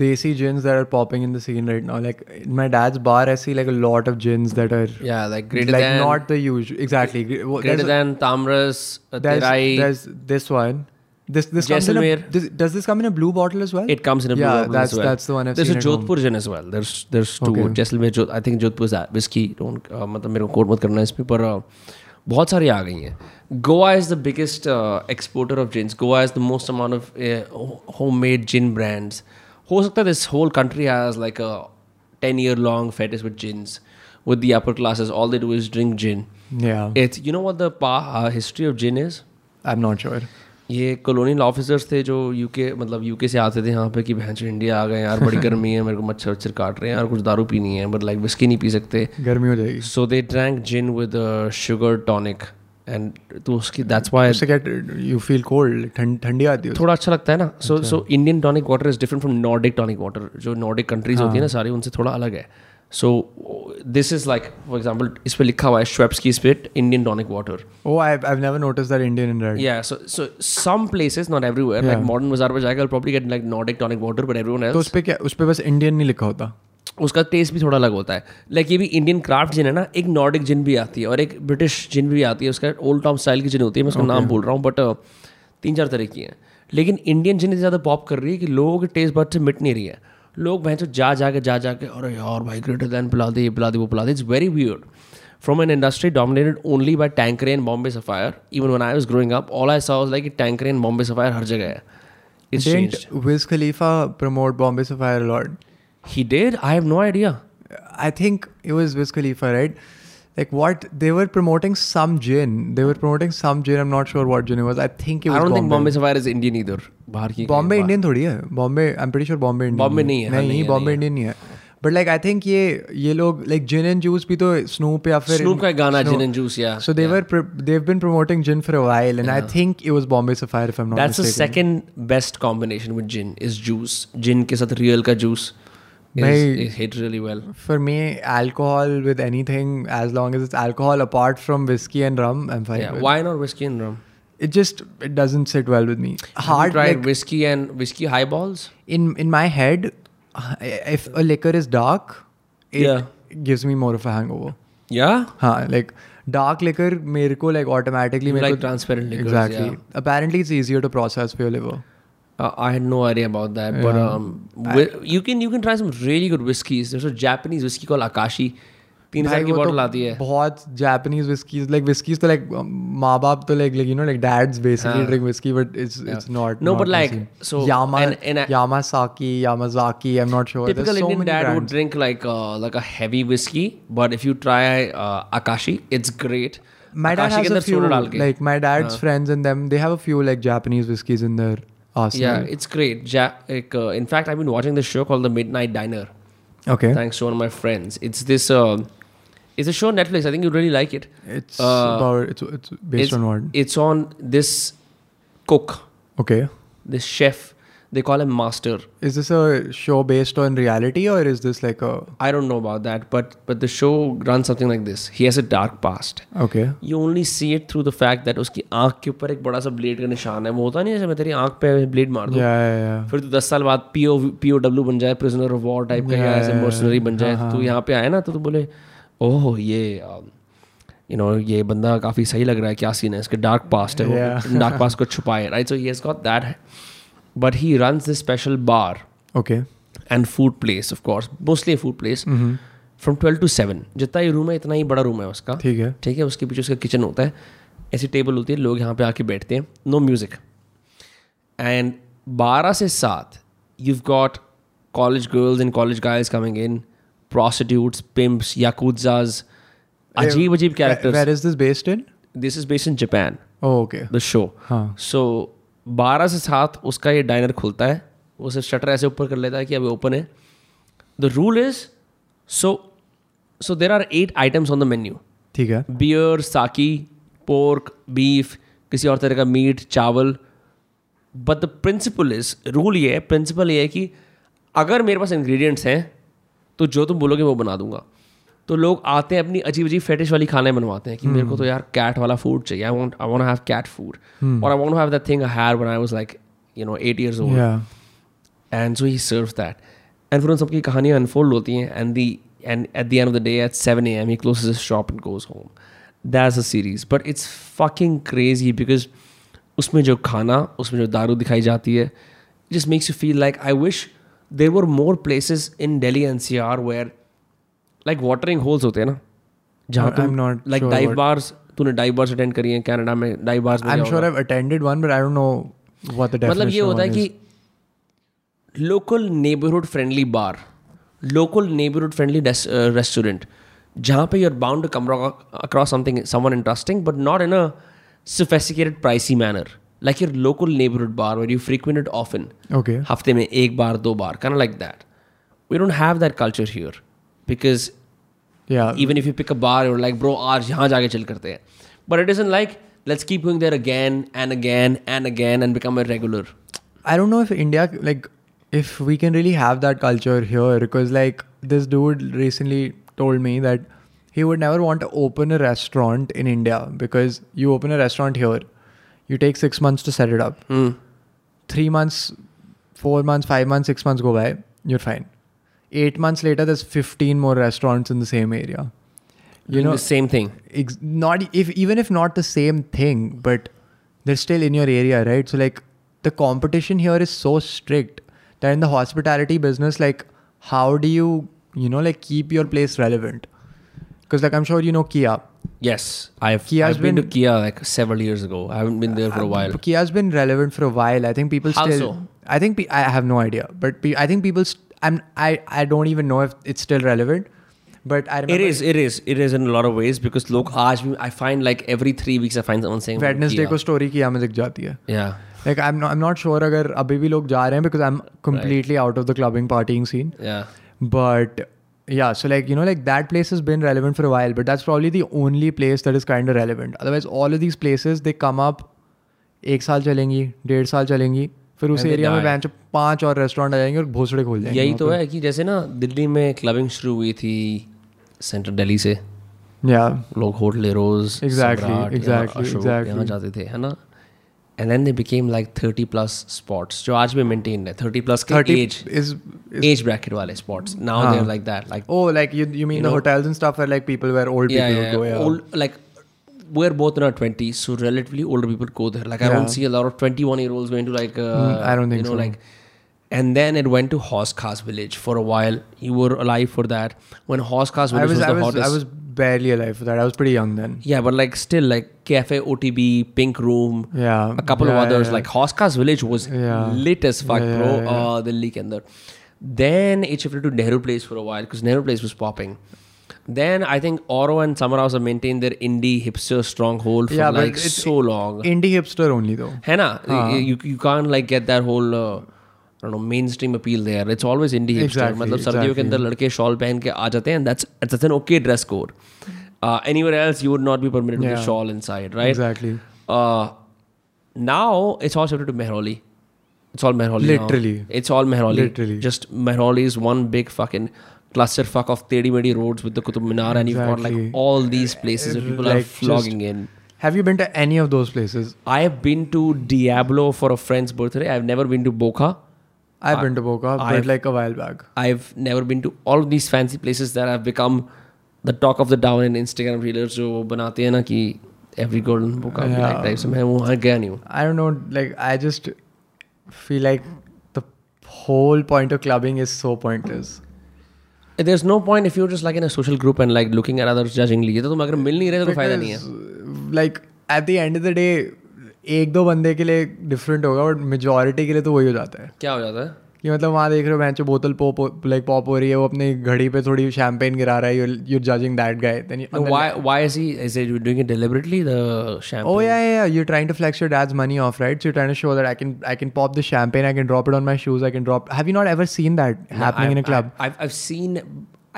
Speaker 2: desi gins that are popping in the scene right now like in my dad's bar i see like a lot of gins that are
Speaker 3: Yeah, like greater
Speaker 2: like
Speaker 3: than,
Speaker 2: not the usual exactly Gre- well,
Speaker 3: greater
Speaker 2: there's,
Speaker 3: than Tamras, uh,
Speaker 2: there's,
Speaker 3: Terai.
Speaker 2: there's this one this this comes in a,
Speaker 3: Jaisalmer.
Speaker 2: this, does this come in a blue bottle as well
Speaker 3: It comes in a blue
Speaker 2: yeah
Speaker 3: bottle as
Speaker 2: that's
Speaker 3: well.
Speaker 2: that's the one I've
Speaker 3: there's
Speaker 2: seen
Speaker 3: a
Speaker 2: at home.
Speaker 3: Jodhpur gin as well. There's there's two.
Speaker 2: Okay.
Speaker 3: Jaisalmer जोध I think Jodhpur whisky don't मतलब मेरे को coat मत करना है इसमें पर uh, बहुत सारी आ गई हैं Goa is the biggest exporter of gins Goa is the most amount of home made gin brands हो सकता है this whole country has like a ten year long fetish with gins with the upper classes all they do is drink gin
Speaker 2: yeah
Speaker 3: it's you know what the history of gin is
Speaker 2: i'm not sure
Speaker 3: ये colonial officers थे जो UK मतलब UK से आते थे यहाँ पे कि भैंस इंडिया आ गए यार बड़ी गर्मी है मेरे को मच्छर वच्छर काट रहे हैं यार कुछ दारू पीनी है बट लाइक विस्की नहीं पी सकते
Speaker 2: गर्मी हो जाएगी
Speaker 3: so they drank gin with sugar tonic and तो उसकी दैट्स वाई
Speaker 2: उससे क्या यू फील कोल्ड ठंडी आती है
Speaker 3: थोड़ा अच्छा लगता है ना so so Indian tonic water is different from Nordic tonic water जो नॉर्डिक कंट्रीज होती है ना सारी उनसे थोड़ा अलग है so this is like for example इस पर लिखा हुआ है श्वेप्स की spirit Indian tonic water
Speaker 2: Oh, I've, I've never noticed that Indian in red.
Speaker 3: Yeah, so so some places, not everywhere. Like modern bazaar पे जाएगा, I'll probably get like Nordic tonic water, but everyone
Speaker 2: तो
Speaker 3: else,
Speaker 2: उस पे क्या उस पे बस Indian नहीं लिखा होता
Speaker 3: उसका टेस्ट भी थोड़ा अलग होता है लाइक ये भी इंडियन क्राफ्ट जिन है ना एक नॉर्डिक जिन भी आती है और एक ब्रिटिश जिन भी आती है उसका ओल्ड टॉम स्टाइल की जिन होती है मैं उसका नाम बोल रहा हूँ बट तीन चार तरह की हैं लेकिन इंडियन जिन इतनी ज़्यादा पॉप कर रही है कि लोगों के टेस्ट बड से मिट नहीं रही है लोग भैंसो जा जा के जा जा के अरे यार भाई ग्रेटर दैन पिला दे ये पिला दे वो पिला दे it's very weird from an industry dominated only by Tanqueray and Bombay Sapphire. Even when I was growing up, all I saw was like Tanqueray and Bombay Sapphire हर जगह है. It's
Speaker 2: Didn't
Speaker 3: changed.
Speaker 2: Wiz Khalifa promote Bombay Sapphire a lot?
Speaker 3: He did. I have no idea.
Speaker 2: I think it was Wiz Khalifa, right? Like what they were promoting some gin. They were promoting some gin. I'm not sure what gin it was. I think
Speaker 3: I
Speaker 2: it
Speaker 3: don't
Speaker 2: was Bombay.
Speaker 3: think Bombay Sapphire is Indian either. बाहर की
Speaker 2: Bombay Indian थोड़ी है Bombay I am pretty sure Bombay Indian
Speaker 3: Bombay नहीं है, हाँ, नहीं
Speaker 2: नहीं
Speaker 3: है, नहीं
Speaker 2: बॉम्बे इंडियन नहीं है बट लाइक आई थिंक ये ये लोग लाइक जिन एंड जूस भी तो स्नूप या फिर
Speaker 3: Snoop का गाना gin and juice yeah.
Speaker 2: So they were pre- they've been promoting gin for a while, and I think it was Bombay Sapphire if I'm not
Speaker 3: That's the
Speaker 2: mistaken.
Speaker 3: second best combination with gin is juice. Gin के साथ real का juice is,
Speaker 2: भाई-
Speaker 3: is hit really well.
Speaker 2: for me, alcohol with anything, as long as it's alcohol apart from whiskey and rum, I'm fine.
Speaker 3: Yeah.
Speaker 2: with.
Speaker 3: Why not whiskey and rum?
Speaker 2: It just it doesn't sit well with me.
Speaker 3: Have you
Speaker 2: Hard
Speaker 3: tried
Speaker 2: like,
Speaker 3: whiskey and whiskey highballs?
Speaker 2: in in my head, uh, if a liquor is dark, it
Speaker 3: Yeah.
Speaker 2: gives me more of a hangover.
Speaker 3: Yeah.
Speaker 2: Huh, like dark liquor, मेरे को like automatically
Speaker 3: You
Speaker 2: मेरे
Speaker 3: like
Speaker 2: को-
Speaker 3: transparent liquors,
Speaker 2: Exactly.
Speaker 3: yeah.
Speaker 2: Apparently, it's easier to process for your liver.
Speaker 3: Uh, I had no idea about that, but um, whi- you can you can try some really good whiskeys. There's a Japanese whiskey called Akashi. तीन हजार की
Speaker 2: वो
Speaker 3: bottle
Speaker 2: तो
Speaker 3: आती है
Speaker 2: बहुत Japanese whiskies like whiskies तो like माँ बाप तो like like you know like dads basically drink whisky but it's it's not
Speaker 3: No, but like, so-
Speaker 2: Yamaha
Speaker 3: and- and I-
Speaker 2: Yamasaki Yamazaki I am not sure
Speaker 3: Typical Indian dad would drink like uh, like a heavy whiskey, but if you try uh, Akashi, it's great.
Speaker 2: My dad
Speaker 3: Akashi
Speaker 2: has
Speaker 3: के
Speaker 2: a
Speaker 3: अंदर
Speaker 2: few,
Speaker 3: soda डाल के.
Speaker 2: like my dad's friends and them, they have a few like Japanese whiskeys in their
Speaker 3: yeah,
Speaker 2: arsenal.
Speaker 3: it's great. Ja- like, uh, in fact, I've been watching this show called The Midnight Diner.
Speaker 2: Okay.
Speaker 3: Thanks to one of my friends. It's this. Uh, it's a show on Netflix. I think you'd really like it.
Speaker 2: It's
Speaker 3: Uh,
Speaker 2: about it's it's based
Speaker 3: it's,
Speaker 2: on what?
Speaker 3: It's on this cook,
Speaker 2: Okay.
Speaker 3: this chef. They call him master.
Speaker 2: Is this a show based on reality or is this like a
Speaker 3: I don't know about that, but but the show runs something like this. He has a dark past.
Speaker 2: okay?
Speaker 3: You only see it through the fact that उसकी आंख के ऊपर एक बड़ा सा blade का निशान है वो होता नहीं है जैसे मैं तेरी आंख पे ब्लेड मार दूं
Speaker 2: Yeah, yeah, yeah.
Speaker 3: फिर तू दस साल बाद पी ओ बन जाए प्रिजनर ऑफ वॉर टाइप का या ऐसे मर्सनरी बन जाए तो तू यहाँ पे आए ना तो तू बोले ओह ये यू नो ये बंदा काफ़ी सही लग रहा है क्या सीन है इसके डार्क पास्ट है वो डार्क पास्ट को छुपाए right so he has got that but he runs this special bar
Speaker 2: Okay.
Speaker 3: And food place of course mostly food place from twelve to seven जितना ये रूम है इतना ही बड़ा रूम है उसका
Speaker 2: ठीक है।
Speaker 3: ठीक है उसके पीछे उसका किचन होता है ऐसी टेबल होती है लोग यहाँ पे आके बैठते हैं नो म्यूजिक एंड बारह से सात you got college girls and college guys coming in prostitutes pimps yakuza's अजीब अजीब characters
Speaker 2: Where is this based in?
Speaker 3: This is based in Japan
Speaker 2: Oh, okay.
Speaker 3: The show
Speaker 2: हाँ.
Speaker 3: सो बारह से सात उसका ये डाइनर खुलता है वो सिर्फ शटर ऐसे ऊपर कर लेता है कि अब ओपन है the rule is so so there are eight items on the menu
Speaker 2: ठीक है.
Speaker 3: बियर साकी पोर्क बीफ किसी और तरह का मीट चावल but the principle is rule ये है प्रिंसिपल ये है कि अगर मेरे पास इंग्रेडिएंट्स हैं तो जो तुम बोलोगे वो बना दूंगा तो लोग आते हैं अपनी अजीब अजीब फेटिश वाली खाने बनवाते हैं कि मेरे को तो यार कैट वाला फूड चाहिए I want I want have cat food
Speaker 2: Hmm.
Speaker 3: और I want have that thing I had when I was like you know 8 years old
Speaker 2: Yeah.
Speaker 3: And so he serve that and फिर उन सबकी कहानियाँ unfold होती हैं and the and at the end of the day at seven A M he close is shop and goes home that's a series but it's fucking crazy because उसमें जो खाना उसमें जो दारू दिखाई जाती है just makes you feel like I wish there were more places in Delhi N C R where like watering holes होते हैं ना जहाँ
Speaker 2: I'm not
Speaker 3: like
Speaker 2: sure
Speaker 3: dive
Speaker 2: what-
Speaker 3: bars तूने डाइव बार्स अटेंड करी हैं कनाडा में dive bars
Speaker 2: I'm sure I've attended one, but I don't know what the definition
Speaker 3: मतलब ये
Speaker 2: of
Speaker 3: होता है
Speaker 2: one is.
Speaker 3: कि local neighbourhood friendly bar local neighbourhood friendly restaurant uh, जहाँ पे you are bound to come across something someone interesting but not in a sophisticated pricey manner like your local neighbourhood bar where you frequent it often
Speaker 2: okay.
Speaker 3: हफ्ते में एक बार दो बार can like that we don't have that culture here because
Speaker 2: Yeah.
Speaker 3: even if you pick a bar you're like bro आज यहाँ जाके chill करते हैं but it isn't like let's keep going there again and again and again and become a regular
Speaker 2: I don't know if India like if we can really have that culture here because like this dude recently told me that he would never want to open a restaurant in India because you open a restaurant here, you take six months to set it up.
Speaker 3: Hmm.
Speaker 2: Three months, four months, five months, six months go by, you're fine. Eight months later, there's 15 more restaurants in the same area. You
Speaker 3: Doing
Speaker 2: know,
Speaker 3: the same thing
Speaker 2: ex- not e-, if even if not the same thing but they're still in your area right so like the competition here is so strict that in the hospitality business like how do you you know like keep your place relevant because like i'm sure you know kia
Speaker 3: yes I've,
Speaker 2: Kia's
Speaker 3: I've been, to
Speaker 2: been-
Speaker 3: Kia like several years ago I haven't been there for a while
Speaker 2: Uh, kia's been relevant for a while i think people
Speaker 3: How
Speaker 2: still
Speaker 3: so?
Speaker 2: i think pe- i have no idea but pe- i think people st- i'm i i don't even know if it's still relevant but i
Speaker 3: it
Speaker 2: remember
Speaker 3: is it is it is in a lot of ways because look आज भी- I find like every three weeks I find someone saying
Speaker 2: wednesday
Speaker 3: Kia.
Speaker 2: ko story kia mein dikh jati hai
Speaker 3: yeah
Speaker 2: like I am I am not sure अगर अभी भी लोग जा रहे हैं because I am completely out of the clubbing partying scene
Speaker 3: yeah
Speaker 2: but या so like you know like that place is been relevant for while but that's probably the only place that is kind relevant otherwise all of these places they come up एक साल चलेंगी डेढ़ साल चलेंगी फिर उस
Speaker 3: And they
Speaker 2: area में
Speaker 3: die.
Speaker 2: Bench पांच और रेस्टोरेंट आ जाएंगे और भोसड़े खोल जाएंगे
Speaker 3: यही तो है कि जैसे ना दिल्ली में क्लबिंग शुरू हुई थी सेंट्रल दिल्ली से
Speaker 2: या
Speaker 3: लोग होटल रोज
Speaker 2: Exactly, exactly, exactly.
Speaker 3: यहाँ जाते थे है ना and then they became like thirty plus spots जो आज भी मेंटेन है थर्टी प्लस के
Speaker 2: thirty
Speaker 3: age
Speaker 2: is
Speaker 3: age bracket वाले spots now they are
Speaker 2: oh,
Speaker 3: like that like
Speaker 2: oh like you you mean the hotels and stuff are like people where old
Speaker 3: yeah,
Speaker 2: people
Speaker 3: yeah,
Speaker 2: go
Speaker 3: yeah. old like we're both in our 20s, so relatively older people go there. Like, I don't
Speaker 2: Yeah.
Speaker 3: see a lot of 21 year olds going to, like, uh,
Speaker 2: Mm, I don't think
Speaker 3: you know,
Speaker 2: so.
Speaker 3: like. And then it went to Horse Cars Village for a while. You were alive for that. When Horse Cars
Speaker 2: I
Speaker 3: Village was,
Speaker 2: was,
Speaker 3: the
Speaker 2: I was,
Speaker 3: hottest.
Speaker 2: I was barely alive for that. I was pretty young then.
Speaker 3: yeah, but like still, like Cafe OTB, Pink Room,
Speaker 2: Yeah,
Speaker 3: a couple
Speaker 2: yeah,
Speaker 3: of others.
Speaker 2: yeah.
Speaker 3: Like Hoska's Village was
Speaker 2: Yeah.
Speaker 3: lit as fuck,
Speaker 2: Yeah,
Speaker 3: bro.
Speaker 2: yeah, yeah.
Speaker 3: Uh, the leak and that. Then it shifted to Nehru Place for a while because Nehru Place was popping. Then I think Oro and Summer House have maintained their indie hipster stronghold for
Speaker 2: Yeah, but
Speaker 3: like
Speaker 2: it's-
Speaker 3: so long.
Speaker 2: Indie hipster only though.
Speaker 3: है ना you you can't like get that whole uh, I don't know mainstream appeal there. It's always indie hipster.
Speaker 2: Exactly,
Speaker 3: मतलब सर्दियों के
Speaker 2: exactly.
Speaker 3: अंदर लड़के shawl पहन के आ जाते हैं that's that's an okay dress code. Uh, anywhere else you would not be permitted with a
Speaker 2: Yeah.
Speaker 3: shawl inside, right?
Speaker 2: Exactly.
Speaker 3: Uh, now it's all shifted to Mehroli. It's all Mehroli. now.
Speaker 2: Literally.
Speaker 3: It's all Mehroli.
Speaker 2: Literally.
Speaker 3: Just Mehroli is one big fucking clusterfuck of tedi medi roads with the Qutub Minar, and you've got like
Speaker 2: Exactly.
Speaker 3: all these places where people are
Speaker 2: Like, just-
Speaker 3: flogging in.
Speaker 2: Have you been to any of those places?
Speaker 3: I have been to Diablo for a friend's birthday. I've never been to Boca.
Speaker 2: I've been to Boca,
Speaker 3: I've-
Speaker 2: but like a while back.
Speaker 3: I've never been to all of these fancy places that have become the talk of the town in Instagram reelers जो वो बनाते हैं ना कि every girl in Boca yeah.
Speaker 2: Yeah.
Speaker 3: like type से मैं वहाँ गया नहीं हूँ
Speaker 2: I don't know. Like I just feel like the whole point of clubbing is so pointless.
Speaker 3: there's no point if you're just like in a social group and like looking at others judgingly ये तो तुम अगर मिल नहीं रहे तो कोई फायदा नहीं है
Speaker 2: like at the end of the day एक दो बंदे के लिए डिफरेंट होगा बट मेजोरिटी के लिए तो वही हो जाता है
Speaker 3: क्या हो जाता है
Speaker 2: कि मतलब वहाँ देख रहे हो बेंचो बोतल पॉप लाइक पॉप हो रही है वो अपनी घड़ी पे थोड़ी शैम्पेन गिरा रहा है you judging that guy then
Speaker 3: No, why why is he is he doing it deliberately the champagne
Speaker 2: Oh yeah, yeah, yeah. You're trying to flex your dad's money off, right? So you're trying to show that I can, I can pop the champagne, I can drop it on my shoes, I can drop. Have you not ever seen that happening in a club?
Speaker 3: I've, I've seen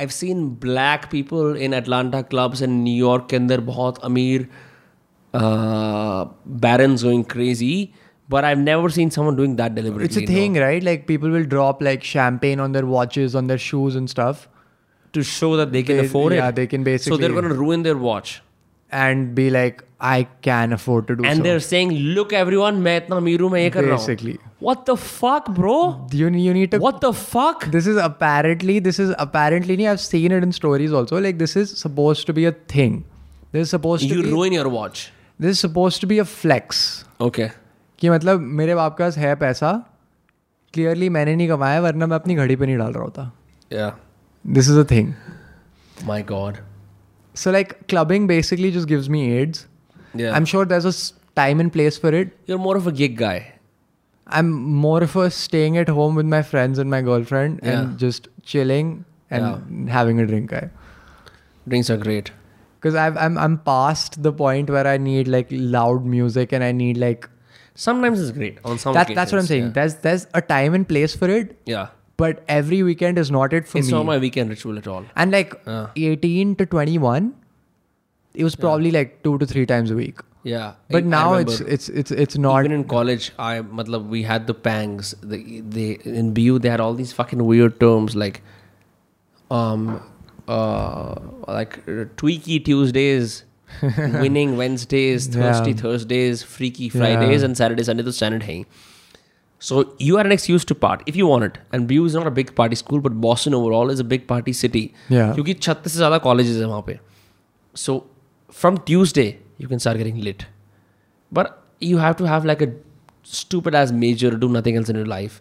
Speaker 3: I've seen black people in Atlanta clubs and New York के अंदर बहुत अमीर uh, barons going crazy but I've never seen someone doing that deliberately
Speaker 2: it's a
Speaker 3: no.
Speaker 2: thing, right? Like people will drop like champagne on their watches, on their shoes and stuff,
Speaker 3: to show that they can
Speaker 2: They-
Speaker 3: afford it
Speaker 2: yeah, they can
Speaker 3: so they're
Speaker 2: basically-
Speaker 3: going to ruin their watch
Speaker 2: and be like, I can afford to do.
Speaker 3: and
Speaker 2: so.
Speaker 3: they're saying look everyone मैं इतना अमीर हूँ मैं ये कर रहा हूँ."
Speaker 2: Basically.
Speaker 3: what the fuck bro
Speaker 2: Do you you need to
Speaker 3: what the fuck
Speaker 2: this is apparently this is apparently nahi, i've seen it in stories also like this is supposed to be a thing this is supposed
Speaker 3: you
Speaker 2: to be
Speaker 3: ruin your watch
Speaker 2: this is supposed to be a flex
Speaker 3: okay
Speaker 2: कि मतलब मेरे बाप के पास है पैसा clearly मैंने नहीं कमाया है, वरना मैं अपनी घड़ी पे नहीं डाल रहा होता
Speaker 3: yeah
Speaker 2: this is a thing
Speaker 3: my god
Speaker 2: so like clubbing basically just gives me AIDS
Speaker 3: yeah
Speaker 2: I am sure there is a time and place for it
Speaker 3: you're more of a gig guy
Speaker 2: I am more for staying at home with my friends and my girlfriend
Speaker 3: Yeah.
Speaker 2: And just chilling and having a drink I
Speaker 3: drinks are great
Speaker 2: because I've, I'm I'm past the point where I need like loud music and I need like
Speaker 3: Sometimes it's great. On some
Speaker 2: that, that's what I'm
Speaker 3: occasions,
Speaker 2: saying. There's there's a time and place for it,
Speaker 3: Yeah, Yeah.
Speaker 2: but every weekend is not it for
Speaker 3: it's
Speaker 2: me.
Speaker 3: not my weekend ritual at all.
Speaker 2: and like
Speaker 3: Yeah.
Speaker 2: 18 to 21, it was probably like two to three times a week.
Speaker 3: Yeah,
Speaker 2: But
Speaker 3: I- I
Speaker 2: now
Speaker 3: remember
Speaker 2: it's it's it's it's not.
Speaker 3: even in college. I, matlab, we had the pangs. The, they in BU they had all these fucking weird terms like, um, uh, like uh, tweaky Tuesdays, winning Wednesdays, thirsty Thursdays, freaky Fridays, and Saturday Sunday. The standard hey. So you had an excuse to part if you want it. And BU is not a big party school, but Boston overall is a big party city.
Speaker 2: Yeah.
Speaker 3: क्योंकि छत्तीस से ज़्यादा colleges हैं वहाँ पे so from Tuesday you can start getting late but you have to have like a stupid age major do nothing else in your life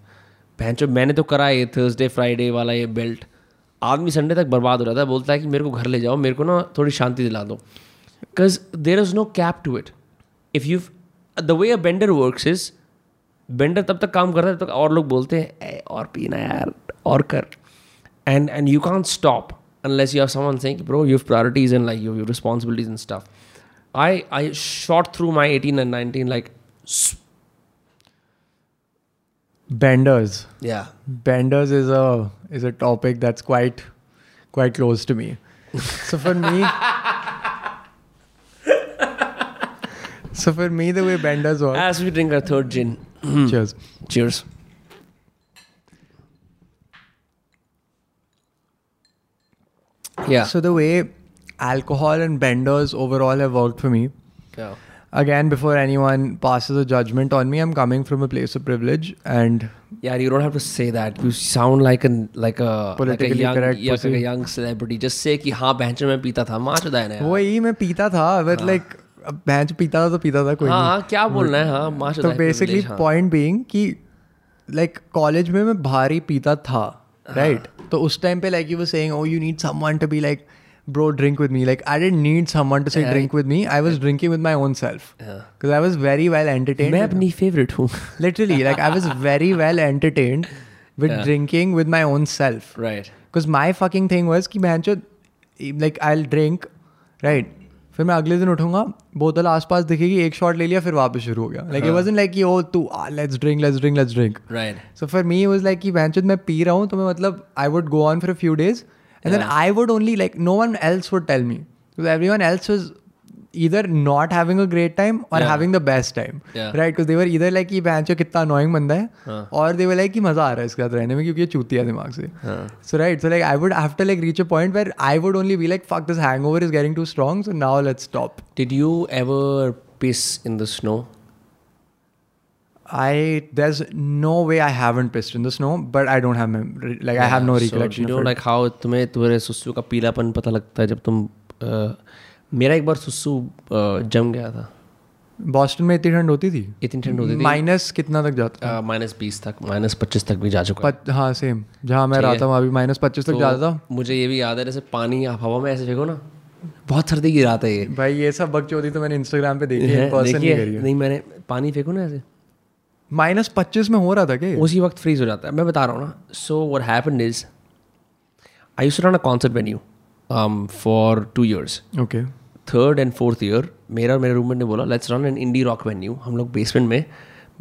Speaker 3: भैंचो मैंने तो करा ये थर्सडे फ्राइडे वाला ये बेल्ट आदमी संडे तक बर्बाद हो रहा था बोलता है कि मेरे को घर ले जाओ मेरे को ना थोड़ी शांति दिला दो because there is no cap to it if you the way a bender works is bender तब तक काम करता है तब तक और लोग बोलते हैं "ए, और पीना यार और कर and and you can't stop unless you have someone saying bro you have priorities and like you have responsibilities and stuff i i shot through my 18 and 19 like s-
Speaker 2: Benders,
Speaker 3: yeah
Speaker 2: benders is a is a topic that's quite quite close to me. so for me. So for me, the way benders work,
Speaker 3: as we drink our third gin Mm.
Speaker 2: cheers.
Speaker 3: cheers yeah
Speaker 2: So the way alcohol and benders overall have worked for me,
Speaker 3: yeah
Speaker 2: again, before anyone passes a judgment on me, I'm coming from a place of privilege and
Speaker 3: yeah you don't have to say that you sound like an like a like a
Speaker 2: Politically
Speaker 3: young
Speaker 2: correct
Speaker 3: yeah, like
Speaker 2: pussy.
Speaker 3: a young celebrity just say ki haan bench mein peeta tha maach udain
Speaker 2: वही मैं पीता था but like अब मैं जो पीता था तो पीता था कोई
Speaker 1: हाँ
Speaker 2: नहीं
Speaker 1: हाँ, क्या बोलना है हाँ मास्टर
Speaker 2: तो बेसिकली पॉइंट बीइंग कि लाइक कॉलेज में मैं भारी पीता था
Speaker 1: हाँ।
Speaker 2: राइट तो उस टाइम पे like you were saying oh you need someone to be like bro drink with me like I didn't need someone to say drink with me I was drinking with my own self cuz I was very well entertained
Speaker 3: मैं अपनी favourite हूँ
Speaker 2: literally like i was very well entertained with drinking with my own self
Speaker 3: right
Speaker 2: because my fucking thing was कि मैं जो like i'll drink right फिर मैं अगले दिन उठूंगा बोतल आसपास दिखेगी एक शॉट ले लिया फिर वापस शुरू हो गया लाइक इट wasn't like कि ओ तू let's drink let's drink let's drink
Speaker 3: right
Speaker 2: so for me was like कि मैं मैं पी रहा हूँ तो मैं मतलब I would go on for a few days and then I would only like no one else would tell me every one else was either not having a great time or
Speaker 3: Yeah.
Speaker 2: having the best time
Speaker 3: Yeah.
Speaker 2: right because they were either like कि बैंचो कितना annoying बंदा है और they were like कि मजा आ रहा है इसके साथ रहने में क्योंकि ये चूती है दिमाग से so right so like I would have to like reach a point where I would only be like fuck this hangover is getting too strong so now let's stop
Speaker 3: did you ever piss in the snow
Speaker 2: I there's no way I haven't pissed in the snow but I don't have mem- like I have no
Speaker 3: you
Speaker 2: recollection of
Speaker 3: no
Speaker 2: it.
Speaker 3: Like how तुम्हें तुम्हारे सुस्सू का पीलापन पता लगता है जब तुम uh, मेरा एक बार सुस्सू uh, जम गया था
Speaker 2: बॉस्टन में इतनी ठंड होती थी
Speaker 3: इतनी ठंड होती थी
Speaker 2: माइनस कितना तक जाता
Speaker 3: माइनस बीस तक माइनस पच्चीस तक भी जा चुका है।
Speaker 2: पत, हाँ सेम जहाँ मैं
Speaker 3: ठीक
Speaker 2: रहा
Speaker 3: है।
Speaker 2: था वहाँ भी माइनस पच्चीस तक
Speaker 3: तो
Speaker 2: जाता
Speaker 3: मुझे ये भी याद है जैसे पानी आप हवा में ऐसे फेंको ना बहुत सर्दी की रात है ये
Speaker 2: था भाई ये सब बकचोदी तो मैंने इंस्टाग्राम पे देखी है
Speaker 3: है,
Speaker 2: पर्सन
Speaker 3: देखिए,
Speaker 2: नहीं करी है
Speaker 3: नहीं मैंने पानी फेंको ना ऐसे
Speaker 2: माइनस पच्चीस में हो रहा था क्या
Speaker 3: उसी वक्त फ्रीज हो जाता है मैं बता रहा हूँ ना so what happen is I use run a concert venue um, for two years
Speaker 2: okay
Speaker 3: third and fourth year मेरा और मेरे रूममेट ने बोला let's run an indie rock venue हम लोग बेसमेंट में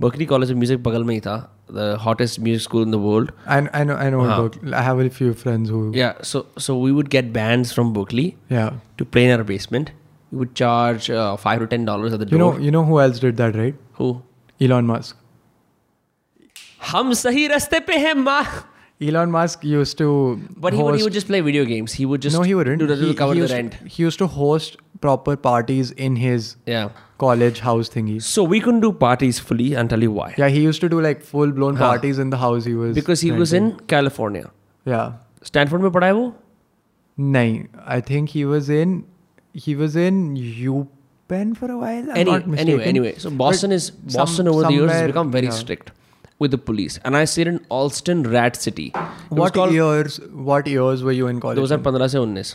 Speaker 3: बकरी कॉलेज ऑफ म्यूजिक बगल में ही था the hottest music school in the world
Speaker 2: I I know I know
Speaker 3: हाँ।
Speaker 2: I have a few friends who
Speaker 3: yeah so so we would get bands from Brooklyn
Speaker 2: yeah
Speaker 3: to play in our basement. We would charge uh, five to ten dollars at the
Speaker 2: you know
Speaker 3: door.
Speaker 2: You know who else did that right
Speaker 3: Who?
Speaker 2: Elon Musk
Speaker 3: हम सही रास्ते पे हैं माँ.
Speaker 2: Elon Musk used to
Speaker 3: But he would, he would just play video games. He would just
Speaker 2: no he wouldn't
Speaker 3: do that to cover
Speaker 2: he
Speaker 3: the
Speaker 2: used-
Speaker 3: rent.
Speaker 2: he used to host proper parties in his
Speaker 3: Yeah.
Speaker 2: college house thingies
Speaker 3: So we couldn't do parties fully. I'll tell you why.
Speaker 2: Yeah, he used to do like full blown parties in the house he was.
Speaker 3: Because he was in California.
Speaker 2: Yeah.
Speaker 3: Stanford में पढ़ा है वो
Speaker 2: No, I think he was in he was in UPenn for a while. I'm
Speaker 3: Any,
Speaker 2: not mistaken.
Speaker 3: anyway, anyway. So Boston
Speaker 2: But
Speaker 3: is
Speaker 2: some-
Speaker 3: Boston over the years has
Speaker 2: somewhere-
Speaker 3: become very
Speaker 2: yeah.
Speaker 3: strict with the police. And I stayed in Allston Rat City. It was
Speaker 2: What
Speaker 3: called
Speaker 2: years? What years were you in college?
Speaker 3: 2015 से 19.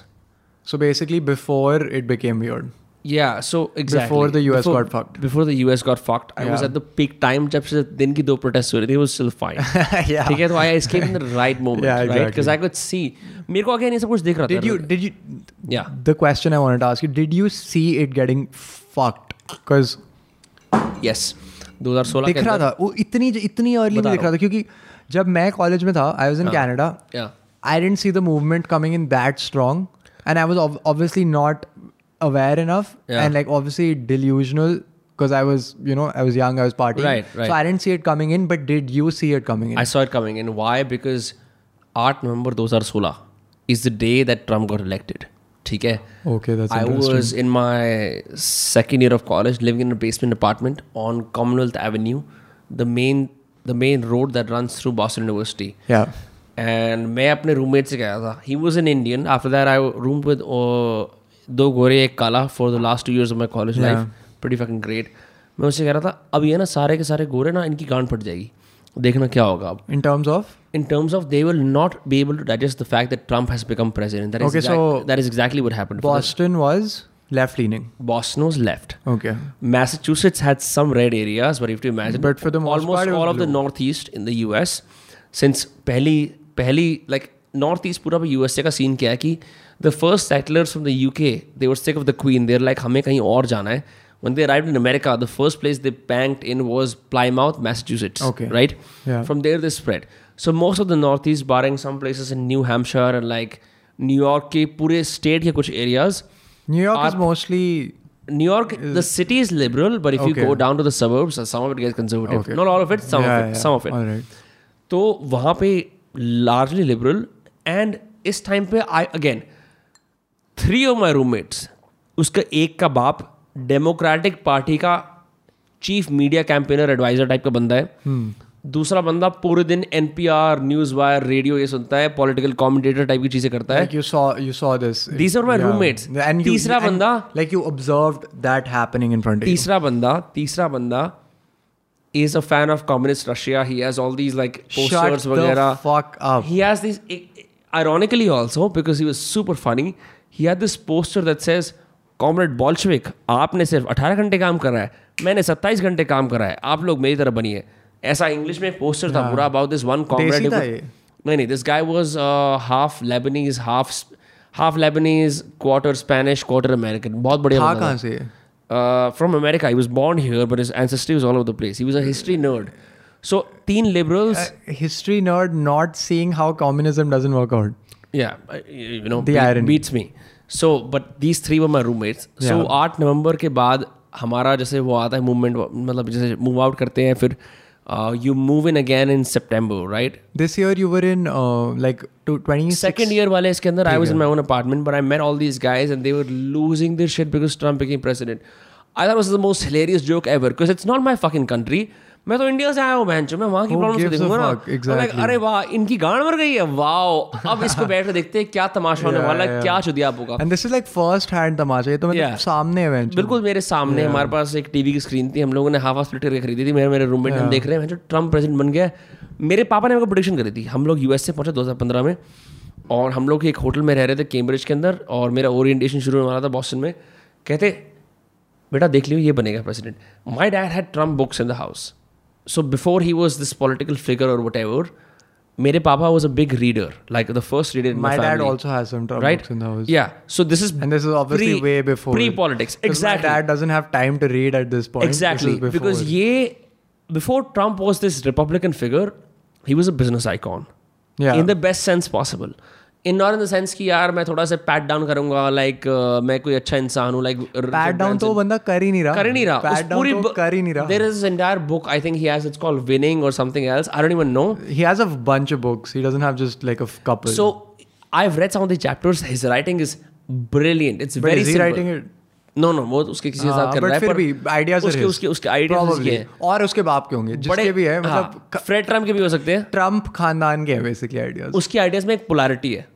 Speaker 2: So basically, before it became weird.
Speaker 3: Yeah, so exactly.
Speaker 2: Before the US got fucked.
Speaker 3: Before the US got fucked, I was
Speaker 2: Yeah.
Speaker 3: at the peak time जब से दिन की दो protest हो रही थी was still fine.
Speaker 2: yeah.
Speaker 3: ठीक है तो आई escaped in the right moment,
Speaker 2: Yeah,
Speaker 3: right?
Speaker 2: exactly.
Speaker 3: Because I could see. मेरे को आगे नहीं सब कुछ दिख रहा था.
Speaker 2: Did you? Did you?
Speaker 3: Yeah.
Speaker 2: The question I wanted to ask you: Did you see it getting fucked? Because
Speaker 3: Yes. 2016
Speaker 2: दिख
Speaker 3: के
Speaker 2: रहा
Speaker 3: अंदर.
Speaker 2: था वो इतनी इतनी अर्ली में
Speaker 3: बता
Speaker 2: दिख
Speaker 3: रहा
Speaker 2: रहा था क्योंकि जब मैं कॉलेज में था I was in Canada
Speaker 3: Yeah.
Speaker 2: I didn't see the movement coming in that strong, and I was ob- obviously not aware enough,
Speaker 3: Yeah.
Speaker 2: and like obviously delusional because I was, you know, I was young, I was partying,
Speaker 3: Right, right.
Speaker 2: so I didn't see it coming in. But did you see it coming in?
Speaker 3: I saw it coming. And why? Because 8 November 2016 is the day that Trump got elected. ठीक है.
Speaker 2: okay, that's
Speaker 3: I
Speaker 2: interesting.
Speaker 3: was in my second year of college, living in a basement apartment on Commonwealth Avenue, the main the main road that runs through Boston University.
Speaker 2: yeah,
Speaker 3: and मैं अपने roommate से गया था he was an Indian after that I room with दो गोरे एक काला for the last two years of my college life pretty fucking great मैं उससे कह रहा था अब ये ना सारे के सारे गोरे ना इनकी गांड फट जाएगी देखना क्या होगा अब
Speaker 2: in terms of
Speaker 3: in terms of they will not be able to digest the fact that Trump has become president. That is
Speaker 2: Okay,
Speaker 3: exact-
Speaker 2: so
Speaker 3: that is exactly what happened. For the-
Speaker 2: Boston was left leaning.
Speaker 3: Boston was left.
Speaker 2: Okay,
Speaker 3: Massachusetts had some red areas, but if you imagine,
Speaker 2: But for the most
Speaker 3: almost
Speaker 2: part, it was
Speaker 3: all of the northeast in the US, since पहली पहली like northeast पूरा भी USA का scene क्या है कि the first settlers from the UK they were sick of the Queen. They're like हमें कहीं और जाना है. When they arrived in America, the first place they banked in was Plymouth, Massachusetts.
Speaker 2: Okay.
Speaker 3: right?
Speaker 2: Yeah.
Speaker 3: From there they spread. So most of the northeast, barring some places in New Hampshire and like New York के पूरे state के कुछ areas
Speaker 2: New York is mostly
Speaker 3: New York, the city is liberal, but if you
Speaker 2: Okay.
Speaker 3: go down to the suburbs, uh, some of it gets conservative.
Speaker 2: Okay.
Speaker 3: Not all of it, some
Speaker 2: yeah,
Speaker 3: of it,
Speaker 2: yeah,
Speaker 3: some of it.
Speaker 2: All right.
Speaker 3: तो वहाँ पे largely liberal and इस time पे I again three of my roommates उसका एक का बाप Democratic Party का chief media campaigner adviser type का बंदा है
Speaker 2: हम्म।
Speaker 1: दूसरा बंदा पूरे दिन N P R news wire radio ये सुनता है पॉलिटिकल कॉमेंटेटर टाइप की चीज़ें करता है
Speaker 2: Like you saw, you saw this.
Speaker 1: These are my roommates.
Speaker 2: And you,
Speaker 1: तीसरा
Speaker 2: and,
Speaker 1: बंदा-
Speaker 2: like you observed that happening in front of you.
Speaker 1: तीसरा बंदा तीसरा बंदा is a fan of communist Russia he has all these like
Speaker 2: Shut
Speaker 1: posters वगैरह
Speaker 2: the fuck up.
Speaker 1: He has these, ironically also, because he was super funny, he had this poster that says, comrade Bolshevik आपने सिर्फ 18 घंटे काम करा है मैंने 27 घंटे काम करा है आप लोग मेरी तरह बनिए ऐसा इंग्लिश में पोस्टर था पूरा अबाउट दिस वन
Speaker 2: हाँ। देसी
Speaker 1: कॉमरेड
Speaker 2: था ये?
Speaker 1: नहीं नहीं this guy was half Lebanese half half Lebanese quarter Spanish quarter American बहुत बढ़िया
Speaker 2: था
Speaker 1: बंदा था।
Speaker 2: कहाँ से ये?
Speaker 1: uh, from America. He was born here, but his ancestry was all over the place. He was a history nerd. So teen liberals,
Speaker 2: History nerd not seeing how communism doesn't work out.
Speaker 1: yeah, uh, you know,
Speaker 2: The irony.
Speaker 1: beats me. So, but these three were my roommates. So
Speaker 2: Yeah.
Speaker 1: 8 नवंबर के बाद हमारा जैसे वो आता है movement मतलब जैसे मूव आउट करते हैं फिर uh, you move in again in September right
Speaker 2: This year you were in uh, like two, 26.
Speaker 1: Second year वाले इसके अंदर I was in my own apartment but I met all these guys and they were losing their shit because Trump became president I thought was the most hilarious joke ever because it's not my fucking country मैं तो India से आया हूँ बहन चो मैं वहाँ की
Speaker 2: Who
Speaker 1: प्रॉब्लम
Speaker 2: gives a
Speaker 1: देखूंगा ना
Speaker 2: fuck?
Speaker 1: I'm like,
Speaker 2: Exactly.
Speaker 1: अरे वाह इनकी गांड मर गई है वाह अब इसको बैठ के देखते हैं क्या तमाशा होने
Speaker 2: Yeah,
Speaker 1: वाला है
Speaker 2: yeah.
Speaker 1: क्या चुदिया होगा
Speaker 2: And this is like first hand तमाशा ये तो मतलब
Speaker 1: Yeah.
Speaker 2: सामने है वेंचर
Speaker 1: बिल्कुल मेरे सामने हमारे पास एक टीवी की स्क्रीन थी हम लोगों ने हाफ स्प्लिट करके खरीदी थी मेरे मेरे रूममेट हम देख रहे हैं जो ट्रम्प प्रेसिडेंट बन गया मेरे पापा ने मेरे को प्रोडिक्शन करी थी हम लोग यूएस से पहुंचे 2015 में और हम लोग एक होटल में रह रहे थे कैम्ब्रिज के अंदर और मेरा ओरिएंटेशन शुरू होने वाला था बॉस्टन में कहते बेटा देख लियो ये बनेगा president my dad had Trump books in the house so before he was this political figure और वट मेरे पापा was a big reader like the first reader in
Speaker 2: My
Speaker 1: my
Speaker 2: dad
Speaker 1: dad
Speaker 2: also has some Trump
Speaker 1: right
Speaker 2: books in the house.
Speaker 1: yeah so this is
Speaker 2: And this is obviously
Speaker 1: pre-
Speaker 2: way before.
Speaker 1: pre-politics
Speaker 2: 'Cause
Speaker 1: exactly
Speaker 2: My dad doesn't have time to read at this point. This is
Speaker 1: exactly
Speaker 2: before.
Speaker 1: because ye before trump was this republican figure he was a business icon
Speaker 2: Yeah.
Speaker 1: in the best sense possible in not in the sense कि यार मैं थोड़ा सा pat down करूंगा like uh, मैं कोई अच्छा इंसान हूँ like
Speaker 2: पैट डाउन तो वो बंदा कर ही नहीं रहा
Speaker 1: कर ही नहीं रहा
Speaker 2: पैट डाउन तो कर ही नहीं रहा
Speaker 1: there is entire book I think he has it's called winning और something else I don't even know
Speaker 2: He has a bunch of books. He doesn't have just like a f- couple.
Speaker 1: So I have read some of the chapters his writing is brilliant it's
Speaker 2: but
Speaker 1: very
Speaker 2: is he writing it?
Speaker 1: No no वो उसके किसी के
Speaker 2: हाँ,
Speaker 1: साथ कर
Speaker 2: but
Speaker 1: रहा है
Speaker 2: फिर
Speaker 1: पर
Speaker 2: भी ideas are
Speaker 1: उसके
Speaker 2: his.
Speaker 1: उसके उसके आइडियाज
Speaker 2: Probably.
Speaker 1: ये हैं
Speaker 2: और उसके बाप के होंगे जिसके भी है मतलब
Speaker 1: फ्रेड ट्रम्प के भी हो सकते हैं
Speaker 2: ट्रम्प खानदान के हैं बेसिकली आइडियाज
Speaker 1: उसकी आइडियाज में एक पोलैरिटी है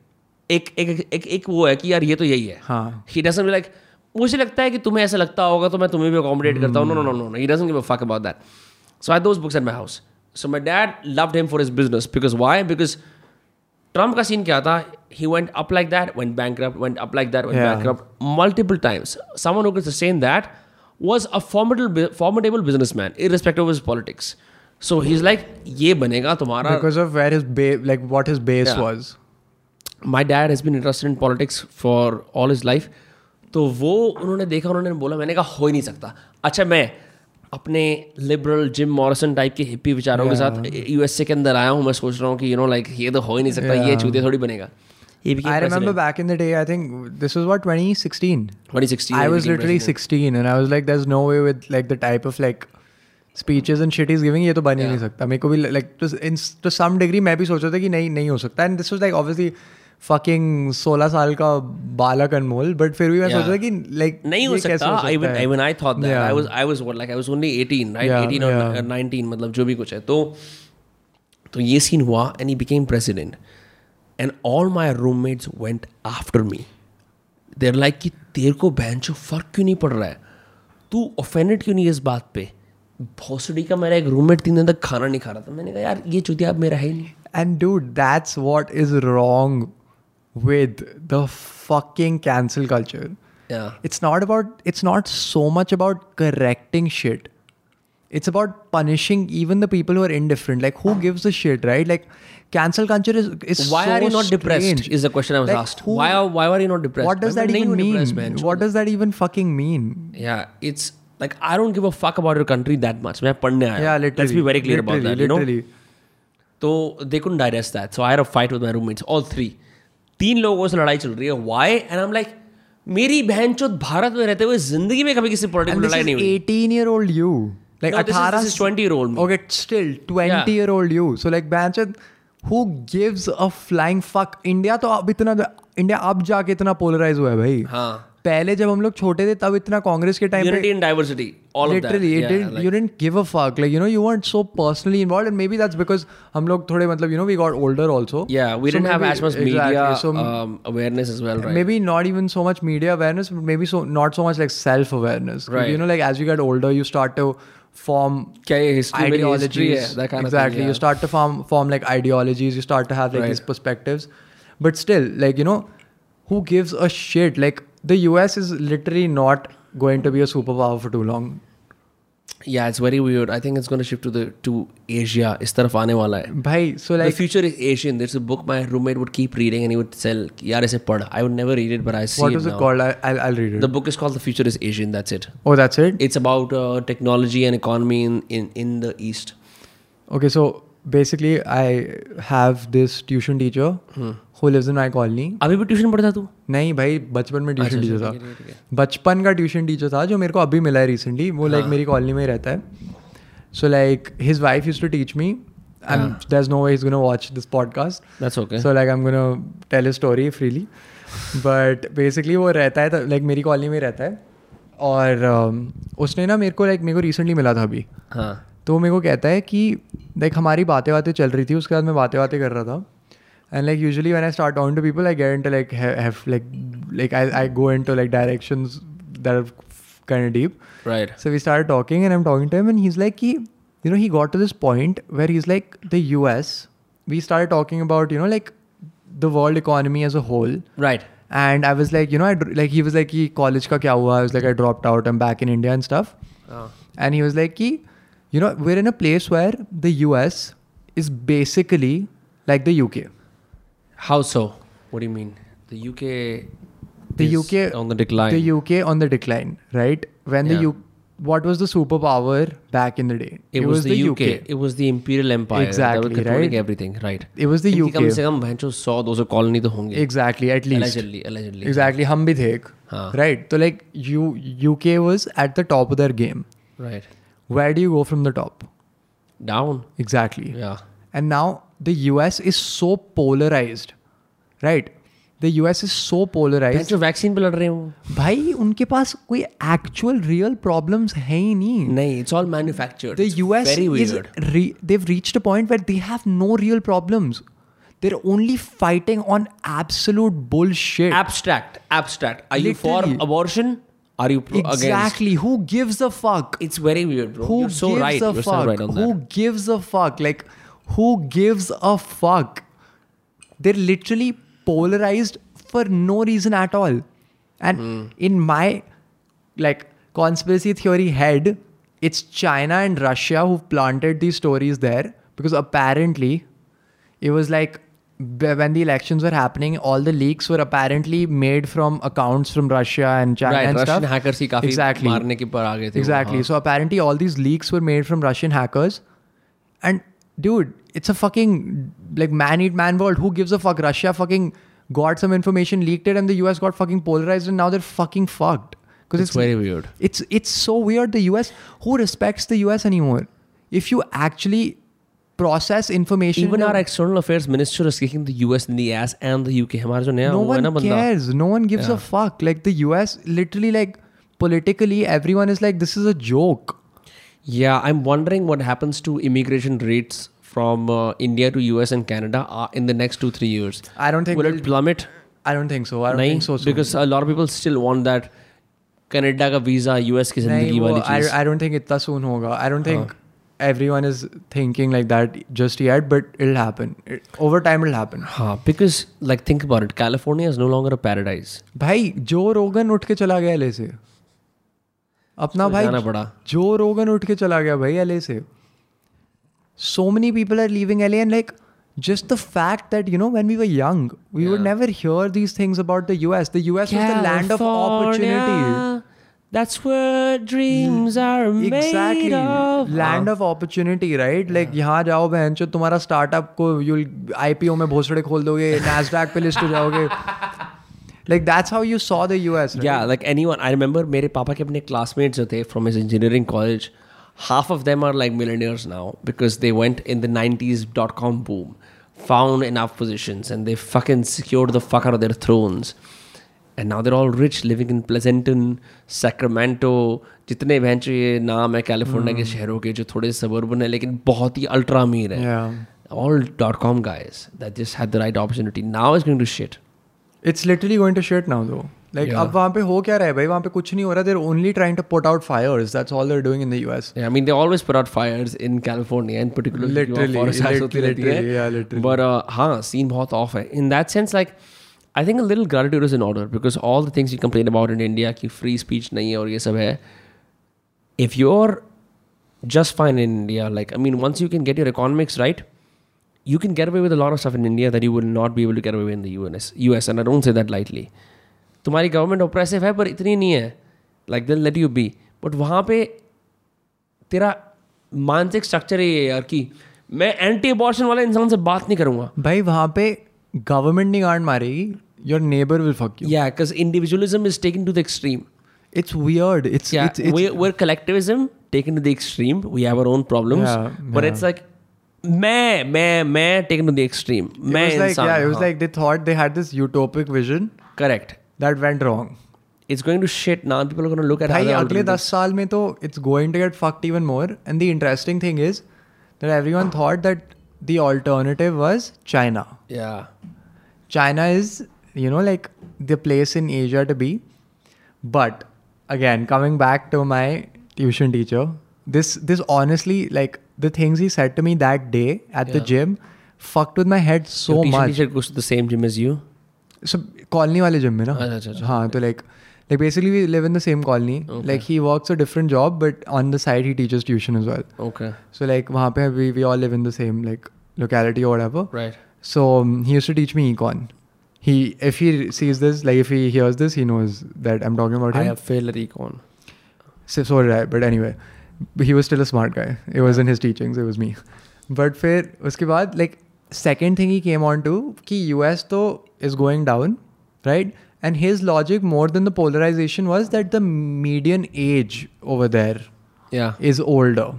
Speaker 1: एक एक एक एक वो है कि यार ये तो यही है
Speaker 2: हाँ
Speaker 1: ही डजंट लाइक मुझे लगता है कि तुम्हें ऐसा लगता होगा तो मैं तुम्हें भी अकोमोडेट करता हूँ no no no no he doesn't give a fuck about that so I those books at my house so my dad loved him for his business because why because Trump का scene क्या था he went up like that went bankrupt went up like that went
Speaker 2: Yeah.
Speaker 1: Bankrupt multiple times someone who could sustain that was a formidable formidable businessman irrespective of his politics so he's like ये बनेगा तुम्हारा
Speaker 2: because of where his ba- like what his base
Speaker 1: Yeah.
Speaker 2: was
Speaker 1: my dad has been interested in politics for all his life तो वो उन्होंने देखा उन्होंने बोला मैंने कहा हो ही नहीं सकता अच्छा मैं अपने लिबरल जिम मॉरिसन टाइप के हिप्पी विचारों के साथ यूएसए के अंदर आया हूँ मैं सोच रहा हूँ कि यू नो लाइक ये तो हो ही नहीं सकता ये
Speaker 2: Yeah.
Speaker 1: चूते थोड़ी बनेगा ये भी
Speaker 2: I remember back in the day, I think this was what 2016.
Speaker 1: Twenty sixty
Speaker 2: I was literally 16, and I was like, "There's no way with like the type of like speeches and shit he's giving, ये तो बन ही नहीं सकता." मेरे को भी like to, in, to some degree मैं भी सोचा था कि नहीं नहीं हो सकता. And this was like obviously fucking 16 साल का बालक अनमोल, but फिर भी मैं
Speaker 1: Yeah.
Speaker 2: सोचा था कि like
Speaker 1: नहीं हो
Speaker 2: ये कैसे
Speaker 1: सकता even
Speaker 2: है?
Speaker 1: even i thought that
Speaker 2: Yeah.
Speaker 1: i was i was what like i was only 18 right
Speaker 2: Yeah,
Speaker 1: 18 or
Speaker 2: yeah.
Speaker 1: or 19 मतलब जो भी कुछ है तो तो ये सीन हुआ and he became president and all my roommates went after me they're like कि तेरे को बहन चो फर्क क्यों नहीं पड़ रहा है तू offended क्यों नहीं है इस बात पे भोसड़ी का मेरा एक रूममेट तीन दिन तक खाना नहीं खा रहा था मैंने कहा यार ये चुतिया अब मेरा है ही नहीं
Speaker 2: And dude, that's what is wrong with the fucking cancel culture.
Speaker 1: Yeah.
Speaker 2: It's not about it's not so much about correcting shit. It's about punishing even the people who are indifferent. Like who gives a shit, right? Like cancel culture is is
Speaker 1: Why
Speaker 2: so
Speaker 1: are you not depressed?
Speaker 2: strange.
Speaker 1: Is the question I was
Speaker 2: Like,
Speaker 1: asked.
Speaker 2: who-
Speaker 1: Why are why are you not depressed?
Speaker 2: what does
Speaker 1: मैं
Speaker 2: that
Speaker 1: नहीं
Speaker 2: even
Speaker 1: हूँ
Speaker 2: mean?
Speaker 1: depressed, बहन चो।
Speaker 2: What does that even fucking mean?
Speaker 1: yeah it's like i don't give a fuck about your country that much मैं पढ़ने आया हूँ।
Speaker 2: Yeah, literally.
Speaker 1: let's be very clear about
Speaker 2: Literally,
Speaker 1: that you know
Speaker 2: literally.
Speaker 1: तो they couldn't digest that so i had a fight with my roommates all three तीन लोगों से लड़ाई चल रही है why and i'm like मेरी बहन चो भारत में रहते हुए जिंदगी में कभी किसी पॉलिटिकल
Speaker 2: And this
Speaker 1: लड़ाई
Speaker 2: is
Speaker 1: नहीं हुई
Speaker 2: 18 year old you. Like
Speaker 1: No, this is-
Speaker 2: 18
Speaker 1: this is 20 year old me.
Speaker 2: Okay, still 20
Speaker 1: Yeah.
Speaker 2: year old you. So like Banchad, who gives a flying fuck? India तो अब इतना India अब जाके इतना polarized हुआ है भाई.
Speaker 1: हाँ
Speaker 2: पहले जब हम लोग छोटे थे तब इतना कांग्रेस के टाइम
Speaker 1: यूनिटी
Speaker 2: पे
Speaker 1: and diversity all of
Speaker 2: literally
Speaker 3: Yeah,
Speaker 2: it
Speaker 3: yeah,
Speaker 2: didn't
Speaker 3: like-
Speaker 2: you didn't give a fuck like you know you weren't so personally involved and maybe that's because हम लोग थोड़े मतलब you know we got older also
Speaker 3: Yeah, we
Speaker 2: So
Speaker 3: didn't have
Speaker 2: maybe-
Speaker 3: as much
Speaker 2: exactly.
Speaker 3: media
Speaker 2: So
Speaker 3: um, awareness as well, right?
Speaker 2: maybe not even so much media awareness but maybe so not so much like self awareness
Speaker 3: Right.
Speaker 2: you know like as you get older you start to form
Speaker 3: क्या ये history मेरी history है?
Speaker 2: ideologies
Speaker 3: That kind
Speaker 2: exactly
Speaker 3: of
Speaker 2: you
Speaker 3: thing.
Speaker 2: start to form form like ideologies you start to have like
Speaker 3: Right.
Speaker 2: these perspectives but still like you know who gives a shit like the US is literally not going to be a superpower for too long
Speaker 3: Yeah. yeah, it's very weird. I think it's going to shift to the to Asia. इस तरफ आने वाला है.
Speaker 2: bhai so
Speaker 3: the
Speaker 2: like
Speaker 3: future is Asian. There's a book my roommate would keep reading and he would tell, "Yaar, इसे पढ़." I would never read it, but I see
Speaker 2: what
Speaker 3: it
Speaker 2: was it
Speaker 3: now.
Speaker 2: called I, I'll, I'll read it
Speaker 3: The book is called "The Future Is Asian." That's it.
Speaker 2: oh that's it
Speaker 3: It's about uh, technology and economy in, in in the East.
Speaker 2: Okay, so basically, I have this tuition teacher
Speaker 3: Hmm.
Speaker 2: who lives in my colony.
Speaker 3: अभी भी tuition पढ़ता तू?
Speaker 2: नहीं भाई बचपन में tuition teacher था बचपन का ट्यूशन टीचर था जो मेरे को अभी मिला है रिसेंटली वो लाइक मेरी कॉलोनी में ही रहता है so like his wife use to teach me and there is no way is gonna watch this podcast
Speaker 3: That's okay.
Speaker 2: So like I am gonna tell a story freely but basically वो रहता है like मेरी colony में रहता है और um, उसने ना मेरे को लाइक मेरे को रिसेंटली मिला था अभी
Speaker 3: हाँ.
Speaker 2: तो वो मेरे को कहता है कि लाइक हमारी बातें बातें चल रही थी उसके बाद मैं बातें बातें कर रहा था and like usually when I start on to people I get into like have like like I I go into like directions that are kind of deep
Speaker 3: Right.
Speaker 2: So we started talking, and I'm talking to him, and he's like, he, you know, he got to this point where he's like, the US. We started talking about, you know, like the world economy as a whole.
Speaker 3: Right.
Speaker 2: And I was like, you know, I, dr- like he was like, "Ki college ka kya hua? I was like, I dropped out. I'm back in India and stuff. And he was like, ki, you know, we're in a place where the US is basically like the UK.
Speaker 3: How so? What do you mean? The UK.
Speaker 2: The
Speaker 3: is
Speaker 2: UK
Speaker 3: on the decline.
Speaker 2: The UK on the decline, right? When the
Speaker 3: Yeah.
Speaker 2: U, what was the superpower back in the day?
Speaker 3: it, was, the UK. It was the imperial empire. They
Speaker 2: Exactly,
Speaker 3: were controlling
Speaker 2: right?
Speaker 3: everything. Right.
Speaker 2: It was the
Speaker 3: इनकी कम
Speaker 2: UK.
Speaker 3: से कम भैंचो 100 200 colony तो होंगी.
Speaker 2: Exactly, at least.
Speaker 3: Allegedly. Allegedly.
Speaker 2: Exactly, हम भी थे एक,
Speaker 3: हाँ.
Speaker 2: right? So like you, UK was at the top of their game.
Speaker 3: Right.
Speaker 2: Where do you go from the top?
Speaker 3: Down.
Speaker 2: Exactly.
Speaker 3: Yeah.
Speaker 2: And now the US is so polarized, right? The US is so polarized.
Speaker 3: भैंचो vaccine पे लड़ रहे हो.
Speaker 2: भाई उनके पास कोई actual real problems है ही नहीं
Speaker 3: नहीं. It's all manufactured.
Speaker 2: the
Speaker 3: It's
Speaker 2: US
Speaker 3: Very
Speaker 2: is
Speaker 3: weird.
Speaker 2: re- they've reached a point where they have no real problems. They're only fighting on absolute bullshit.
Speaker 3: Abstract. Abstract. Are you for
Speaker 2: Literally.
Speaker 3: abortion? Are you pro- against?
Speaker 2: exactly. Who gives a fuck?
Speaker 3: It's very weird, bro.
Speaker 2: Who
Speaker 3: You're so
Speaker 2: gives
Speaker 3: right.
Speaker 2: a
Speaker 3: You're so
Speaker 2: fuck?
Speaker 3: right on
Speaker 2: who
Speaker 3: that.
Speaker 2: gives a fuck? Like, who gives a fuck? They're literally polarized for no reason at all. And
Speaker 3: Hmm.
Speaker 2: in my like conspiracy theory head, it's China and Russia who've planted these stories there because apparently it was like b- when the elections were happening, all the leaks were apparently made from accounts from Russia and China
Speaker 3: Right.
Speaker 2: and
Speaker 3: Russian
Speaker 2: stuff.
Speaker 3: hackers ही काफी
Speaker 2: exactly.
Speaker 3: मारने के पर आ गए थे. वो,
Speaker 2: Exactly.
Speaker 3: हाँ.
Speaker 2: So apparently, all these leaks were made from Russian hackers. And dude, it's a fucking like man eat man world. Who gives a fuck? Russia fucking got some information, leaked it, and the US got fucking polarized, and now they're fucking fucked. Because
Speaker 3: It's very weird.
Speaker 2: It's it's so weird. The US who respects the US anymore? If you actually process information,
Speaker 3: Even
Speaker 2: to-
Speaker 3: our external affairs minister is kicking the US in the ass and the UK. हमारा जो नया
Speaker 2: no
Speaker 3: हुआ है ना
Speaker 2: one
Speaker 3: बंदा
Speaker 2: cares. No one gives a fuck. Like the US, literally, like politically, everyone is like, this is a joke.
Speaker 3: Yeah, I'm wondering what happens to immigration rates from uh, India to US and Canada uh, in the next two three years.
Speaker 2: I don't think
Speaker 3: Will
Speaker 2: we'll-
Speaker 3: it plummet?
Speaker 2: I don't think so. I don't
Speaker 3: नहीं
Speaker 2: think so. Soon.
Speaker 3: because a lot of people still want that Canada का visa US की जिंदगी
Speaker 2: नहीं, वो-
Speaker 3: वाली हाँ।
Speaker 2: I,
Speaker 3: चीज
Speaker 2: I don't think इतना soon होगा. I don't think everyone is thinking like that just yet, but it'll happen. It, over time, it'll happen.
Speaker 3: हाँ because like think about it California is no longer a paradise
Speaker 2: भाई जो रोगन उठ के चला गया एलए से अपना
Speaker 3: उसको जाना
Speaker 2: भाई
Speaker 3: पड़ा
Speaker 2: जो रोगन उठ के चला गया भाई एलए से so many people are leaving LA and like just the fact that you know when we were young we would never hear these things about the US the US was the land of opportunity
Speaker 3: That's where dreams are made
Speaker 2: exactly
Speaker 3: of.
Speaker 2: Land of opportunity right like यहाँ जाओ बहन चो तुम्हारा startup को you IPO में भोसड़े खोल दोगे Nasdaq पे लिस्ट हो जाओगे like that's how you saw the US
Speaker 3: या like anyone I remember मेरे पापा के अपने क्लासमेट्स जो थे from is engineering college half of them are like millionaires now because they went in the nineties dot com boom found in of positions and they fuck in secured the fucker their thrones and now they're all rich living in प्लेजेंटन सैक्रमेंटो जितने venture ये नाम है California के शहरों के जो थोड़े suburban है लेकिन बहुत ही अल्ट्रा अमीर है
Speaker 2: Yeah.
Speaker 3: all dot com guys that just had the right opportunity now is going to shit.
Speaker 2: It's literally going to shit now though like
Speaker 3: Yeah.
Speaker 2: अब वहाँ पे हो क्या रहा है भाई वहाँ पे कुछ नहीं हो रहा they're only trying to put out fires that's all they're doing in the US
Speaker 3: Yeah, I mean they always put out fires in California in particular. क्योंकि वहाँ
Speaker 2: Literally,
Speaker 3: forest fires
Speaker 2: lit-
Speaker 3: होती रहती है.
Speaker 2: literally, yeah, literally.
Speaker 3: But uh, हाँ, scene बहुत off है. In that sense, like I think a little gratitude is in order because all the things you complain about in India कि free speech नहीं है और ये सब है. If you're just fine in India, like I mean, once you can get your economics right, you can get away with a lot of stuff in India that you would not be able to get away with in the US. US, and I don't say that lightly. तुम्हारी government oppressive है पर इतनी नहीं है. Like they'll let you be. But वहाँ पे तेरा मानसिक स्ट्रक्चर ये है यार कि मैं एंटी अबॉर्शन वाले इंसान से बात नहीं करूंगा
Speaker 2: भाई वहाँ पे गवर्नमेंट नहीं गांड मारेगी your neighbour will fuck you
Speaker 3: या because individualism is taken to the extreme
Speaker 2: it's weird it's
Speaker 3: where collectivism taken to the extreme we have our own problems
Speaker 2: Yeah,
Speaker 3: but it's like मैं मैं मैं taken to the extreme मैं
Speaker 2: yeah, it was
Speaker 3: इंसान
Speaker 2: like they thought they had this utopic vision
Speaker 3: correct
Speaker 2: that went wrong.
Speaker 3: It's going to shit now people are gonna look at
Speaker 2: भाई अगले दस साल में तो it's going to get fucked even more and the interesting thing is that everyone thought that the alternative was China
Speaker 3: या
Speaker 2: China is, you know, like the place in Asia to be. But again, coming back to my tuition teacher, this this honestly, like the things he said to me that day at the gym fucked with my head so much.
Speaker 3: Teacher goes to the same gym as you
Speaker 2: So colony वाले gym में ना
Speaker 3: अच्छा, अच्छा, अच्छा.
Speaker 2: हाँ तो like like basically we live in the same colony. Like he works a different job, but on the side he teaches tuition as well.
Speaker 3: Okay
Speaker 2: So like वहाँ पे we we all live in the same like locality or whatever.
Speaker 3: Right
Speaker 2: So um, he used to teach me econ. He, if he sees this, like if he hears this, he knows that I'm talking about
Speaker 3: I
Speaker 2: him.
Speaker 3: Have fail at econ
Speaker 2: So, so did I, but anyway, he was still a smart guy. It wasn't his teachings; it was me. But फिर उसके बाद like second thing he came on to कि US तो is going down, right? And his logic more than the polarization was that the median age over there
Speaker 3: या
Speaker 2: is older.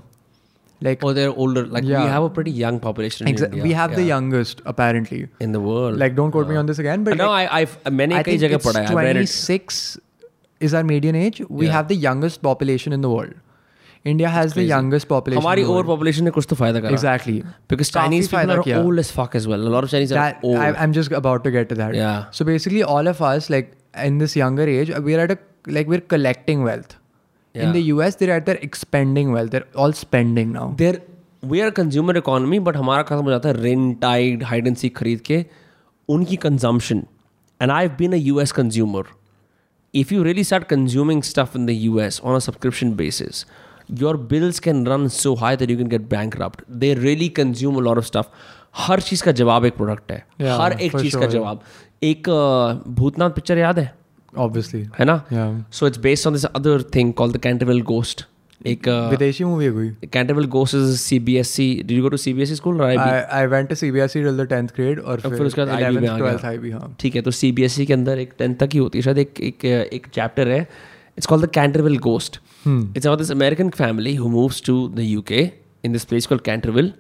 Speaker 2: Like
Speaker 3: or they're older like we
Speaker 2: Yeah.
Speaker 3: have a pretty young population in
Speaker 2: exa-
Speaker 3: India.
Speaker 2: we have the
Speaker 3: Yeah.
Speaker 2: youngest apparently.
Speaker 3: in the world
Speaker 2: Like don't quote me on this again, but
Speaker 3: no
Speaker 2: like,
Speaker 3: I I've मैंने
Speaker 2: I
Speaker 3: कई
Speaker 2: think
Speaker 3: जगह
Speaker 2: it's
Speaker 3: पढ़ा है I've read it
Speaker 2: 26 is our median age. We
Speaker 3: Yeah.
Speaker 2: have the youngest population in the world. India has the youngest population.
Speaker 3: हमारी
Speaker 2: in the
Speaker 3: over
Speaker 2: world.
Speaker 3: Population ने कुछ तो फायदा करा
Speaker 2: Exactly.
Speaker 3: because
Speaker 2: काफी
Speaker 3: Chinese people
Speaker 2: फायदा
Speaker 3: are
Speaker 2: किया।
Speaker 3: old as fuck as well a lot of Chinese
Speaker 2: That,
Speaker 3: are old
Speaker 2: I, I'm just about to get to that.
Speaker 3: Yeah.
Speaker 2: So basically, all of us, like in this younger age, we're at a like we're collecting wealth. In
Speaker 3: Yeah.
Speaker 2: the US, they're at their expending wealth. They're all spending now.
Speaker 3: They're we are consumer economy but हमारा खत्म हो जाता है rent tide hide and seek खरीद के उनकी consumption and I have been a U S consumer if you really start consuming stuff in the U S on a subscription basis your bills can run so high that you can get bankrupt they really consume a lot of stuff हर चीज़ का जवाब एक product है
Speaker 2: Yeah,
Speaker 3: हर एक
Speaker 2: for
Speaker 3: चीज़ का
Speaker 2: sure.
Speaker 3: जवाब एक अ, भूतनाथ पिक्चर याद है
Speaker 2: Obviously.
Speaker 3: है ना
Speaker 2: Yeah.
Speaker 3: So it's based on this other thing call the Canterville ghost एक अ,
Speaker 2: Videshi movie hui.
Speaker 3: Canterville goes is CBSC. Did you go to CBSC school or IB?
Speaker 2: I, I went to CBSE E till the 10th grade or
Speaker 3: और फिर उसके बाद IB में आ गया।
Speaker 2: 11th, 12th IB. हाँ.
Speaker 3: ठीक है तो सीबीएसई के अंदर एक टेंथ तक ही होती है शायद एक एक एक चैप्टर है it's called the Canterville ghost it's about this American family who moves to the UK in this place called Canterville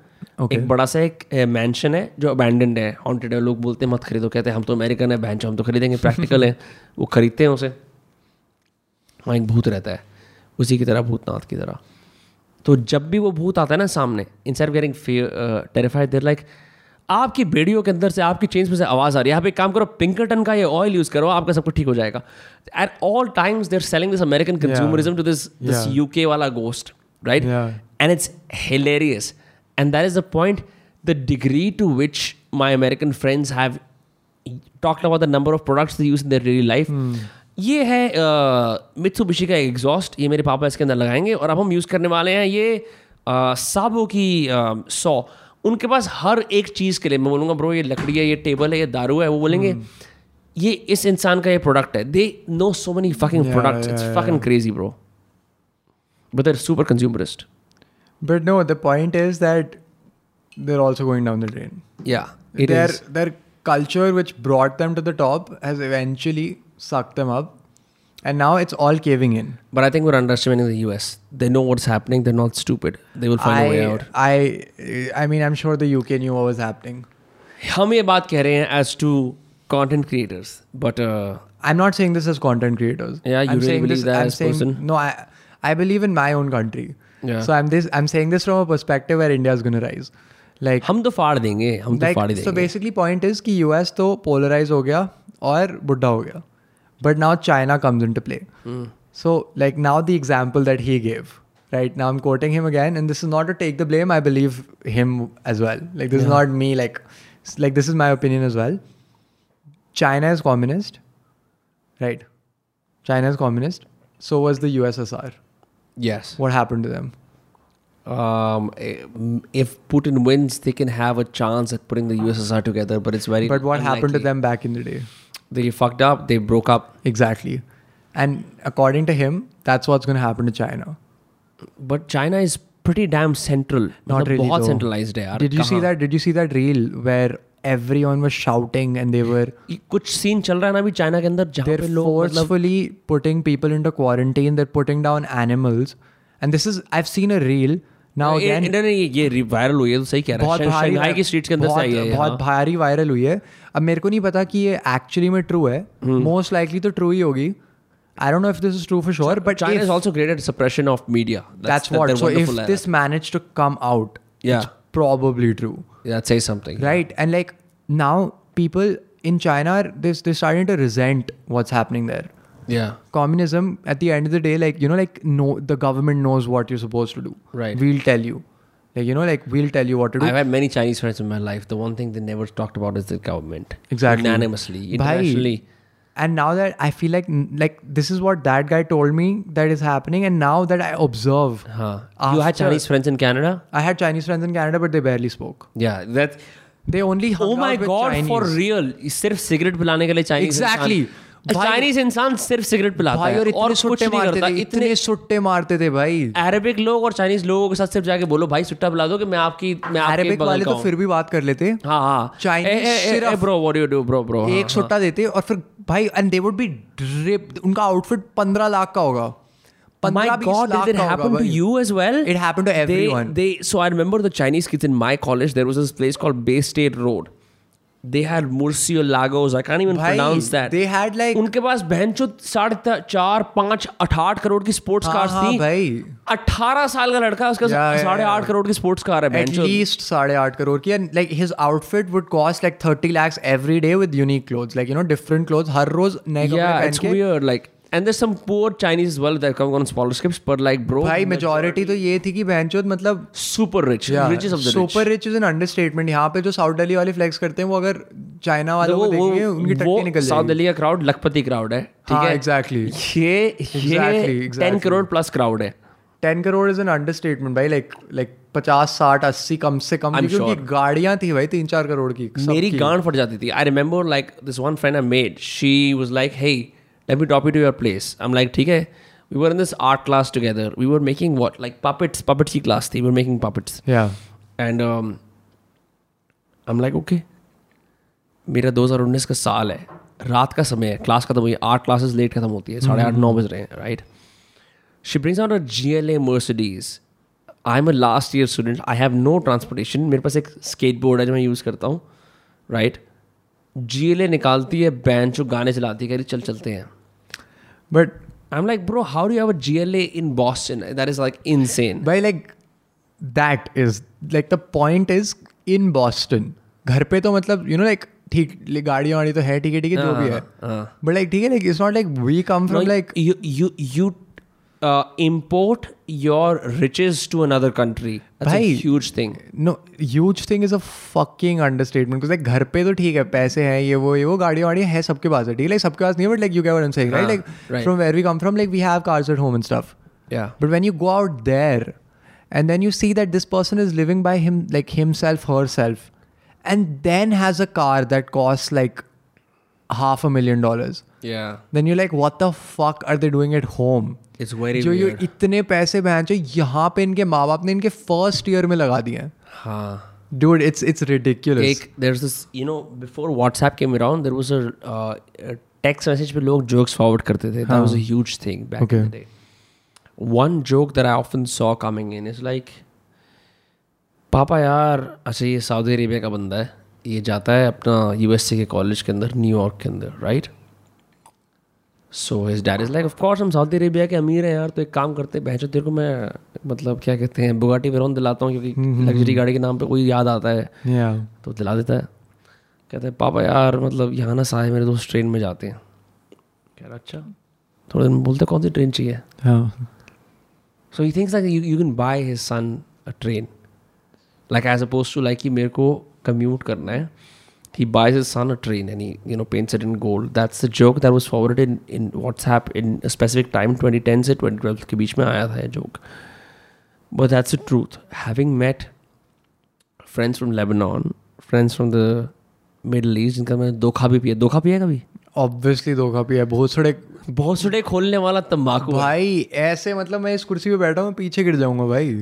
Speaker 2: Okay.
Speaker 3: एक बड़ा सा एक मैंशन है जो अबैंडेंड है हॉन्टेड है लोग बोलते हैं मत खरीदो कहते हैं हम तो अमेरिकन है बहन हम तो खरीदेंगे प्रैक्टिकल है वो खरीदते हैं उसे वहाँ एक भूत रहता है उसी की तरह भूतनाथ की तरह तो जब भी वो भूत आता है ना सामने inside getting terrified there like आपकी बेड़ियों के अंदर से आपकी चेंज में से आवाज़ आ रही है आप एक काम करो पिंकटन का ये ऑयल यूज़ करो आपका सब कुछ ठीक हो जाएगा at all times they're selling this American consumerism to this this
Speaker 2: Yeah.
Speaker 3: UK वाला ghost right
Speaker 2: Yeah.
Speaker 3: and it's hilarious and that is the point the degree to which my american friends have talked about the number of products they use in their daily life ये है Mitsubishi का exhaust ये मेरे पापा इसके अंदर लगाएंगे और अब हम यूज़ करने वाले हैं ये साबो की सौ उनके पास हर एक चीज़ के लिए मैं बोलूँगा ब्रो ये लकड़ी है ये टेबल है ये दारू है वो बोलेंगे
Speaker 2: Hmm.
Speaker 3: ये इस इंसान का ये प्रोडक्ट है they know so many fucking
Speaker 2: Yeah,
Speaker 3: products it's
Speaker 2: yeah,
Speaker 3: fucking crazy bro but they're super consumerist
Speaker 2: But no, the point is that they're also going down the drain.
Speaker 3: Yeah, it is.
Speaker 2: their their culture, which brought them to the top, has eventually sucked them up, and now it's all caving in.
Speaker 3: But I think we're underestimating the US. They know what's happening. They're not stupid. They will find a way out.
Speaker 2: I, I I mean, I'm sure the UK knew what was happening.
Speaker 3: हम ये बात कह रहे हैं as to content creators, but uh,
Speaker 2: I'm not saying this as content creators.
Speaker 3: Yeah, you
Speaker 2: I'm
Speaker 3: really
Speaker 2: saying
Speaker 3: believe
Speaker 2: this,
Speaker 3: that
Speaker 2: I'm
Speaker 3: as
Speaker 2: saying,
Speaker 3: person?
Speaker 2: No, I I believe in my own country.
Speaker 3: Yeah.
Speaker 2: So I'm this I'm saying this from a perspective where India is gonna rise. Like
Speaker 3: हम तो फाड़ देंगे हम तो
Speaker 2: like
Speaker 3: फाड़ ही
Speaker 2: so
Speaker 3: देंगे
Speaker 2: basically point is कि US तो polarized हो गया और बुड्ढा हो गया. But now China comes into play.
Speaker 3: Hmm.
Speaker 2: So like now the example that he gave. Right now I'm quoting him again and this is not to take the blame. I believe him as well. Like this is not me like s- like this is my opinion as well. China is communist. Right. China is communist. So was the USSR.
Speaker 3: yes
Speaker 2: What happened to them?
Speaker 3: um, if Putin wins they can have a chance at putting the USSR together but it's very
Speaker 2: But what happened to
Speaker 3: unlikely.
Speaker 2: them back in the day?
Speaker 3: they fucked up they broke up
Speaker 2: Exactly. And according to him, that's what's going to happen to China.
Speaker 3: but China is pretty damn central
Speaker 2: Not
Speaker 3: मतलब
Speaker 2: really.
Speaker 3: बहुत
Speaker 2: though.
Speaker 3: centralized है यार
Speaker 2: Did you see
Speaker 3: कहाँ?
Speaker 2: that? Did you see that reel where everyone was shouting and they were
Speaker 3: ये कुछ scene चल रहा है ना अभी चाइना के अंदर जहाँ
Speaker 2: they're
Speaker 3: पे लोग मतलब
Speaker 2: forcefully putting people into quarantine. They're putting down animals, and this is I've seen a reel now
Speaker 3: ये-
Speaker 2: again.
Speaker 3: नहीं, नहीं, ये ये वायरल हुई है तो सही कह रहा है
Speaker 2: बहुत
Speaker 3: शं-
Speaker 2: भारी
Speaker 3: शंघाई की स्ट्रीट के अंदर से आई है
Speaker 2: बहुत,
Speaker 3: ये,
Speaker 2: बहुत
Speaker 3: हाँ।
Speaker 2: भारी वायरल हुई है अब मेरे को नहीं पता कि ये एक्चुअली में ट्रू है मोस्ट लाइकली तो ट्रू ही होगी I don't know if this is true for sure but
Speaker 3: China has also created suppression of media.
Speaker 2: that's
Speaker 3: that
Speaker 2: what
Speaker 3: they're
Speaker 2: so if
Speaker 3: wonderful at.
Speaker 2: this managed to come out
Speaker 3: Yeah.
Speaker 2: it's probably true
Speaker 3: that says something.
Speaker 2: right and like now people in china are they're, they're starting to resent what's happening there
Speaker 3: Yeah.
Speaker 2: communism at the end of the day like you know like no the government knows what you're supposed to do
Speaker 3: Right.
Speaker 2: we'll tell you like you know like we'll tell you what to do
Speaker 3: I've had many Chinese friends in my life. The one thing they never talked about is the government.
Speaker 2: exactly
Speaker 3: Unanimously,
Speaker 2: Bhai,
Speaker 3: internationally.
Speaker 2: and now that i feel like like this is what that guy told me that is happening and now that i observe
Speaker 3: Huh. हाँ। You had
Speaker 2: After-
Speaker 3: Chinese friends in Canada?
Speaker 2: i had chinese friends in canada but they barely spoke
Speaker 3: Yeah. That.
Speaker 2: they only hung
Speaker 3: Oh
Speaker 2: out
Speaker 3: my
Speaker 2: with
Speaker 3: God!
Speaker 2: Chinese.
Speaker 3: For real, सिर्फ cigarette पिलाने के लिए Chinese
Speaker 2: Exactly. भाई-
Speaker 3: Chinese इंसान सिर्फ cigarette पिलाता
Speaker 2: भाई
Speaker 3: है
Speaker 2: और इतने
Speaker 3: और कुछ
Speaker 2: सुट्टे
Speaker 3: नहीं
Speaker 2: मारते
Speaker 3: करता
Speaker 2: थे इतने सुट्टे मारते थे भाई
Speaker 3: अरबिक लोग और चाइनीज लोगों के साथ सिर्फ जाके बोलो भाई सुट्टा पिला दो कि मैं आपकी मैं आपके
Speaker 2: अरेबिक
Speaker 3: बगल
Speaker 2: वाले
Speaker 3: का
Speaker 2: तो
Speaker 3: हूँ."
Speaker 2: फिर भी बात कर लेते
Speaker 3: हाँ हाँ
Speaker 2: Chinese सिर्फ-
Speaker 3: bro what you do bro bro
Speaker 2: एक
Speaker 3: हाँ।
Speaker 2: सुट्टा देते और फिर भाई and they would be dripped उनका आउटफिट पंद्रह लाख का होगा
Speaker 3: Oh My
Speaker 2: पंद्रह
Speaker 3: God, did it happen to you as well?
Speaker 2: It happened to
Speaker 3: They-
Speaker 2: everyone.
Speaker 3: They, so I remember the Chinese kids in my college. There was this place called Bay State Road. They had Murcio Lagos. I can't even
Speaker 2: भाई,
Speaker 3: pronounce that.
Speaker 2: they had like-
Speaker 3: उनके पास बहनचो साढ़े त- चार पाँच अठाठ करोड़ की sports
Speaker 2: हाँ,
Speaker 3: cars
Speaker 2: हाँ,
Speaker 3: थी
Speaker 2: भाई।
Speaker 3: अठारह साल का लड़का है, उसके
Speaker 2: Yeah, yeah,
Speaker 3: साढ़े आठ
Speaker 2: yeah.
Speaker 3: करोड़ की स्पोर्ट्स कार है
Speaker 2: at
Speaker 3: बहनचोद।
Speaker 2: least साढ़े आठ करोड़ की and like his outfit would cost like thirty lakhs every day with unique clothes like you know different clothes हर रोज नए कपड़े
Speaker 3: Yeah,
Speaker 2: पहन
Speaker 3: it's
Speaker 2: के
Speaker 3: weird. Like, and there's some poor Chinese as well that come on scholarships, but like, bro,
Speaker 2: भाई majority तो ये थी कि बहनचोद मतलब
Speaker 3: super rich, richest of the rich.
Speaker 2: Super rich is an understatement यहाँ पे जो साउथ दिल्ली वाले फ्लेक्स करते हैं वो अगर चाइना वालों को देखेंगे उनकी टक्की निकल
Speaker 3: साउथ
Speaker 2: जाएगी
Speaker 3: दिल्ली का क्राउड लखपति क्राउड है ठीक
Speaker 2: हाँ,
Speaker 3: है
Speaker 2: exactly.
Speaker 3: ये
Speaker 2: Exactly,
Speaker 3: ये ten
Speaker 2: exactly.
Speaker 3: Crore plus crowd है
Speaker 2: ten crore is an understatement भाई लाइक लाइक पचास साठ अस्सी कम से कम
Speaker 3: I'm
Speaker 2: थी, क्योंकि
Speaker 3: sure.
Speaker 2: गाड़ियां थी भाई तीन चार करोड़ की सबकी।
Speaker 3: मेरी गांड फट जाती थी I remember like this one friend I made she was like hey let me drop you to your place I am like ठीक है we were in this art class together we were making what like puppets puppets की class थी we were making puppets
Speaker 2: Yeah.
Speaker 3: And I am like okay मेरा 2019 का साल है रात का समय है क्लास खत्म हुई है, आठ क्लासेस लेट खत्म होती है साढ़े आठ नौ बज रहे हैं right she brings out a G L A Mercedes I am a last year student I have no transportation मेरे पास एक स्केट बोर्ड है जो मैं यूज़ करता हूँ राइट जी एल ए निकालती है बैंड जो गाने चलाती है कह रही चल चलते हैं
Speaker 2: But
Speaker 3: I am like bro how do have a G L A in Boston that is like insane
Speaker 2: भाई like that is like the point is in Boston घर पे तो मतलब you know like ठीक गाड़ियां वाड़ी तो है ठीक है ठीक है जो भी है बट लाइक ठीक है like it's not like we come from
Speaker 3: हाँ, No,
Speaker 2: like
Speaker 3: you you you uh, import your riches to another country. That's a
Speaker 2: Bhai.
Speaker 3: huge thing.
Speaker 2: No huge thing is a fucking understatement because like घर पे तो ठीक है पैसे हैं ये वो ये वो गाड़ियाँ वाड़ियाँ है सबके पास है ठीक है like, सबके पास नहीं है but like you can saying right
Speaker 3: हाँ,
Speaker 2: like
Speaker 3: right.
Speaker 2: From where we come from like we have cars at home and stuff
Speaker 3: Yeah.
Speaker 2: But when you go out there and then you see that this person is living by him like himself herself and then has a car that cost like half a million dollars
Speaker 3: Yeah.
Speaker 2: Then you like what the fuck are they doing at home
Speaker 3: It's very
Speaker 2: जो ये
Speaker 3: weird.
Speaker 2: इतने पैसे बहन जो यहाँ पे इनके माँ बाप ने इनके फर्स्ट ईयर में लगा दिए हैं
Speaker 3: Huh.
Speaker 2: Dude, it's it's ridiculous.
Speaker 3: Like, there's this, you know, before WhatsApp came around, there was a, uh, a text message पे लोग jokes forward करते थे. That was a huge thing back
Speaker 2: हाँ. Okay.
Speaker 3: in the day. One joke that I often saw coming in is like, पापा यार अच्छा ये Saudi Arabia का बंदा है ये जाता है अपना यूएसए के कॉलेज के अंदर न्यूयॉर्क के अंदर right so his dad is like of course हम सऊदी अरेबिया के अमीर हैं यार तो एक काम करते हैं भैंसो तेरे को मैं मतलब क्या कहते हैं बुगाटी वेरोन दिलाता हूँ
Speaker 2: हम्म,
Speaker 3: क्योंकि लग्जरी गाड़ी के नाम पे कोई याद आता है
Speaker 2: या
Speaker 3: तो दिला देता है कहते हैं पापा यार मतलब यहाँ ना सारे मेरे दोस्त ट्रेन में जाते हैं कह रहा अच्छा थोड़े दिन में बोलते हैं, कौन सी ट्रेन चाहिए
Speaker 2: हाँ
Speaker 3: So he thinks like you, you can buy his son a train. Like as opposed to like he मेरे को commute करना है. He buys his son a train and he you know paints it in gold. That's the joke that was forwarded in, in WhatsApp in a specific time 2010 से 2012 के बीच में आया था ये joke. But that's the truth. Having met friends from Lebanon, friends from the Middle East जिनका मैंने धोखा भी पिया धोखा पिया है कभी
Speaker 2: ऑब्वियसली धोखा पिया है। बहुत सड़े
Speaker 3: बहुत सुटे खोलने वाला तम्बाकू
Speaker 2: भाई ऐसे मतलब मैं इस कुर्सी पे बैठा हूँ पीछे गिर जाऊंगा भाई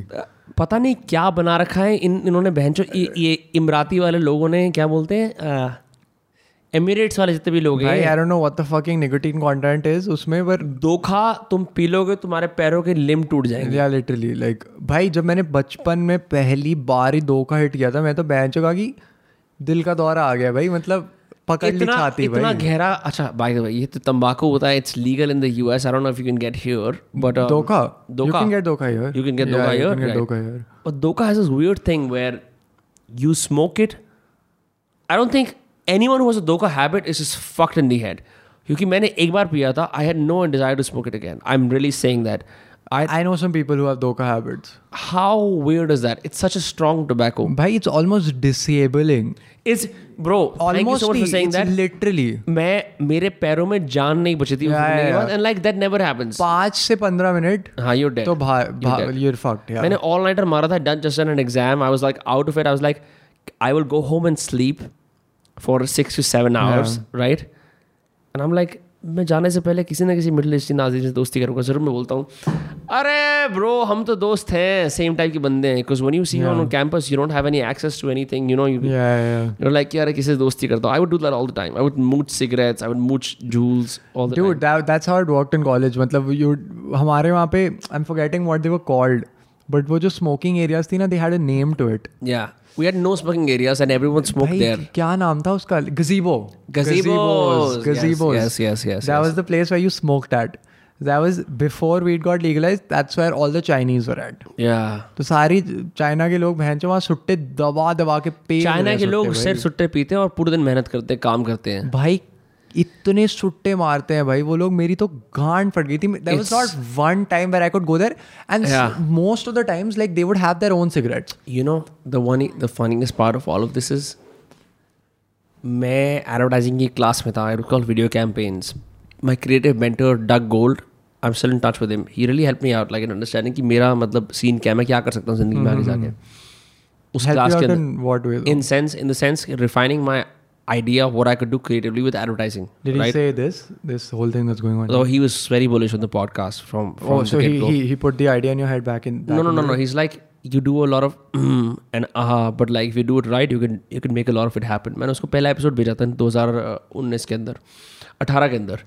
Speaker 3: पता नहीं क्या बना रखा है इन इन्होंने बहनचो ये, ये इमराती वाले लोगों ने क्या बोलते हैं एमिरेट्स वाले जितने भी लोग
Speaker 2: भाई
Speaker 3: हैं
Speaker 2: I don't know what the fucking nicotine content is उसमें पर
Speaker 3: धोखा तुम पी लोगे तुम्हारे पैरों के लिम टूट जाएंगे
Speaker 2: या लिटरली लाइक भाई जब मैंने बचपन में पहली बार ही दो का हिट किया था मैं तो बहन चुका कि दिल का दौरा आ गया भाई मतलब पकड़ ली
Speaker 3: इतना
Speaker 2: छाती
Speaker 3: इतना
Speaker 2: भाई
Speaker 3: गहरा अच्छा बाय द वे ये तो तंबाकू होता है it's legal in the US I don't know if you can get here but
Speaker 2: um, धोखा यू
Speaker 3: धोखा
Speaker 2: कैन गेट धोखा यार
Speaker 3: You can get dhokha here,
Speaker 2: you can
Speaker 3: right.
Speaker 2: Get धोखा यार
Speaker 3: But Doka has this weird thing where you smoke it. I don't think anyone who has a Doka habit is just fucked in the head. क्योंकि मैंने एक बार पिया था I had no desire to smoke it again I am really saying that I
Speaker 2: I know some people who have धोखा habits
Speaker 3: how weird is that it's such a strong tobacco
Speaker 2: भाई it's almost disabling
Speaker 3: is bro thank you
Speaker 2: almost
Speaker 3: so much for saying that
Speaker 2: literally
Speaker 3: मैं मेरे पैरों में जान नहीं बची थी
Speaker 2: Yeah, yeah,
Speaker 3: and like that never happens
Speaker 2: पाँच से पंद्रह मिनट
Speaker 3: हाँ यू डेड
Speaker 2: तो भा, भा,
Speaker 3: dead.
Speaker 2: you're fucked यार
Speaker 3: मैंने ऑल नाइटर मारा था done just an exam I was like out of it I was like I will go home and sleep for six to seven hours right and I am like मैं जाने से पहले किसी ना किसी middle east Nazi से दोस्ती करूंगा जरूर मैं बोलता हूँ अरे ब्रो हम तो दोस्त हैं सेम टाइप के बंदे हैं because one you see on campus you don't have any access to any thing you know you
Speaker 2: yeah yeah
Speaker 3: You're like, yeah, किसी से दोस्ती करता हूँ I would do that all the time I would mooch cigarettes I would mooch Juuls all the
Speaker 2: Dude, that, that's how it worked in college. मतलब you हमारे वहाँ पे I'm forgetting what they were called, but वो जो smoking areas थी ना they had a name to it.
Speaker 3: Yeah we had no smoking areas and everyone smoke
Speaker 2: भाई
Speaker 3: there
Speaker 2: क्या नाम था उसका? Gazebo.
Speaker 3: Gazebos.
Speaker 2: Gazebos. Gazebos.
Speaker 3: Yes, yes, yes, yes,
Speaker 2: That
Speaker 3: yes.
Speaker 2: was the place where you smoked at. That was before weed got legalized. That's where all the Chinese were at.
Speaker 3: yeah
Speaker 2: तो सारी China के लोग भैंचो वहाँ सुट्टे दबा दबा के पे
Speaker 3: चाइना के लोग सिर्फ सुट्टे पीते हैं और पूरे दिन मेहनत करते हैं काम करते हैं
Speaker 2: भाई इतने सुट्टे मारते हैं भाई वो लोग मेरी तो गांड फट गई थी there was not one time where I could go there and
Speaker 3: Yeah.
Speaker 2: Most of the times like they would have their own cigarettes
Speaker 3: you know the one the funniest part of all of this is मैं advertising की class में था I call video campaigns my creative mentor Doug Gold I am still in touch with him he really help me out like in understanding कि मेरा मतलब scene क्या है, मैं क्या कर सकता हूँ जिंदगी में आगे जाके
Speaker 2: Mm-hmm.
Speaker 3: उस क्लास के अंदर
Speaker 2: in what way
Speaker 3: in sense in the sense refining my idea what I could do creatively with advertising
Speaker 2: did he say this this whole thing that's going on
Speaker 3: So he was very bullish on the podcast from, from
Speaker 2: Oh,
Speaker 3: the
Speaker 2: so he,
Speaker 3: get-go.
Speaker 2: he he put the idea in your head back in.
Speaker 3: no
Speaker 2: back
Speaker 3: no
Speaker 2: in
Speaker 3: no
Speaker 2: the-
Speaker 3: no he's like you do a lot of mm, and aha but like if you do it right you can you can make a lot of it happen मैंने उसको पहला episode भेजा था 2019 के अंदर 18 के अंदर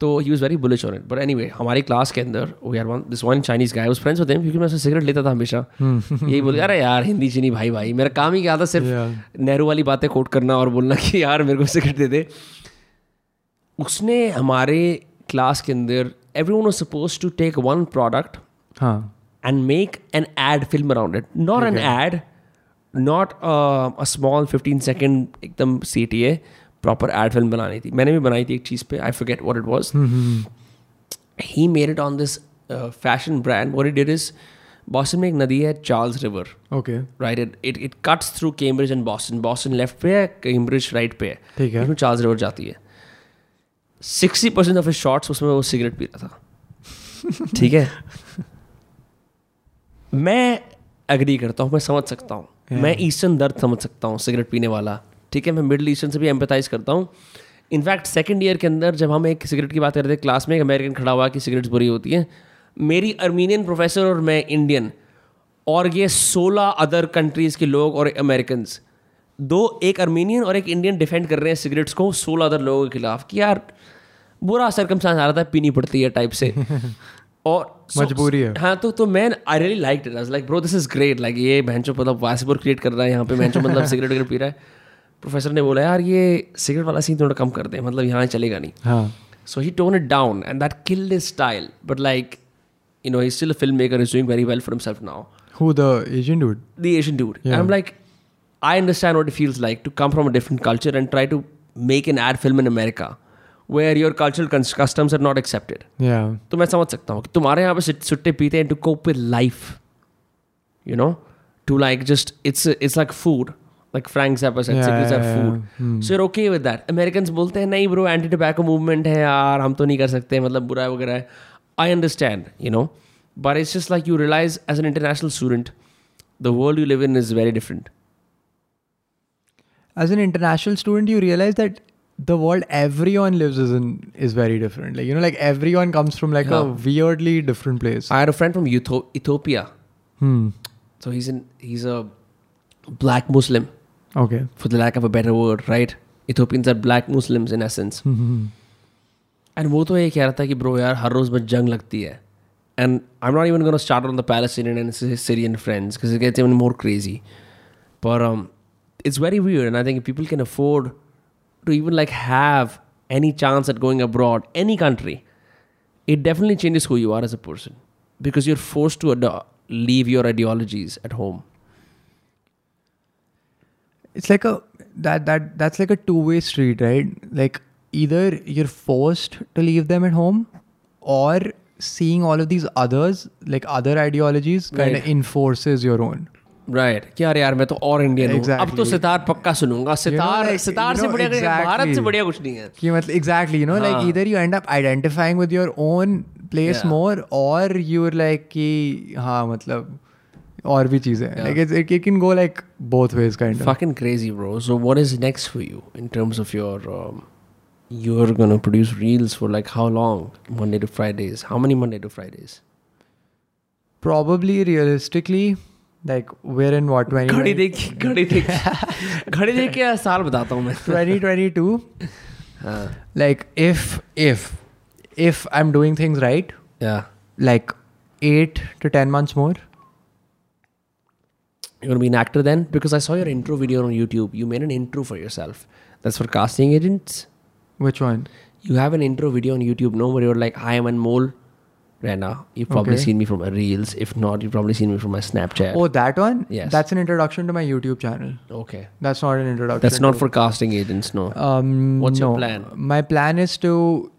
Speaker 3: तो he was very bullish on it but any way हमारी क्लास के अंदर we are one this one Chinese guy was friends होते हैं क्योंकि मैं उससे सिगरेट लेता था हमेशा यही बोल अरे यार हिंदी चीनी भाई भाई मेरा काम ही क्या था
Speaker 2: Yeah.
Speaker 3: सिर्फ नेहरू वाली बातें कोट करना और बोलना कि यार मेरे को सिगरेट दे दे उसने हमारे क्लास के अंदर every one suppose to take one product
Speaker 2: हाँ.
Speaker 3: and make an ad film around it. Not an ad, not uh, a small 15 second एकदम CTA proper ad film बनानी थी मैंने भी बनाई थी एक चीज़ पे I forget what it was. He made it on this uh, fashion brand. What he did is Boston में एक नदी है Charles river
Speaker 2: Okay.
Speaker 3: Right it it it cuts through Cambridge and Boston Boston left पे है Cambridge right पे है
Speaker 2: ठीक है।
Speaker 3: इसमें चार्ल्स रिवर जाती है सिक्सटी परसेंट ऑफ शॉर्ट्स उसमें वो सिगरेट पी रहा था ठीक है मैं एग्री करता हूँ मैं समझ सकता हूँ मैं ईस्टर्न दर्द समझ सकता हूँ सिगरेट पीने वाला ठीक है मैं मिडिल ईस्टर्न से भी एम्पथाइज करता हूँ इनफैक्ट सेकेंड ईयर के अंदर जब हम एक सिगरेट की बात कर रहे थे क्लास में एक अमेरिकन खड़ा हुआ कि सिगरेट्स बुरी होती हैं मेरी अर्मीनियन प्रोफेसर और मैं इंडियन और ये सोलह अदर कंट्रीज़ के लोग और अमेरिकन दो एक अर्मीनियन और एक इंडियन डिफेंड कर रहे हैं सिगरेट्स को सोलह अदर लोगों के खिलाफ कि यार बुरा सरकमस्टांस आ रहा था पीनी पड़ती है टाइप से और so-
Speaker 2: मजबूरी है।
Speaker 3: हाँ तो तो man I really like it like bro this is great like ये बहनचो मतलब वासीपुर क्रिएट कर रहा है यहाँ पे बहनचो मतलब सिगरेट वगैरह पी रहा है प्रोफेसर ने बोला यार ये सिगरेट वाला सीन थोड़ा कम कर दे मतलब यहाँ चलेगा नहीं
Speaker 2: हाँ
Speaker 3: So he toned it down, and that killed his style. But like, you know, he's still a filmmaker. He's doing very well for himself now.
Speaker 2: Who the Asian dude?
Speaker 3: The Asian dude. And
Speaker 2: Yeah.
Speaker 3: I'm like, I understand what it feels like to come from a different culture and try to make an ad film in America, where your cultural cus- customs are not accepted.
Speaker 2: Yeah.
Speaker 3: तो मैं समझ सकता हूँ कि तुम्हारे यहाँ पे seat- सुट्टे पीते हैं to cope with life you know to like just it's it's like food like Frank Zappa said
Speaker 2: Yeah,
Speaker 3: cigarettes are
Speaker 2: yeah, Hmm. yeah.
Speaker 3: Food so you okay with that Americans बोलते हैं नहीं bro anti tobacco movement है यार हम तो नहीं कर सकते मतलब बुरा है वगैरह है I understand you know but it's just like you realize as an international student the world you live in is very different
Speaker 2: As an international student, you realize that the world everyone lives is in is very different. Like you know, like everyone comes from like a
Speaker 3: Yeah.
Speaker 2: weirdly different place.
Speaker 3: I had a friend from Utho- Ethiopia.
Speaker 2: Hmm.
Speaker 3: So he's in he's a black Muslim.
Speaker 2: Okay.
Speaker 3: for the lack of a better word, right? Ethiopians are black Muslims in essence. And वो तो ये कह रहा था कि bro यार हर रोज बस जंग लगती है and I am not even gonna start on the Palestinian and Syrian friends because it gets even more crazy पर it's very weird and I think people can afford to even like have any chance at going abroad any country it definitely changes who you are as a person because you're forced to ado- leave your ideologies at home.
Speaker 2: it's like a that that that's like a two way street right like either you're forced to leave them at home or seeing all of these others like other ideologies kind of
Speaker 3: Right.
Speaker 2: enforces your own
Speaker 3: right क्या यार यार मैं तो और Indian हूँ अब तो
Speaker 2: Exactly.
Speaker 3: Sitar पक्का सुनूंगा सितार
Speaker 2: like,
Speaker 3: सितार
Speaker 2: you
Speaker 3: से
Speaker 2: know,
Speaker 3: बढ़िया कुछ-
Speaker 2: exactly.
Speaker 3: भारत से बढ़िया कुछ नहीं है
Speaker 2: कि मतलब- exactly you know like
Speaker 3: हाँ.
Speaker 2: either you end up identifying with your own place
Speaker 3: Yeah.
Speaker 2: more or you're like कि हाँ मतलब और भी चीजें
Speaker 3: Yeah.
Speaker 2: like it's, it, it can go like both ways kind of
Speaker 3: fucking crazy bro so what is next for you in terms of your um, you're gonna produce reels for like how long monday to fridays how many monday to fridays
Speaker 2: probably realistically like we're in what 20
Speaker 3: घड़ी देखी घड़ी देखी घड़ी देख के साल बताता हूँ मैं
Speaker 2: 2022
Speaker 3: हाँ,
Speaker 2: like if if if i'm doing things right
Speaker 3: yeah
Speaker 2: like 8 to 10 months more
Speaker 3: you're gonna be an actor then because i saw your intro video on youtube you made an intro for yourself that's for casting agents
Speaker 2: which one
Speaker 3: you have an intro video on YouTube, no, where you're like, I am Anmol Rana. You've probably
Speaker 2: Okay.
Speaker 3: seen me from my reels. If not, you've probably seen me from my Snapchat.
Speaker 2: oh that one
Speaker 3: Yes.
Speaker 2: that's an introduction to my youtube channel
Speaker 3: okay.
Speaker 2: that's not an introduction
Speaker 3: That's not for casting agents, no.
Speaker 2: um
Speaker 3: What's your
Speaker 2: no.
Speaker 3: plan?
Speaker 2: my plan is to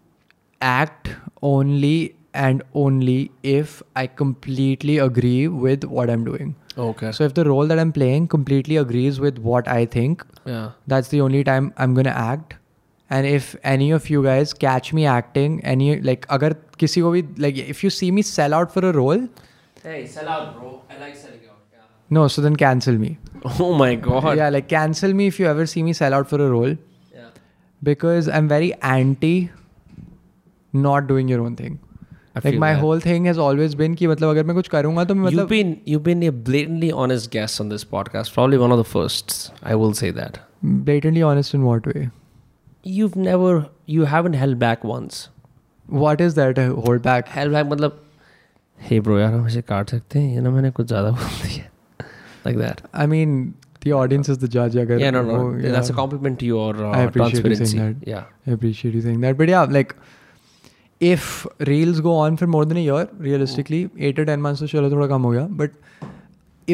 Speaker 2: act only and only if i completely agree with what i'm doing
Speaker 3: Oh, okay.
Speaker 2: so if the role that i'm playing completely agrees with what i think
Speaker 3: yeah.
Speaker 2: that's the only time i'm gonna act and if any of you guys catch me acting any like agar kisi ko bhi like if you see me sell out for a role
Speaker 3: Hey, sell out, bro. I like selling out.
Speaker 2: no so then cancel me
Speaker 3: Oh my god.
Speaker 2: yeah like cancel me if you ever see me sell out for a role
Speaker 3: Yeah.
Speaker 2: because i'm very anti not doing your own thing
Speaker 3: I
Speaker 2: like
Speaker 3: feel
Speaker 2: my
Speaker 3: that.
Speaker 2: whole thing has always been कि मतलब अगर मैं कुछ करूंगा तो मैं
Speaker 3: You've
Speaker 2: मतलब
Speaker 3: been you've been a blatantly honest guest on this podcast. Probably one of the firsts. I will say that.
Speaker 2: blatantly honest in what way
Speaker 3: You've never you haven't held back once.
Speaker 2: what is that I hold back
Speaker 3: help back मतलब hey bro यार हम इसे काट सकते हैं ये ना मैंने कुछ ज्यादा बोल दिया like that
Speaker 2: I mean the audience is the judge अगर
Speaker 3: yeah no no
Speaker 2: वो- yeah.
Speaker 3: that's a compliment to your uh,
Speaker 2: I appreciate you saying
Speaker 3: transparency
Speaker 2: that.
Speaker 3: yeah
Speaker 2: I appreciate you saying that. But yeah, like if reels go on for more than a year, realistically, eight or ten months तो चलो थोड़ा कम हो गया but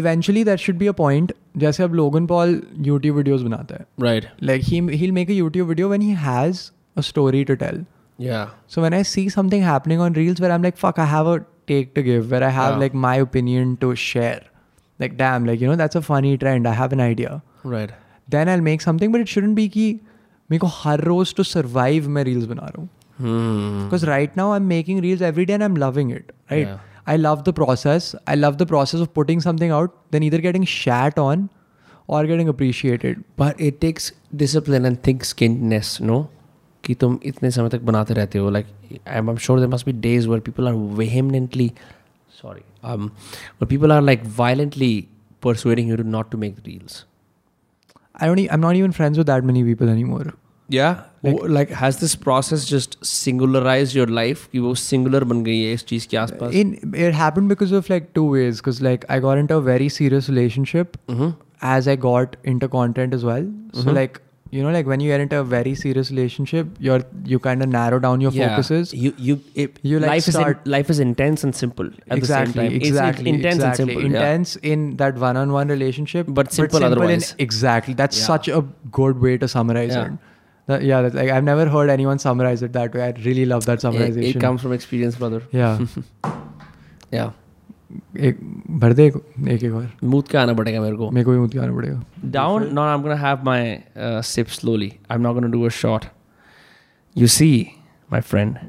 Speaker 2: eventually there should be a point जैसे अब Logan Paul YouTube videos बनाता है
Speaker 3: right
Speaker 2: like he he'll make a YouTube video when he has a story to tell
Speaker 3: yeah
Speaker 2: So when I see something happening on Reels where I'm like, fuck, I have a take to give, where I have
Speaker 3: Yeah.
Speaker 2: like my opinion to share. Like, damn, like, you know, that's a funny trend. I have an idea.
Speaker 3: right
Speaker 2: Then I'll make something, but it shouldn't be कि मेरे को हर रोज to survive मैं reels बना रहा हूँ
Speaker 3: hmm
Speaker 2: because right now I am making reels every day and I am loving it right
Speaker 3: Yeah.
Speaker 2: I love the process I love the process of putting something out then इधर getting shat on और getting appreciated
Speaker 3: but it takes discipline and thick skinnedness no कि तुम इतने समय तक बनाते रहते हो like I am sure there must be days where people are vehemently sorry where people are like violently persuading you to not to make reels
Speaker 2: I don't I am not even friends with that many people any more
Speaker 3: yeah like, like has this process just singularized your life कि वो singular बन गई है इस चीज के आसपास
Speaker 2: in it happened because of like two ways because like i got into a very serious relationship as I got into content as well. So like you know like when you get into a very serious relationship, you're you kind of narrow down your focuses.
Speaker 3: You you it,
Speaker 2: You, like,
Speaker 3: life is
Speaker 2: start-
Speaker 3: in, life is intense and simple at the
Speaker 2: exactly,
Speaker 3: same time. It's in-
Speaker 2: exactly,
Speaker 3: intense
Speaker 2: exactly.
Speaker 3: and simple. yeah.
Speaker 2: Intense in that one-on-one relationship,
Speaker 3: But simple otherwise.
Speaker 2: In, exactly. That's
Speaker 3: Yeah.
Speaker 2: such a good way to summarize
Speaker 3: Yeah.
Speaker 2: it. That- yeah, that's like I've never heard anyone summarize it that way. I really love that
Speaker 3: It,
Speaker 2: summarization.
Speaker 3: it comes from experience, brother.
Speaker 2: yeah,
Speaker 3: Yeah,
Speaker 2: एक भर दे एक एक एक और
Speaker 3: मूत का आना पड़ेगा मेरे को.
Speaker 2: मेरे को भी मुझे गाना पड़ेगा
Speaker 3: Down. No, I'm gonna have my uh, sip slowly. I'm not gonna do a shot. You see, my friend,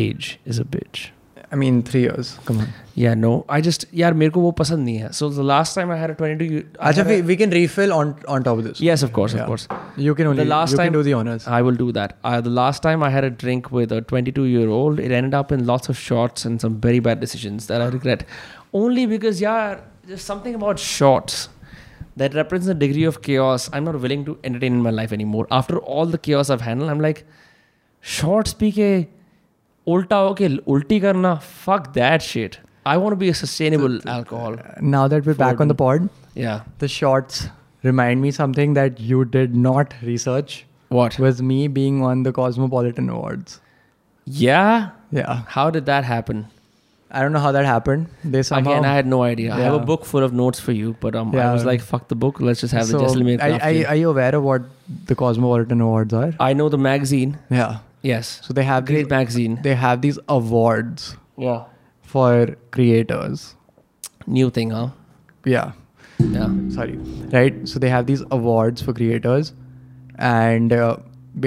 Speaker 3: age is a bitch.
Speaker 2: I mean three years come on
Speaker 3: Yeah, no, I just यार मेरे को वो पसंद नहीं है. So the last time I had a 22. you- I
Speaker 2: अच्छा
Speaker 3: had a-
Speaker 2: we can refill on on top of this
Speaker 3: Yes, of course, of
Speaker 2: Yeah.
Speaker 3: course.
Speaker 2: You can only
Speaker 3: the last
Speaker 2: you
Speaker 3: time
Speaker 2: can do the honours
Speaker 3: I will do that. Uh, the last time I had a drink with a 22 year old, it ended up in lots of shots and some very bad decisions that I regret. Only because, yeah, there's something about shots that represents a degree of chaos I'm not willing to entertain in my life anymore. After all the chaos I've handled, I'm like, shots PK, ulta okay, ulti karna, fuck that shit. I want to be a sustainable alcohol.
Speaker 2: Now that we back on the pod
Speaker 3: Yeah.
Speaker 2: The shorts remind me something that you did not research
Speaker 3: What?
Speaker 2: Was me being on the Cosmopolitan awards
Speaker 3: Yeah.
Speaker 2: Yeah
Speaker 3: How did that happen?
Speaker 2: I don't know how that happened they
Speaker 3: Again, I
Speaker 2: somehow
Speaker 3: had no idea. I have a
Speaker 2: Yeah.
Speaker 3: book full of notes for you, but um, I
Speaker 2: Yeah.
Speaker 3: was like, fuck the book. Let's just have
Speaker 2: So,
Speaker 3: the Jaisalmer
Speaker 2: I,
Speaker 3: Craft.
Speaker 2: I,
Speaker 3: I,
Speaker 2: are you aware of what the Cosmopolitan Awards are?
Speaker 3: I know the magazine.
Speaker 2: Yeah.
Speaker 3: Yes.
Speaker 2: So they have
Speaker 3: Great
Speaker 2: the,
Speaker 3: magazine.
Speaker 2: they have these awards
Speaker 3: Yeah.
Speaker 2: for creators.
Speaker 3: New thing, huh?
Speaker 2: Yeah.
Speaker 3: Yeah.
Speaker 2: sorry right so they have these awards for creators and uh,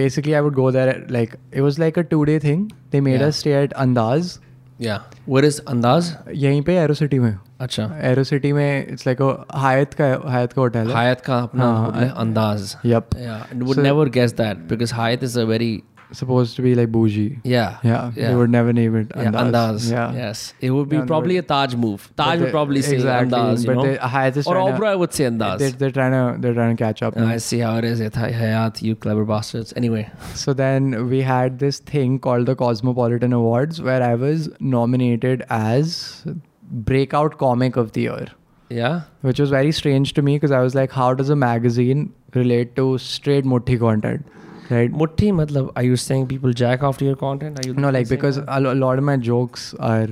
Speaker 2: basically i would go there at, like it was like a two day thing they made
Speaker 3: Yeah.
Speaker 2: us stay at andaz
Speaker 3: Yeah. Where is Andaz?
Speaker 2: यहीं पे arrow city में
Speaker 3: Acha.
Speaker 2: Arrow city में it's like Hyatt का Hyatt का hotel है
Speaker 3: Hayat ka apna
Speaker 2: हाँ,
Speaker 3: hotel hai, Andaz.
Speaker 2: Yup
Speaker 3: Yeah. And would
Speaker 2: Uh, So-
Speaker 3: never guess that because Hayat is a very.
Speaker 2: Suppose to be like बूजी
Speaker 3: Yeah.
Speaker 2: Yeah they would never name it
Speaker 3: Yeah, Andaz.
Speaker 2: Andaz yeah
Speaker 3: Yes. It would be
Speaker 2: Yeah, but-
Speaker 3: probably a Taj move. Taj
Speaker 2: But
Speaker 3: would
Speaker 2: they-
Speaker 3: probably say
Speaker 2: exactly,
Speaker 3: Andaz, you
Speaker 2: but
Speaker 3: know?
Speaker 2: they- uh, Hayat is
Speaker 3: or
Speaker 2: trying to-
Speaker 3: Oprah would say Andaz. Uh,
Speaker 2: They, they're trying to they're trying to catch up.
Speaker 3: I see how it is. It- Hayat, you clever bastards. Anyway.
Speaker 2: So then we had this thing called the Cosmopolitan Awards where I was nominated as breakout comic of the year.
Speaker 3: Yeah.
Speaker 2: which was very strange to me because I was like, how does a magazine relate to straight mutti content, right?
Speaker 3: Mutti, matlab, are you saying people jack off to your content? Are you
Speaker 2: No, like
Speaker 3: saying
Speaker 2: because
Speaker 3: that?
Speaker 2: a, lo- a lot of my jokes are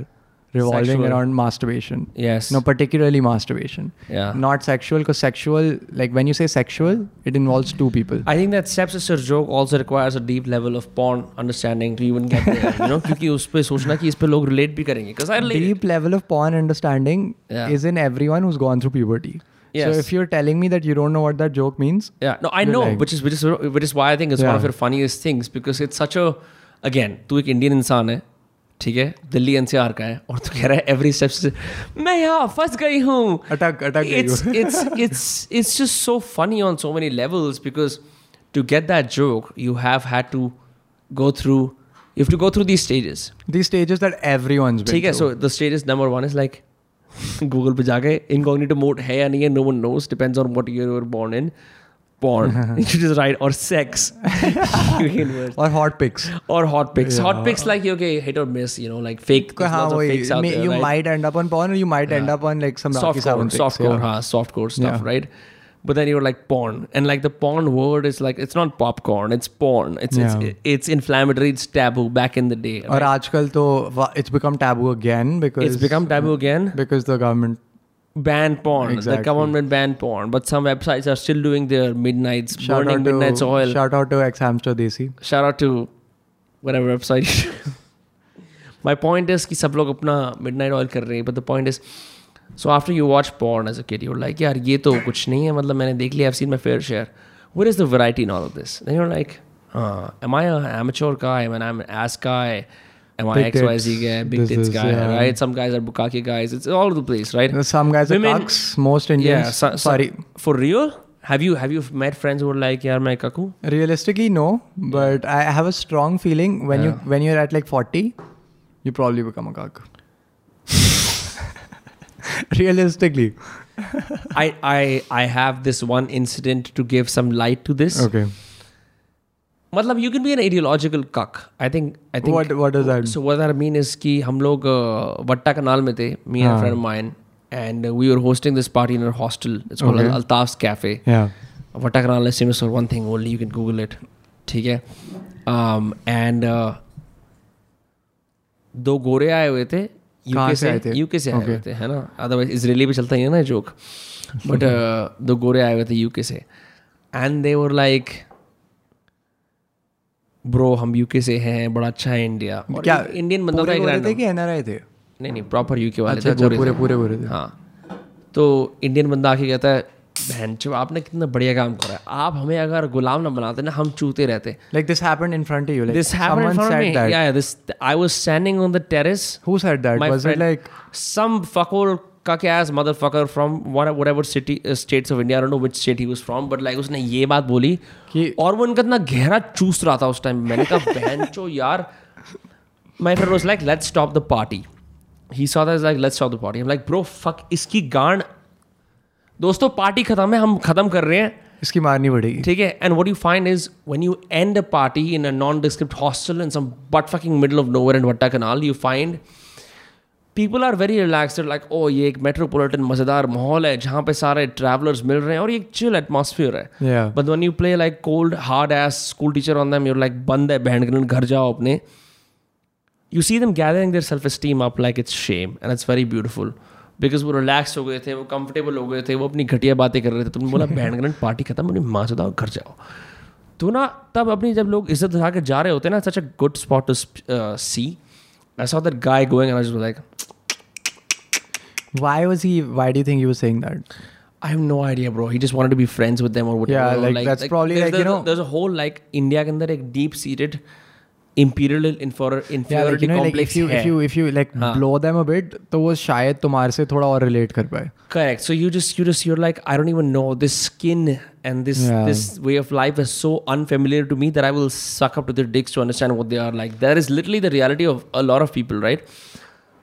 Speaker 2: revolving
Speaker 3: Sexual.
Speaker 2: around masturbation.
Speaker 3: yes,
Speaker 2: No, particularly masturbation.
Speaker 3: yeah.
Speaker 2: Not sexual, because sexual, like when you say sexual, it involves two people.
Speaker 3: I think that stepsister joke also requires a deep level of porn understanding to even get there. you know, क्योंकि उस पे सोचना कि इस पे लोग relate भी करेंगे. Because I relate.
Speaker 2: Deep level of porn understanding
Speaker 3: Yeah.
Speaker 2: is in everyone who's gone through puberty.
Speaker 3: Yes.
Speaker 2: So if you're telling me that you don't know what that joke means,
Speaker 3: Yeah, no, I
Speaker 2: You're
Speaker 3: know,
Speaker 2: like-
Speaker 3: which is which is which is why I think it's one
Speaker 2: Yeah.
Speaker 3: of your funniest things because it's such a again, तू एक Indian इंसान है ठीक है Delhi NCR का है और तू कह रहा है एवरी स्टेप मैं यहाँ फंस गई हूँ
Speaker 2: अटक- अटक गई
Speaker 3: it's
Speaker 2: हूँ।
Speaker 3: it's it's it's just so funny on so many levels because to get that joke you have had to go through you have to go through these stages
Speaker 2: these stages that everyone's been
Speaker 3: ठीक है
Speaker 2: through.
Speaker 3: So the stage number one is like Google पे जाके incognito mode है या नहीं है no one knows depends on what year you were born in porn you just write or sex You can work.
Speaker 2: or hot pics.
Speaker 3: or hot pics hot pics like okay hit or miss you know like fake there's
Speaker 2: हाँ
Speaker 3: lots of
Speaker 2: वही
Speaker 3: fakes out
Speaker 2: may-
Speaker 3: there,
Speaker 2: you
Speaker 3: right?
Speaker 2: might end up on porn or you might end up on like some Rocky
Speaker 3: softcore,
Speaker 2: Seven things,
Speaker 3: softcore,
Speaker 2: yeah.
Speaker 3: huh? softcore stuff,
Speaker 2: Yeah.
Speaker 3: right? But then you're like porn, and like the porn word is like it's not popcorn, it's porn. It's
Speaker 2: Yeah.
Speaker 3: it's, it's inflammatory, it's taboo. Back in the day,
Speaker 2: और
Speaker 3: right?
Speaker 2: आजकल तो वा- it's become taboo again because
Speaker 3: it's become taboo again.
Speaker 2: because the government
Speaker 3: Ban porn. The
Speaker 2: Exactly.
Speaker 3: government banned porn, but some websites are still doing their midnights,
Speaker 2: shout
Speaker 3: burning
Speaker 2: out to
Speaker 3: midnights oil.
Speaker 2: shout out to ex hamster desi
Speaker 3: Shout out to whatever website. My point is कि सब लोग अपना midnight oil कर रहे हैं but the point is so after you watch porn as a kid you're like यार ये तो कुछ नहीं है मतलब मैंने देख लिया I've seen my fair share what is the variety in all of this then you're like uh, am I an amateur guy am I an ass guy am I
Speaker 2: Big
Speaker 3: XYZ
Speaker 2: tits.
Speaker 3: guy big
Speaker 2: This
Speaker 3: tits
Speaker 2: is-
Speaker 3: guy
Speaker 2: yeah.
Speaker 3: right some guys are bukaki guys it's all over the place right
Speaker 2: some guys are
Speaker 3: Women-
Speaker 2: cucks most Indians
Speaker 3: yeah so, so,
Speaker 2: sorry
Speaker 3: for real have you have you met friends who are like यार मैं काकू
Speaker 2: realistically no but I have a strong feeling when you when you're at like 40 you probably become a cuck realistically
Speaker 3: I, I I have this one incident to give some light to this.
Speaker 2: okay
Speaker 3: मतलब you can be an ideological cuck. I think I think
Speaker 2: what what does that
Speaker 3: so what I mean is कि हम लोग uh, वट्टा कनाल में थे me and a
Speaker 2: हाँ.
Speaker 3: friend of mine
Speaker 1: and uh, we were hosting this party in our hostel. It's called
Speaker 2: Okay.
Speaker 1: Al- Altaf's Cafe.
Speaker 2: Yeah.
Speaker 1: Vatakarana is famous for one thing only. You can Google it. ठीक है um, and uh, दो गोरे आए हुए थे
Speaker 2: कहाँ
Speaker 1: UK
Speaker 2: से
Speaker 1: से
Speaker 2: आए थे?
Speaker 1: यूके से आए हुए
Speaker 2: Okay.
Speaker 1: थे है ना अदरवाइज इसराइली पे चलता ही है ना जोक बट
Speaker 3: uh,
Speaker 1: uh, दो गोरे आए हुए थे यूके से and they were like bro हम यूके से हैं बड़ा अच्छा है इंडिया और
Speaker 2: हाँ, क्या
Speaker 1: एक इंडियन बंदा था
Speaker 2: पूरे
Speaker 1: एक
Speaker 2: गोरे थे
Speaker 1: random-
Speaker 2: कि एनआरआई थे
Speaker 1: नहीं नहीं प्रॉपर यूके वाले
Speaker 2: अच्छा
Speaker 1: थे
Speaker 2: अच्छा
Speaker 1: गोरे
Speaker 2: पूरे
Speaker 1: थे।
Speaker 2: पूरे गोरे थे
Speaker 1: हाँ तो इंडियन बंदा आके कहता है बहन चो आपने कितना बढ़िया काम करा है आप हमें अगर गुलाम ना बनाते ना हम चूते रहते
Speaker 2: Like this happened in front of you. Like
Speaker 1: this happened
Speaker 2: someone
Speaker 1: for
Speaker 2: said
Speaker 1: me
Speaker 2: that.
Speaker 1: Yeah this I was standing on the terrace
Speaker 2: Who said that?
Speaker 1: My
Speaker 2: was
Speaker 1: friend-
Speaker 2: it like
Speaker 1: some fucker cuck ass motherfucker from one whatever city uh, states of India I don't know which state he was from but like उसने ये बात बोली
Speaker 2: कि-
Speaker 1: और वो उनका इतना गहरा चूस रहा था उस टाइम मैंने कहा बहनचो यार my friend was like let's stop the party he saw that he's like let's stop the party I'm like bro fuck इसकी गांड दोस्तों पार्टी खत्म है हम खत्म कर रहे हैं
Speaker 2: इसकी मारनी पड़ेगी?
Speaker 1: ठीक है and what you find is when you end a party in a nondescript hostel in some butt fucking middle of nowhere in Vattakanal, you find people are very relaxed. They're like, oh, ये एक metropolitan मजेदार माहौल है जहाँ पे सारे travellers मिल रहे हैं और ये एक चिल एटमोसफियर है
Speaker 2: Yeah.
Speaker 1: But when you play like cold hard ass school teacher on them you're like बंद है बहन के घर जाओ अपने you see them gathering their self esteem up like it's shame and it's very beautiful because वो relaxed हो गए थे वो comfortable हो गए थे वो अपनी घटिया बातें कर रहे थे तुमने बोला बैंड ग्रैंड पार्टी खत्म अपनी माँ से दाओ घर जाओ तो ना तब अपनी जब लोग इज्जत उठा के जा रहे होते हैं ना such a good spot to see I uh, saw that guy going and I was just like
Speaker 2: Why was he? Why do you think he was saying that?
Speaker 1: I have no idea bro he just wanted to be friends with them or whatever
Speaker 2: Yeah,
Speaker 1: or
Speaker 2: like, that's probably
Speaker 1: there's,
Speaker 2: like, you
Speaker 1: there's,
Speaker 2: know-
Speaker 1: there's a whole like India के अंदर एक deep seated imperial infer- inferiority
Speaker 2: Yeah, like, you know, like
Speaker 1: complex
Speaker 2: if you
Speaker 1: है
Speaker 2: if you if you like blow them a bit, तो वो शायद तुम्हारे से थोड़ा और relate कर पाए.
Speaker 1: correct so you just you just you're like i don't even know this skin and this
Speaker 2: Yeah.
Speaker 1: this way of life is so unfamiliar to me that i will suck up to their dicks to understand what they are like that is literally the reality of a lot of people right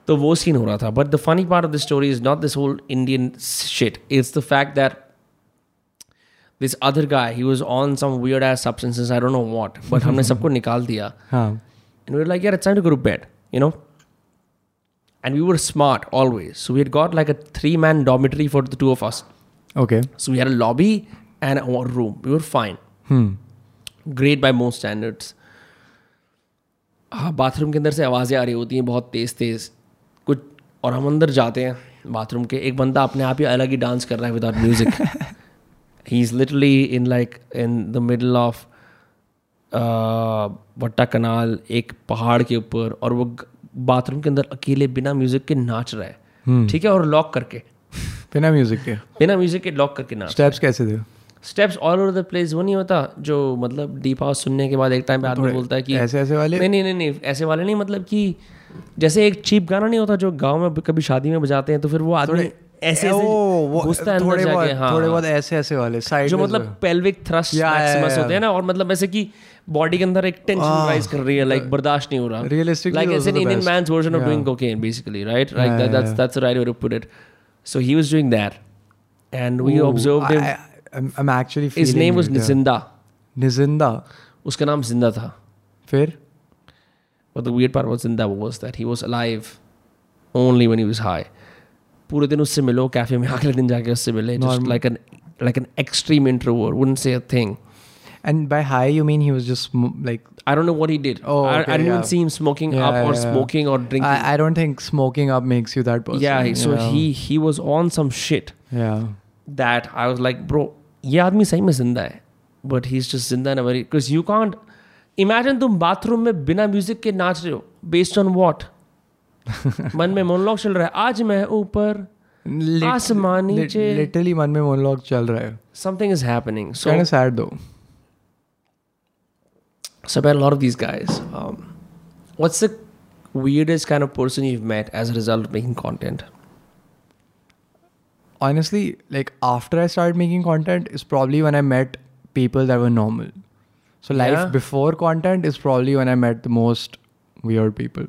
Speaker 1: तो वो scene हो रहा था but the funny part of the story is not this whole Indian shit it's the fact that this other guy he was on some weird ass substances I don't know what but हमने सबको निकाल दिया
Speaker 2: हाँ.
Speaker 1: And we were like, yeah, it's time to go to bed, you know? And we were smart always. So we had got like a three man dormitory for the two of us.
Speaker 2: Okay.
Speaker 1: So we had a lobby and our room. We were fine.
Speaker 2: Hmm.
Speaker 1: Great by most standards हाँ bathroom के अंदर से आवाज़ें आ रही होती हैं बहुत तेज़ तेज़ कुछ और हम अंदर जाते हैं बाथरूम के एक बंदा अपने आप ही अलग ही डांस कर रहा है without music he is literally in like in the middle of water canal एक पहाड़ के ऊपर और वो ग- बाथरूम के अंदर अकेले बिना म्यूजिक के नाच रहा है
Speaker 2: हम्म।
Speaker 1: ठीक है और लॉक करके
Speaker 2: बिना म्यूजिक के.
Speaker 1: बिना म्यूजिक के लॉक करके नाच
Speaker 2: Steps कैसे थे?
Speaker 1: Steps all over the place वो नहीं होता जो मतलब डीप हाउस सुनने के बाद एक टाइम पे आदमी बोलता है कि
Speaker 2: ऐसे ऐसे वाले.
Speaker 1: नहीं नहीं नहीं नहीं ऐसे वाले नहीं मतलब कि जैसे एक चीप गाना नहीं होता जो गांव में कभी शादी में बजाते हैं तो फिर वो आदमी ऐसे ऐसे
Speaker 2: ओ, वो
Speaker 1: घुसता है अंदर
Speaker 2: थोड़े
Speaker 1: जाके
Speaker 2: बहुत
Speaker 1: हाँ
Speaker 2: थोड़े बहुत ऐसे ऐसे वाले साइड
Speaker 1: जो मतलब pelvic thrust
Speaker 2: Yeah, yeah,
Speaker 1: Maximus
Speaker 2: yeah.
Speaker 1: होते हैं ना और मतलब ऐसे कि बॉडी के अंदर एक टेंशन राइज कर रही है लाइक बर्दाश्त नहीं हो रहा
Speaker 2: Ah, Realistically,
Speaker 1: like
Speaker 2: those
Speaker 1: it's
Speaker 2: are
Speaker 1: an
Speaker 2: the
Speaker 1: Indian
Speaker 2: best.
Speaker 1: man's version of
Speaker 2: Yeah.
Speaker 1: doing cocaine basically right like
Speaker 2: Yeah,
Speaker 1: that,
Speaker 2: yeah,
Speaker 1: that's
Speaker 2: yeah.
Speaker 1: that's the right way to put it so he was doing that and we observed him
Speaker 2: I'm, I'm actually feeling
Speaker 1: his name was
Speaker 2: it, yeah.
Speaker 1: Nizinda
Speaker 2: Nijinda
Speaker 1: उसका नाम जिंदा था
Speaker 2: फिर
Speaker 1: But the weird part was in that was that he was alive only when he was high. पूरे दिन उससे मिलो cafe में अगले दिन जाके उससे मिले just
Speaker 2: Normal.
Speaker 1: Like an like an extreme introvert wouldn't say a thing
Speaker 2: and by high you mean he was just like
Speaker 1: I don't know what he did
Speaker 2: Oh,
Speaker 1: I
Speaker 2: okay,
Speaker 1: didn't even
Speaker 2: yeah.
Speaker 1: See him smoking
Speaker 2: Yeah,
Speaker 1: up और
Speaker 2: yeah, yeah.
Speaker 1: Smoking और
Speaker 2: I,
Speaker 1: drinking
Speaker 2: I don't think smoking up makes you that person.
Speaker 1: Yeah so
Speaker 2: you know?
Speaker 1: He he was on some shit
Speaker 2: Yeah.
Speaker 1: That I was like bro ये आदमी सही में जिंदा है but he is just जिंदा in a very because you can't imagine तुम bathroom में बिना म्यूजिक के नाच रहे हो बेस्ड ऑन वॉट मन में मोनोलॉग चल रहा है आज मैं ऊपर
Speaker 2: Lit-
Speaker 1: आसमान
Speaker 2: lit-
Speaker 1: नीचे।
Speaker 2: literally मन में monologue चल रहा है.
Speaker 1: something is happening. So,
Speaker 2: Kind of sad though.
Speaker 1: so about a lot of these guys, um, what's the weirdest kind of person you've met as a result of making content?
Speaker 2: honestly, like after I started making content is probably when I met people that were normal. So life
Speaker 1: Yeah.
Speaker 2: before content is probably when I met the most weird people.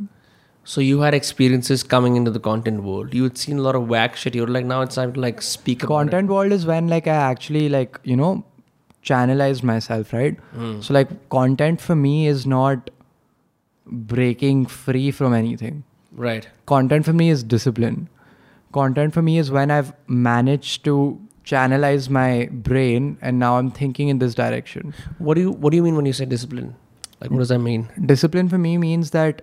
Speaker 1: So you had experiences coming into the content world. You had seen a lot of whack shit. You're like, now it's time to like speak about it.
Speaker 2: Content world is when like I actually like, you know, channelized myself, right? So like content for me is not breaking free from anything.
Speaker 1: Right.
Speaker 2: Content for me is discipline. content for me is when I've managed to channelize my brain and now I'm thinking in this direction.
Speaker 3: What do you What do you mean when you say discipline? Like, what does that mean?
Speaker 2: Discipline for me means that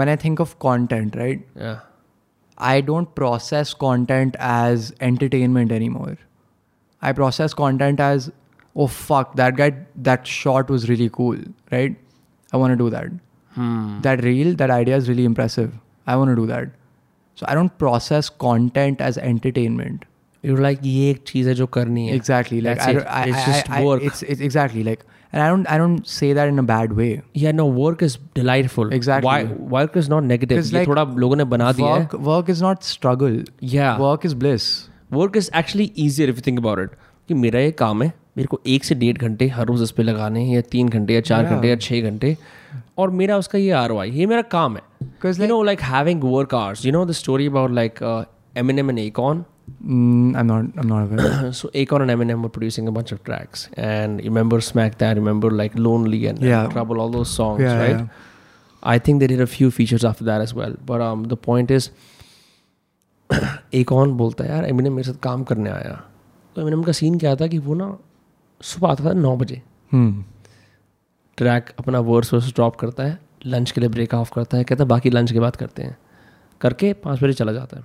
Speaker 2: when I think of content, right,
Speaker 3: Yeah.
Speaker 2: I don't process content as entertainment anymore. I process content as, oh fuck, that guy, that shot was really cool, right? I want to do that.
Speaker 3: Hmm.
Speaker 2: That reel, that idea is really impressive. I want to do that. So I don't process content as entertainment.
Speaker 3: You're like, ये एक चीज है जो करनी है.
Speaker 2: Exactly. Like
Speaker 3: That's
Speaker 2: I,
Speaker 3: it.
Speaker 2: don't- I,
Speaker 3: it's
Speaker 2: I,
Speaker 3: just
Speaker 2: I, I-
Speaker 3: work.
Speaker 2: It's, it's exactly like, and I don't, I don't say that in a bad way.
Speaker 3: yeah, no, work is delightful.
Speaker 2: Exactly.
Speaker 3: Why work is not negative.
Speaker 2: 'Cause
Speaker 3: ये
Speaker 2: like,
Speaker 3: थोड़ा लोगों ने बना दिया है.
Speaker 2: Work, work is not struggle.
Speaker 3: Yeah.
Speaker 2: Work is bliss.
Speaker 3: Work is actually easier if you think about it कि मेरा ये काम है मेरे को एक से डेढ़ घंटे हर रोज इस पे लगाने हैं या तीन घंटे या चार घंटे या छः घंटे और मेरा उसका ये आर ये मेरा काम है
Speaker 2: 'Cause
Speaker 3: you know like having work hours you know the story about like Eminem and Akon
Speaker 2: Mm, I'm not, I'm not aware.
Speaker 3: so Akon and Eminem were producing a bunch of tracks, and you remember Smack That, remember like Lonely and, and
Speaker 2: Yeah.
Speaker 3: Trouble, all those songs,
Speaker 2: Yeah,
Speaker 3: right?
Speaker 2: yeah.
Speaker 3: I think they did a few features after that as well. But um, the point is, Akon बोलता है यार Eminem मेरे साथ काम करने आया तो Eminem का सीन क्या था कि वो ना सुबह आता था नौ बजे
Speaker 2: Hmm.
Speaker 3: ट्रैक अपना वर्स वर्स ड्रॉप करता है लंच के लिए ब्रेक ऑफ करता है कहता है बाकी लंच के बाद करते हैं करके पाँच बजे चला जाता है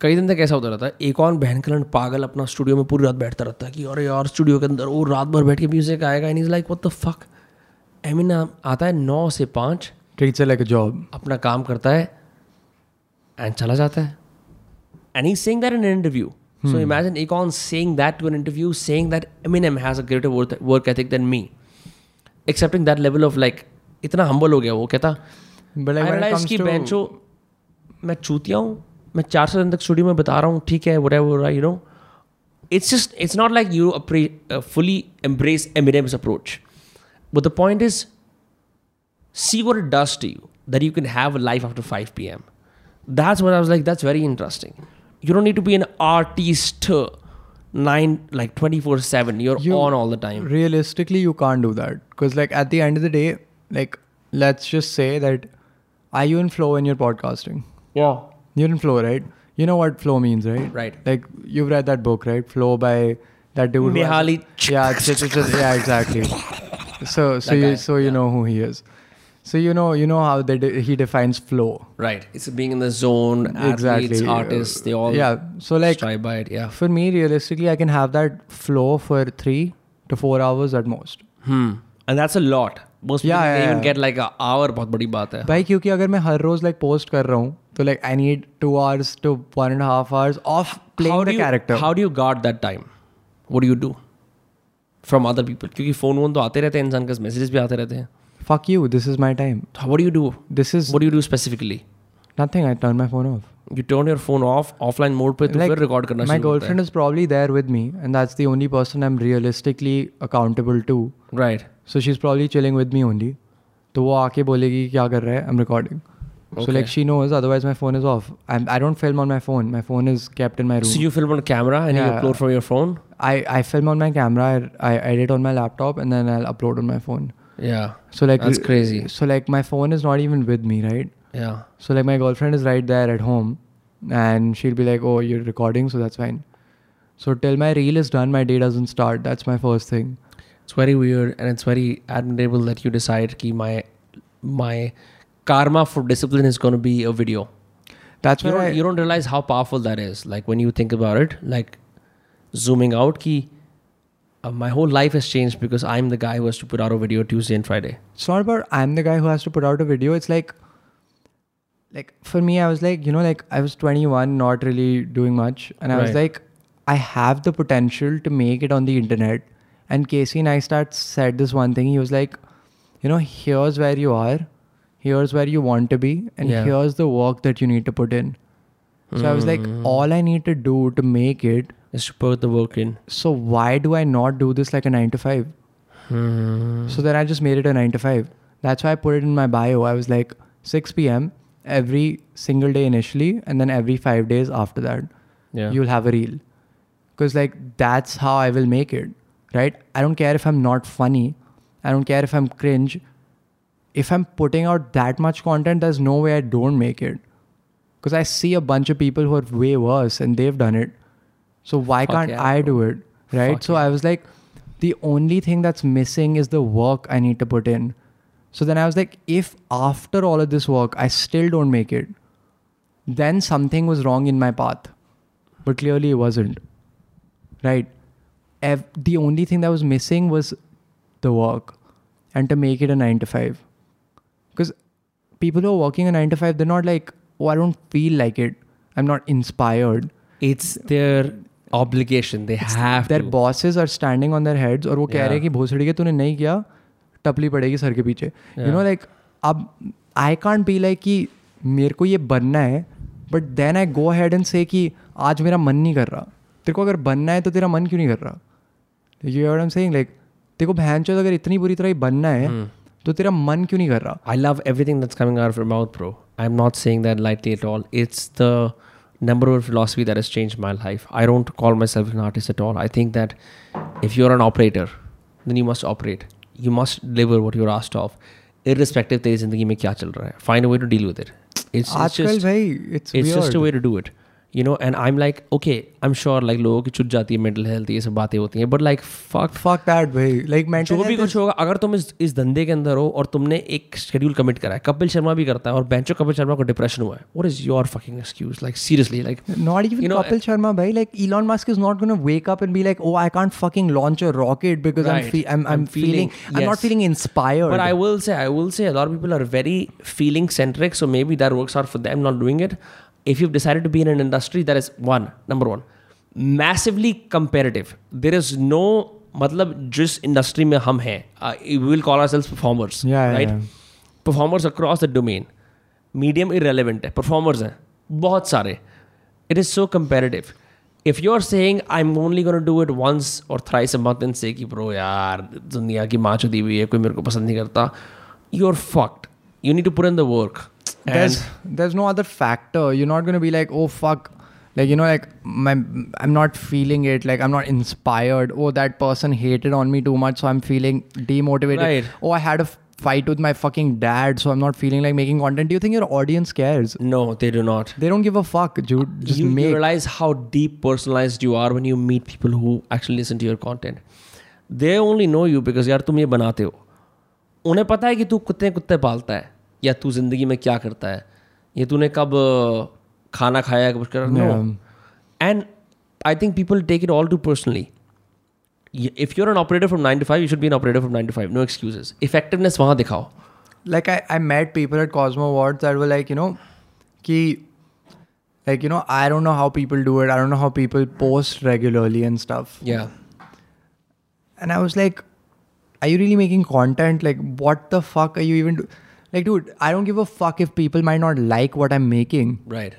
Speaker 3: कई दिन तक ऐसा होता रहता है एक और बहन कलन पागल अपना स्टूडियो में पूरी रात बैठता रहता है कि अरे यार स्टूडियो के अंदर वो रात भर बैठ के म्यूजिक आएगा and is like what the fuck Eminem आता है नौ से पाँच
Speaker 2: Treats it like a job.
Speaker 3: अपना काम करता है एंड चला जाता है and he saying that in interview
Speaker 2: Hmm.
Speaker 3: So imagine Akon saying that to an interview saying that Eminem has a greater work ethic than me accepting that level of like इतना humble हो गया वो कहता
Speaker 2: But
Speaker 3: I
Speaker 2: like when it
Speaker 3: realize
Speaker 2: comes
Speaker 3: कि
Speaker 2: to
Speaker 3: बेंचो मैं चूतिया हूँ मैं चार सौ दिन तक स्टूडियो में बता रहा हूँ ठीक है whatever you know it's just it's not like you appre- uh, fully embrace Eminem's approach. But the point is, see what it does to you that you can have a life after 5 p.m. That's what I was like. That's very interesting. You don't need to be an artist uh, nine like 24 seven. You're
Speaker 2: You-
Speaker 3: on all the time.
Speaker 2: realistically you can't do that because like at the end of the day like let's just say that are you in flow when you're podcasting
Speaker 3: Yeah.
Speaker 2: you're in flow right you know what flow means right
Speaker 3: Right.
Speaker 2: like you've read that book right flow by that dude who has-
Speaker 3: Mihaly.
Speaker 2: yeah it's, it's, it's- yeah exactly so so
Speaker 3: That
Speaker 2: you
Speaker 3: guy,
Speaker 2: so you know who he is so you know you know how they de- he defines flow
Speaker 3: Right. It's being in the zone. Athletes,
Speaker 2: exactly Uh,
Speaker 3: artists, they all
Speaker 2: yeah so like
Speaker 3: strive by it. Yeah.
Speaker 2: for me realistically i can have that flow for 3 to 4 hours at most
Speaker 3: Hmm. And that's a lot. Most people
Speaker 2: Yeah,
Speaker 3: they
Speaker 2: yeah,
Speaker 3: even
Speaker 2: yeah.
Speaker 3: get like an hour. बहुत बड़ी बात है.
Speaker 2: भाई क्योंकि अगर मैं हर रोज लाइक पोस्ट कर रहा हूँ तो like I need two hours to one and half hours of
Speaker 3: how
Speaker 2: playing
Speaker 3: do
Speaker 2: the
Speaker 3: you-
Speaker 2: character
Speaker 3: How do you guard that time? What do you do? From other people? क्योंकि phone वोन तो आते रहते हैं इंसान के messages भी आते रहते हैं
Speaker 2: fuck you this is my time
Speaker 3: तो what do you do?
Speaker 2: This is
Speaker 3: What do you do specifically?
Speaker 2: Nothing I turn my phone off
Speaker 3: You turn your phone off offline mode पे तो फिर record करना
Speaker 2: my
Speaker 3: शुरू करता
Speaker 2: girlfriend is probably there with me and that's the only person I am realistically accountable to
Speaker 3: है right
Speaker 2: so she is probably chilling with me only तो वो आके बोलेगी कि क्या कर रहा है I am recording so
Speaker 3: Okay.
Speaker 2: Like she knows otherwise my phone is off I I don't film on my phone my phone is kept in my
Speaker 3: so
Speaker 2: room
Speaker 3: you film on camera and you
Speaker 2: Yeah.
Speaker 3: Upload from your phone
Speaker 2: I, I film on my camera, I, I edit on my laptop, and then I'll upload on my phone.
Speaker 3: Yeah
Speaker 2: So like
Speaker 3: That's crazy.
Speaker 2: So like my phone is not even with me, right?
Speaker 3: Yeah
Speaker 2: So like my girlfriend is right there at home, and she'll be like, "Oh, you're recording, so that's fine." So till my reel is done, my day doesn't start. That's my first thing.
Speaker 3: It's very weird and it's very admirable that you decide कि my my karma for discipline is going to be a video
Speaker 2: That's
Speaker 3: you
Speaker 2: where
Speaker 3: don't,
Speaker 2: I
Speaker 3: you don't realize how powerful that is. Like when you think about it, like zooming out, ki uh, my whole life has changed because I'm the guy who has to put out a video Tuesday and Friday.
Speaker 2: it's not about I'm the guy who has to put out a video. It's like, like for me, I was like, you know, like I was 21, not really doing much, and I was
Speaker 3: Right.
Speaker 2: like, I have the potential to make it on the internet. And Casey Neistat said this one thing. He was like, you know, here's where you are, here's where you want to be, and
Speaker 3: Yeah.
Speaker 2: here's the work that you need to put in. So I was like,
Speaker 3: Hmm.
Speaker 2: all I need to do to make it.
Speaker 3: Is to put the work in.
Speaker 2: So why do I not do this like a nine to five?
Speaker 3: Hmm.
Speaker 2: So then I just made it a 9 to 5. That's why I put it in my bio. I was like 6 p.m. every single day initially, and then every five days after that,
Speaker 3: Yeah.
Speaker 2: you'll have a reel. Because, like, that's how I will make it, right? I don't care if I'm not funny, I don't care if I'm cringe. If I'm putting out that much content, there's no way I don't make it. because I see a bunch of people who are way worse and they've done it. So why
Speaker 3: Fuck
Speaker 2: can't
Speaker 3: yeah,
Speaker 2: I
Speaker 3: bro.
Speaker 2: do it? Right?
Speaker 3: Fuck
Speaker 2: so I was like, the only thing that's missing is the work I need to put in. So then I was like, if after all of this work I still don't make it, then something was wrong in my path. But clearly it wasn't. Right? Ev- the only thing that was missing was the work and to make it a 9 to 5 because people who are working a 9 to 5 they're not like oh i don't feel like it i'm not inspired
Speaker 3: It's their obligation. They have
Speaker 2: their
Speaker 3: to.
Speaker 2: bosses are standing on their heads और वो कह रहे हैं कि
Speaker 3: Yeah.
Speaker 2: भोसड़ी के तूने नहीं किया टपली पड़ेगी सर के पीछे यू
Speaker 3: Yeah.
Speaker 2: नो लाइक अब आई कांट बी लाइक कि मेरे को ये बनना है but then I go ahead and say कि आज मेरा मन नहीं कर रहा तेरे को अगर बनना है तो तेरा मन क्यों नहीं कर रहा you I am saying like तेरे को बहन चोद अगर इतनी बुरी तरह ही बनना है
Speaker 3: हम्म।
Speaker 2: तो तेरा मन क्यों नहीं कर रहा
Speaker 3: I love everything that's coming out of your mouth, bro. I'm not saying that lightly at all. It's the number one philosophy that has changed my life. I don't call myself an artist at all. I think that if you're an operator, then you must operate. You must deliver what you're asked of, irrespective तेरी जिंदगी में क्या चल रहा है. Find a way to deal with it. It's, it's
Speaker 2: आजकल
Speaker 3: just
Speaker 2: भाई it's
Speaker 3: it's just a way to do it you know and i'm like okay i'm sure like लोगों की छुट जाती है mental health ये सब बातें होती हैं but like fuck
Speaker 2: fuck that भाई like
Speaker 3: जो
Speaker 2: mental
Speaker 3: भी
Speaker 2: health
Speaker 3: कुछ होगा अगर तुम इस इस धंधे के अंदर हो और तुमने एक शेड्यूल कमिट करा है कपिल शर्मा भी करता है और बेंचो कपिल शर्मा को डिप्रेशन हुआ है what is your fucking excuse like seriously like
Speaker 2: is- not even
Speaker 3: you know,
Speaker 2: Kapil Sharma bhai like Elon Musk is not going to wake up and be like oh I can't fucking launch a rocket because I'm,
Speaker 3: Right.
Speaker 2: fe- I'm I'm
Speaker 3: I'm
Speaker 2: feeling,
Speaker 3: feeling-
Speaker 2: I'm not
Speaker 3: yes.
Speaker 2: feeling inspired
Speaker 3: But I will say, I will say, a lot of people are very feeling centric. So maybe that works out for them not doing it. If you've decided to be in an industry that is one, number one, massively competitive. There is no मतलब जिस industry में हम हैं uh, we will call are sales performers
Speaker 2: Yeah, yeah,
Speaker 3: right
Speaker 2: yeah.
Speaker 3: Performers across the domain medium irrelevant है performers हैं बहुत सारे it is so comparative if you are saying I am only gonna do it once और thrice a month and say कि bro यार दुनिया की माँ चुदी हुई है कोई मेरे को पसंद नहीं करता you are fucked you need to put in the work
Speaker 2: there's there's no other factor you're not going to be like oh fuck like you know like my I'm not feeling it like I'm not inspired oh that person hated on me too much so I'm feeling demotivated
Speaker 3: Right.
Speaker 2: oh I had a f- fight with my fucking dad so I'm not feeling like making content do you think your audience cares
Speaker 3: no they do not
Speaker 2: they don't give a fuck dude just
Speaker 3: you, you
Speaker 2: make
Speaker 3: realize how deep personalized you are when you meet people who actually listen to your content. They only know you because यार तुम ये बनाते हो उन्हें पता है कि तू कितने कुत्ते पालता है या तू जिंदगी में क्या करता है या तूने कब अ, खाना खाया कुछ कर and I think people take it all too personally if you are an operator from nine to five you should be an operator from nine to five no excuses effectiveness वहाँ दिखाओ
Speaker 2: like I, I met people at Cosmo Awards that were like, you know, ki, like, you know, I don't know how people do it. I don't know how people post regularly and stuff.
Speaker 3: Yeah
Speaker 2: And I was like, are you really making content? Like, what the fuck are you even do? Like, dude, I don't give a fuck if people might not like what I'm making,
Speaker 3: right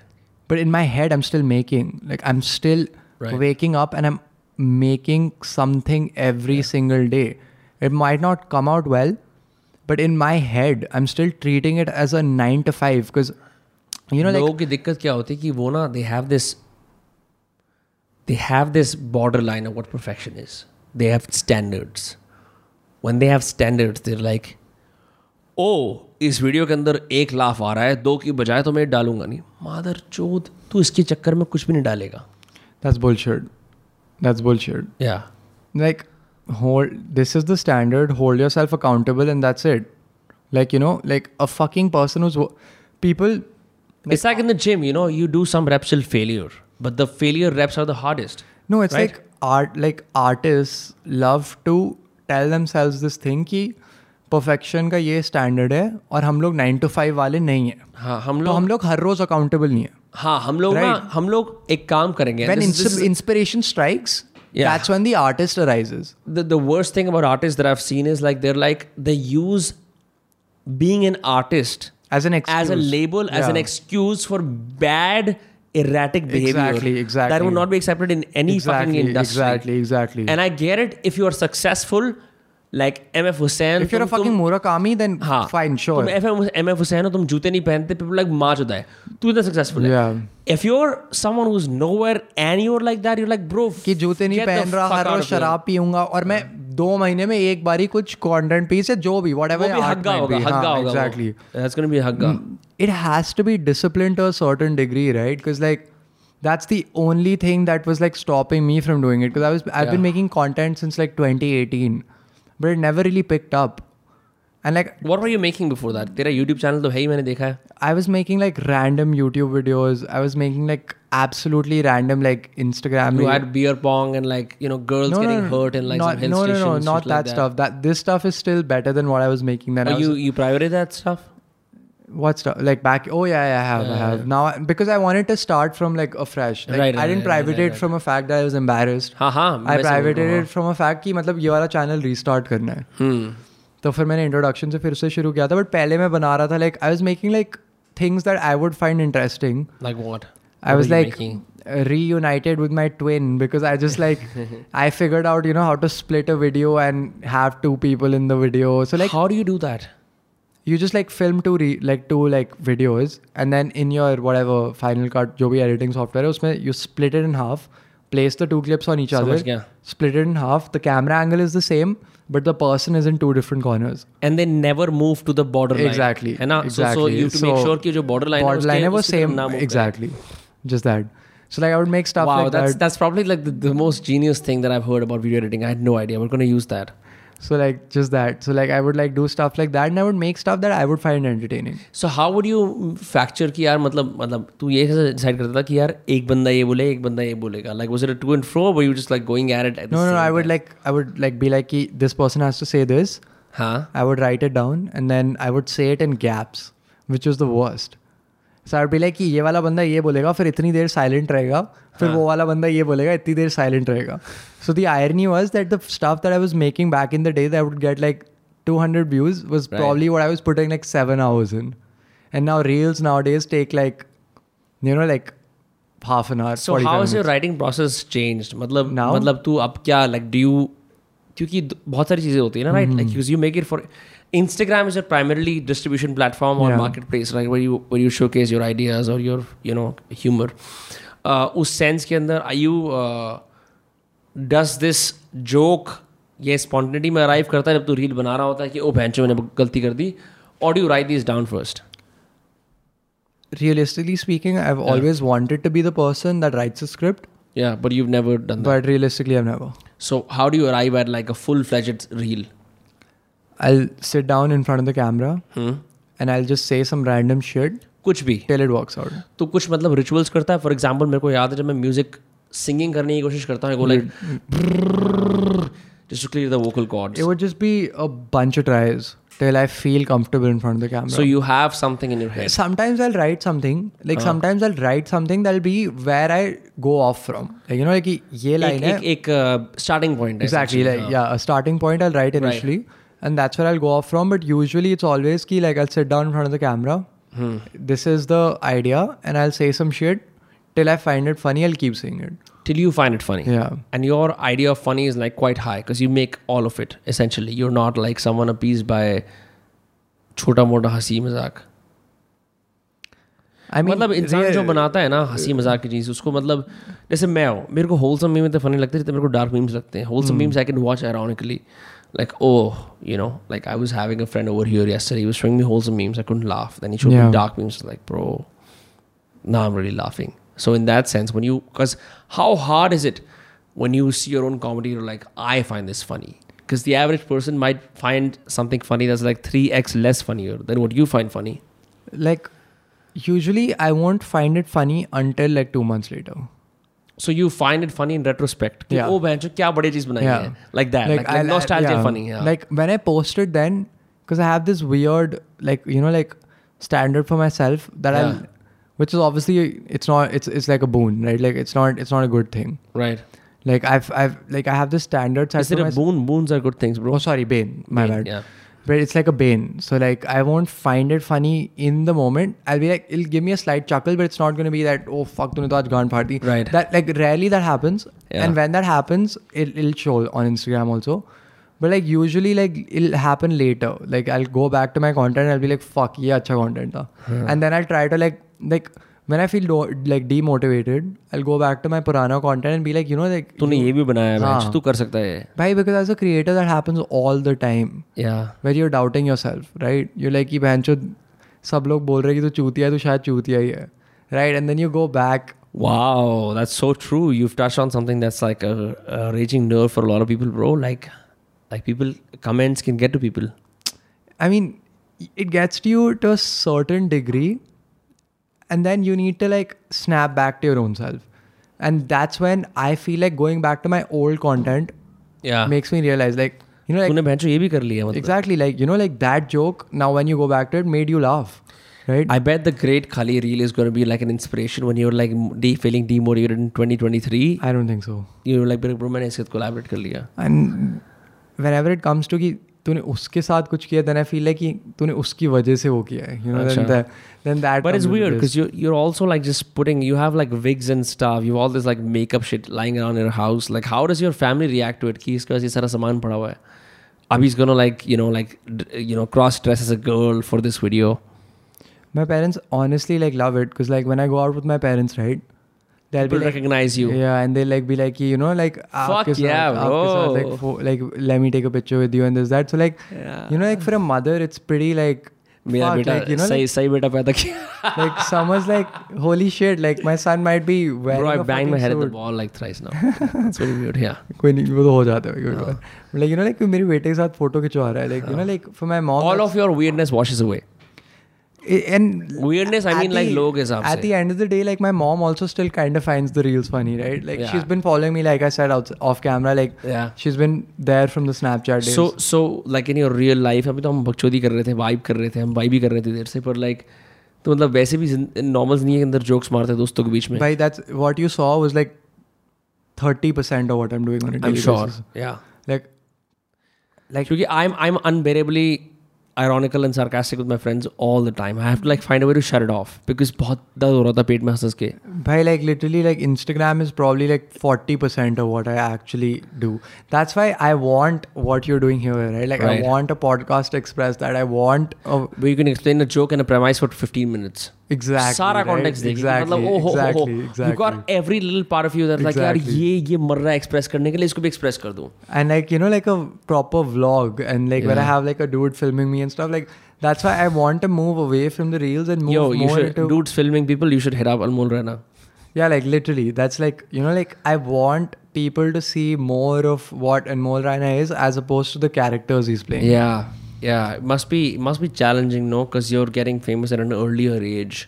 Speaker 2: but in my head, I'm still making. Like, I'm still
Speaker 3: Right.
Speaker 2: waking up and I'm making something every single day. It might not come out well, but in my head, I'm still treating it as a nine to five because, you know,
Speaker 3: लोगों
Speaker 2: like
Speaker 3: की दिक्कत क्या होती है कि वो ना they have this they have this border line of what perfection is they have standards when they have standards they're like ओ इस वीडियो के अंदर एक लाफ आ रहा है दो की बजाय तो मैं डालूंगा नहीं मादर चोद तू इसके चक्कर में कुछ भी नहीं डालेगा
Speaker 2: that's bullshit. That's bullshit.
Speaker 3: Yeah
Speaker 2: Like, hold this is the standard, hold yourself accountable, and that's it. Like, you know, like a fucking person who's wo- people.
Speaker 3: It's like in the gym you know you do some reps will failure but the failure reps are the hardest
Speaker 2: No, it's
Speaker 3: Right?
Speaker 2: like art. Like artists love to tell themselves this thing कि perfection का ये standard है और हम लोग nine to five वाले नहीं है
Speaker 3: हाँ हम
Speaker 2: तो
Speaker 3: लोग
Speaker 2: हम लोग हर रोज accountable नहीं है
Speaker 3: हाँ हम लोग ना
Speaker 2: Right.
Speaker 3: हम लोग एक काम करेंगे
Speaker 2: When
Speaker 3: This- this
Speaker 2: insp- inspiration strikes,
Speaker 3: Yeah.
Speaker 2: that's when the artist arises.
Speaker 3: the, the worst thing about artists that I've seen is like they're like they use being an artist
Speaker 2: As an excuse.
Speaker 3: as a label as an
Speaker 2: Yeah.
Speaker 3: excuse for bad erratic behavior
Speaker 2: Exactly, exactly.
Speaker 3: that would not be accepted in any
Speaker 2: Exactly,
Speaker 3: fucking industry
Speaker 2: exactly, exactly.
Speaker 3: and I get it if you are successful like MF Hussain
Speaker 2: If you're a
Speaker 3: तुम-
Speaker 2: fucking
Speaker 3: तुम-
Speaker 2: Murakami, then
Speaker 3: हाँ
Speaker 2: fine, sure.
Speaker 3: तुम F M F Husain हो तुम जूते नहीं पहनते people like माँ चुदा है तू इतना सक्सेसफुल है
Speaker 2: Yeah.
Speaker 3: If you are someone who is nowhere and you are like that you like bro
Speaker 2: कि जूते नहीं पहन रहा हर रोज शराब पीऊंगा और मैं दो महीने में एक बारी कुछ कंटेंट पीस या जो भी वट
Speaker 3: वो हाँ, भी हग्गा होगा हग्गा होगा
Speaker 2: एग्जैक्टली
Speaker 3: दैट्स गोना बी
Speaker 2: हम्म।
Speaker 3: हग्गा
Speaker 2: it has to be disciplined to a certain degree, right? Because like that's the only thing that was like stopping me from doing it. Because I was I've been making content since like 2018, but it never really picked up. And like
Speaker 3: what were you making before that तेरा YouTube channel तो है ही मैंने देखा है
Speaker 2: I was making like random YouTube videos. I was making like absolutely random like Instagram.
Speaker 3: you
Speaker 2: video-
Speaker 3: had beer pong and like you know girls getting hurt and like
Speaker 2: not,
Speaker 3: some hill
Speaker 2: no, no,
Speaker 3: stations
Speaker 2: no,
Speaker 3: shit
Speaker 2: not
Speaker 3: like
Speaker 2: that, stuff. That this stuff is still better than what I was making. Then I
Speaker 3: Oh,
Speaker 2: was
Speaker 3: you you prioritize that stuff?
Speaker 2: What's the, like back? Oh yeah, yeah, I have, I have. Now because I wanted to start from like afresh. Like,
Speaker 3: Right, right,
Speaker 2: I didn't
Speaker 3: right, right,
Speaker 2: private it from a fact that I was embarrassed.
Speaker 3: हाँ हाँ
Speaker 2: I
Speaker 3: वैसे
Speaker 2: private
Speaker 3: बोल रहा
Speaker 2: it from a fact कि मतलब ये वाला channel restart करना है.
Speaker 3: हूँ।
Speaker 2: तो फिर मैंने इंट्रोडक्शन से फिर से शुरू किया था बट पहले मैं बना रहा था like I was making like things that I would find interesting
Speaker 3: Like what?
Speaker 2: I
Speaker 3: What
Speaker 2: was
Speaker 3: were you
Speaker 2: like
Speaker 3: making?
Speaker 2: reunited with my twin because I just like I figured out you know how to split a video and have two people in the video. So like
Speaker 3: how do you do that?
Speaker 2: you just like film two re- like two like videos and then in your whatever Final Cut जो भी editing software है उसमें you split it in half, place the two clips on each
Speaker 3: समझ
Speaker 2: other,
Speaker 3: गया.
Speaker 2: split it in half. The camera angle is the same, but the person is in two different corners.
Speaker 3: And they never move to the border line.
Speaker 2: Exactly,
Speaker 3: है ना? So- So
Speaker 2: exactly.
Speaker 3: you have to make
Speaker 2: So,
Speaker 3: sure कि जो border line
Speaker 2: Borderline है वो
Speaker 3: उसके- उसकी तरफ
Speaker 2: same
Speaker 3: ना move करे.
Speaker 2: exactly, just that. So like I would make stuff
Speaker 3: Wow,
Speaker 2: like
Speaker 3: that's
Speaker 2: that.
Speaker 3: that's probably like the, the most genius thing that I've heard about video editing. I had no idea. We're gonna use that.
Speaker 2: So like just that. So like I would like do stuff like that, and I would make stuff that I would find entertaining.
Speaker 3: So how would you factor कि यार मतलब मतलब तू ये कैसे decide करता था कि यार एक बंदा ये बोले एक बंदा ये बोलेगा like was it a to and fro or were you just like going at it at the
Speaker 2: No, no,
Speaker 3: same
Speaker 2: no, I would
Speaker 3: time?
Speaker 2: like I would like be like, "Ki, this person has to say this.
Speaker 3: हाँ
Speaker 2: I would write it down, and then I would say it in gaps, which was the worst. So I would be like, "Ki, ये वाला बंदा ये बोलेगा, फिर इतनी देर silent रहेगा, फिर वो वाला बंदा ये बोलेगा, इतनी देर silent रहेगा." So the irony was that the stuff that I was making back in the day that would get like 200 views was
Speaker 3: Right.
Speaker 2: probably what I was putting like seven hours in, and now reels nowadays take like, you know, like half an hour.
Speaker 3: so
Speaker 2: 45
Speaker 3: how has
Speaker 2: minutes.
Speaker 3: your writing process changed मतलब
Speaker 2: Now?
Speaker 3: मतलब तू अब क्या like do you क्योंकि the- बहुत सारी चीजें होती है ना
Speaker 2: Hmm.
Speaker 3: right
Speaker 2: Mm-hmm.
Speaker 3: like because you make it for Instagram is a primarily distribution platform or
Speaker 2: Yeah.
Speaker 3: marketplace right where you where you showcase your ideas or your you know humor uh, उस sense के अंदर are you uh, does this joke ये spontaneity में arrive करता है जब तू reel बना रहा होता है कि ओ भैंचो मैंने गलती कर दी or do you write these down first
Speaker 2: realistically speaking, I've always wanted to be the person that writes a script,
Speaker 3: yeah but you've never done that
Speaker 2: but realistically, I've never.
Speaker 3: so how do you arrive at like a full fledged reel
Speaker 2: I'll sit down in front of the camera
Speaker 3: hmm
Speaker 2: and I'll just say some random shit
Speaker 3: कुछ भी
Speaker 2: till it works out.
Speaker 3: तो कुछ मतलब rituals करता है for example मेरे को याद है जब मैं म्यूजिक सिंगिंग करने की कोशिश करता हूँ like just to clear the vocal
Speaker 2: It
Speaker 3: cords
Speaker 2: would just be a bunch of tries till I feel comfortable in front of the camera.
Speaker 3: So you have something in your head
Speaker 2: sometimes I'll write something like sometimes I'll write something that'll be where I go off from. Like you know, like ye line
Speaker 3: एक
Speaker 2: hai,
Speaker 3: एक एक starting point है
Speaker 2: exactly like yeah a starting point i'll write initially and that's where i'll go off from but usually it's always key like i'll sit down in front of the camera this is the idea and i'll say some shit till i find it funny i'll keep saying it
Speaker 3: till you find it funny
Speaker 2: yeah
Speaker 3: And your idea of funny is like quite high because you make all of it essentially. You're not like someone appeased by छोटा मोटा हंसी मजाक
Speaker 2: i mean
Speaker 3: मतलब इंसान जो बनाता है ना हंसी मजाक की चीज उसको मतलब जैसे मैं हूँ मेरे को होलसम मीम इतने फनी लगते हैं जितने मेरे को डार्क मीम्स लगते हैं wholesome
Speaker 2: Hmm.
Speaker 3: Memes I can watch ironically like oh you know like I was having a friend over here yesterday he was showing me wholesome memes I couldn't laugh then he showed me
Speaker 2: Yeah.
Speaker 3: dark memes like bro now i'm really laughing so in that sense when you cuz how hard is it when you see your own comedy you're like i find this funny because the average person might find something funny that's like 3x less funnier than what you find funny
Speaker 2: like usually i won't find it funny until like two months later
Speaker 3: so you find it funny in retrospect कि
Speaker 2: Yeah.
Speaker 3: oh man जो क्या बड़ी चीज बनाई
Speaker 2: Yeah.
Speaker 3: है like that like, like,
Speaker 2: I'll-
Speaker 3: nostalgia
Speaker 2: yeah.
Speaker 3: funny yeah.
Speaker 2: Like when I posted then, because I have this weird, like you know, like standard for myself that
Speaker 3: Yeah.
Speaker 2: I'll, which is obviously it's not it's it's like a boon, right? Like it's not it's not a good thing.
Speaker 3: right
Speaker 2: Like I've I've like I have this standard set
Speaker 3: is
Speaker 2: for
Speaker 3: it a
Speaker 2: myself.
Speaker 3: boon boons are good things bro
Speaker 2: Oh, sorry, bane. My bad.
Speaker 3: yeah
Speaker 2: But it's like a bane. So like I won't find it funny in the moment. I'll be like it'll give me a slight chuckle, but it's not gonna be that oh fuck tune to aaj gaan phad di."
Speaker 3: Right.
Speaker 2: That like rarely that happens.
Speaker 3: Yeah.
Speaker 2: And when that happens, it, it'll show on Instagram also. But like usually like it'll happen later. Like I'll go back to my content. I'll be like fuck yeah, acha content tha. And then I'll try to like like when I feel do- like demotivated, I'll go back to my Purana content and be like, you know, like
Speaker 3: तूने ये भी बनाया है
Speaker 2: हाँ।
Speaker 3: Match तू कर सकता है
Speaker 2: bhai, because as a creator, that happens all the time.
Speaker 3: या
Speaker 2: where you're doubting yourself, right? You're like, कि बहन चोद सब लोग बोल रहे हैं कि तू चूतिया है, तू शायद चूतिया ही है, right? And then you go back.
Speaker 3: Wow, that's so true. You've touched on something that's like a, a raging nerve for a lot of people, bro. Like, like people comments can get to people.
Speaker 2: I mean, it gets to you to a certain degree, and then you need to like snap back to your own self. And that's when I feel like going back to my old content
Speaker 3: Yeah.
Speaker 2: makes me realize, like, you know, like
Speaker 3: तूने बहन ये भी कर लिया मतलब
Speaker 2: exactly, like you know, like that joke. Now when you go back to it, made you laugh, right?
Speaker 3: I bet the great Khali reel is going to be like an inspiration when you're like de- feeling demotivated in 2023.
Speaker 2: I don't think so.
Speaker 3: You're like, bro, मैंने इसके साथ collaborate कर लिया.
Speaker 2: And whenever it comes to कि तूने उसके साथ कुछ किया देन आई फील है कि तूने उसकी वजह से वो किया है you know then then that
Speaker 3: अच्छा। But it's weird because you you're also like just putting you have like wigs and stuff. You have all this like makeup shit lying around your house. Like how does your family react to it? कि इसके पास ये सारा सामान पड़ा हुआ है. अब he's gonna like you know like d- you know cross dress as a girl for this video.
Speaker 2: My parents honestly like love it because like when I go out with my parents right they
Speaker 3: People recognize you.
Speaker 2: yeah and they like be like you know like आपके साथ-
Speaker 3: yeah,
Speaker 2: आपके साथ,
Speaker 3: bro.
Speaker 2: like, fo- like let me take a picture with you and this that so like
Speaker 3: Yeah.
Speaker 2: you know like for a mother it's pretty like
Speaker 3: मेरा
Speaker 2: fuck,
Speaker 3: बेटा
Speaker 2: like, you know
Speaker 3: सही सही बेटा पैदा किया.
Speaker 2: like, like someone's like holy shit like my son might be wearing
Speaker 3: Bro, I
Speaker 2: a
Speaker 3: banged my
Speaker 2: fucking
Speaker 3: head at
Speaker 2: suit.
Speaker 3: the wall like thrice now. It's very weird. Yeah.
Speaker 2: कोई नहीं वो तो हो जाता है
Speaker 3: हाँ।
Speaker 2: लाइक यू नो लाइक मेरे बेटे के साथ फोटो खिंचवा रहा है like you know like for my
Speaker 3: All
Speaker 2: mom
Speaker 3: of your weirdness washes away.
Speaker 2: And
Speaker 3: Weirdness, I mean, like लोग के हिसाब
Speaker 2: At the
Speaker 3: से.
Speaker 2: end of the day, like my mom also still kind of finds the reels funny, right? Like
Speaker 3: Yeah.
Speaker 2: she's been following me, like I said, out, off camera. Like
Speaker 3: Yeah.
Speaker 2: she's been there from the Snapchat days.
Speaker 3: So so like in your real life अभी तो हम बकचोदी कर रहे थे vibe कर रहे थे हम वाइब भी कर रहे थे देर से पर लाइक तो मतलब वैसे भी नॉर्मल नहीं है अंदर जोक्स मारते हैं दोस्तों के बीच में
Speaker 2: Bhai, that's what you saw was like thirty percent of what I'm doing on a
Speaker 3: I am
Speaker 2: daily
Speaker 3: sure
Speaker 2: basis.
Speaker 3: या
Speaker 2: Like
Speaker 3: लाइक क्योंकि I am I am unbearably ironical and sarcastic with my friends all the time i have to like find a way to shut it off because बहुत दर्द हो रहा था पेट में हंस हंस के
Speaker 2: Bhai, like literally, like Instagram is probably like forty percent of what I actually do. That's why I want what you're doing here, right? Like
Speaker 3: Right.
Speaker 2: I want a podcast express that I want a
Speaker 3: but you can explain a joke and a premise for 15 minutes
Speaker 2: exactly
Speaker 3: सारा
Speaker 2: right?
Speaker 3: Context देखिए
Speaker 2: exactly
Speaker 3: मतलब oh हो हो
Speaker 2: exactly
Speaker 3: you got
Speaker 2: exactly.
Speaker 3: Every little part of you that like यार
Speaker 2: Exactly.
Speaker 3: ये ये मर रहा है एक्सप्रेस करने के लिए इसको भी एक्सप्रेस कर दूं
Speaker 2: And like you know, like a proper vlog, and like where I
Speaker 3: Yeah.
Speaker 2: have like a dude filming me and stuff. Like that's why I want to move away from the reels and move
Speaker 3: Yo, you
Speaker 2: more
Speaker 3: should
Speaker 2: into
Speaker 3: dudes filming people. You should hit up Almul Rana.
Speaker 2: yeah, like literally. That's like you know, like I want people to see more of what Anmol Rana is as opposed to the characters he's playing.
Speaker 3: Yeah, yeah. It must be it must be challenging, no? Because you're getting famous at an earlier age,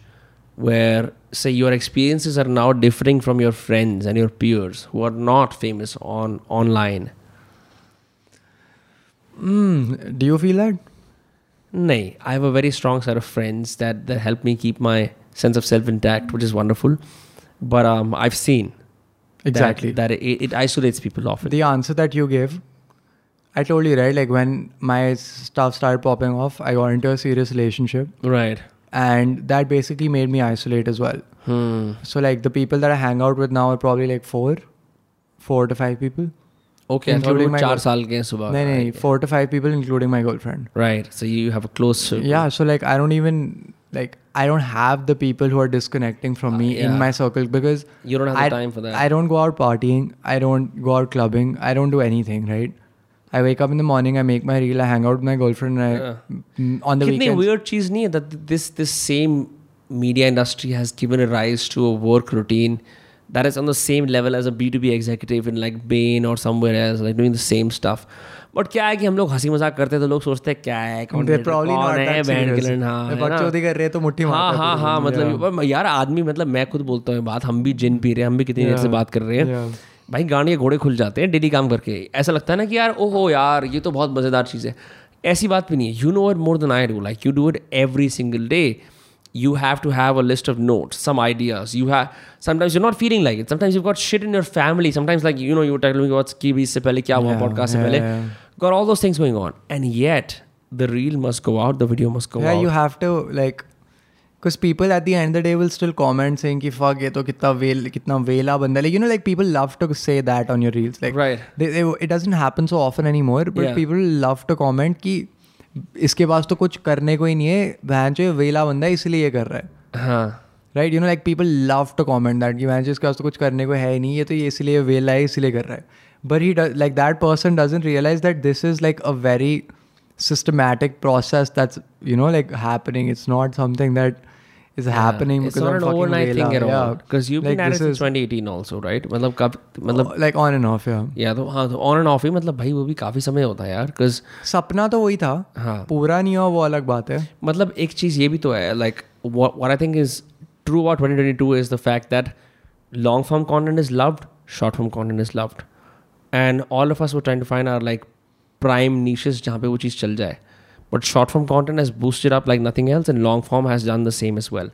Speaker 3: where say your experiences are now differing from your friends and your peers who are not famous on online.
Speaker 2: Mm, do you feel that?
Speaker 3: Nay, I have a very strong set of friends that that help me keep my sense of self intact, which is wonderful. But um, I've seen that-
Speaker 2: Exactly.
Speaker 3: that, it, it isolates people often.
Speaker 2: the answer that you gave i told you right like when my stuff started popping off i got into a serious relationship
Speaker 3: right.
Speaker 2: and that basically made me isolate as well
Speaker 3: Hmm.
Speaker 2: so like the people that i hang out with now are probably like four four to five people
Speaker 3: Okay. I thought
Speaker 2: Including
Speaker 3: वो
Speaker 2: my
Speaker 3: चार
Speaker 2: girl-
Speaker 3: साल के हैं सुबह.
Speaker 2: no no no, four to five people including my girlfriend
Speaker 3: Right. So you have a close circle.
Speaker 2: yeah so like i don't even like i don't have the people who are disconnecting from
Speaker 3: Uh,
Speaker 2: me in
Speaker 3: yeah.
Speaker 2: my circle because
Speaker 3: You don't have
Speaker 2: I,
Speaker 3: the time for that.
Speaker 2: I don't go out partying. I don't go out clubbing. I don't do anything, right? I wake up in the morning. I make my reel. I hang out with my girlfriend. And I,
Speaker 3: Yeah.
Speaker 2: Mm, on the
Speaker 3: Kitni
Speaker 2: weekends.
Speaker 3: weird cheese nahi hai that this this same media industry has given a rise to a work routine that is on the same level as a B2B executive in like Bain or somewhere else, like doing the same stuff. But क्या है कि हम लोग हंसी मजाक करते हैं तो लोग सोचते हैं क्या है कौन
Speaker 2: They're probably
Speaker 3: कौन
Speaker 2: not
Speaker 3: है
Speaker 2: that
Speaker 3: बहन के
Speaker 2: serious.
Speaker 3: लिए हाँ
Speaker 2: They're
Speaker 3: है ना?
Speaker 2: बकचोदी कर रहे हैं तो मुट्ठी
Speaker 3: हाँ
Speaker 2: मारते हैं
Speaker 3: हाँ हाँ
Speaker 2: पूरे दिन,
Speaker 3: मतलब पर यार आदमी मतलब मैं खुद बोलता हूँ बात हम भी जिन पी रहे हैं हम भी कितनी देर से
Speaker 2: Yeah.
Speaker 3: बात कर रहे हैं
Speaker 2: Yeah.
Speaker 3: भाई गाड़ियाँ घोड़े खुल जाते हैं डेली काम करके ऐसा लगता है ना कि यार ओहो यार ये तो बहुत मज़ेदार चीज़ है ऐसी बात भी नहीं है you know it more than I do like you do it every single day you have to have a list of notes some ideas you have sometimes you not feeling like it sometimes you got shit in your family sometimes like you know you tell me what's की भी इससे पहले क्या हुआ
Speaker 2: Yeah,
Speaker 3: podcast से
Speaker 2: yeah,
Speaker 3: पहले
Speaker 2: yeah.
Speaker 3: Got all those things going on and yet the reel must go out the video must go
Speaker 2: Yeah,
Speaker 3: out
Speaker 2: you have to like. Because people at the end of the day will still comment saying कि fuck ये तो कितना well कितना वेला बंदा है." like you know like people love to say that on your reels like
Speaker 3: Right.
Speaker 2: they, they, it doesn't happen so often anymore but
Speaker 3: Yeah.
Speaker 2: people love to comment कि इसके पास तो कुछ करने को ही नहीं है बहन जो वेला बंदा है इसलिए ये कर रहा है
Speaker 3: हाँ
Speaker 2: right you know like people love to comment that कि मैनेजर्स के पास तो कुछ करने को है ही नहीं ये तो ये इसलिए वेला है इसलिए कर रहा है but he like that person doesn't realise that this is like a very systematic process that's you know like happening it's not something that is happening
Speaker 3: it's not
Speaker 2: of
Speaker 3: an
Speaker 2: fucking
Speaker 3: overnight
Speaker 2: Vela.
Speaker 3: thing at all
Speaker 2: Yeah.
Speaker 3: because you've
Speaker 2: Like,
Speaker 3: been at it
Speaker 2: this
Speaker 3: since
Speaker 2: is-
Speaker 3: 2018 also right मतलब कब मतलब
Speaker 2: Oh, like on and off yeah
Speaker 3: या तो हाँ तो on and off ही मतलब भाई वो भी काफी समय होता है यार बिकॉज
Speaker 2: सपना तो वही था
Speaker 3: हाँ
Speaker 2: पूरा नहीं हुआ वो अलग बात है
Speaker 3: मतलब एक चीज ये भी तो है like what I think is true about 2022 is the fact that long form content is loved short form content is loved and all of us were trying to find our like prime niches जहाँ पे वो चीज़ चल जाए but short form content has boosted up like nothing else and long form has done the same as well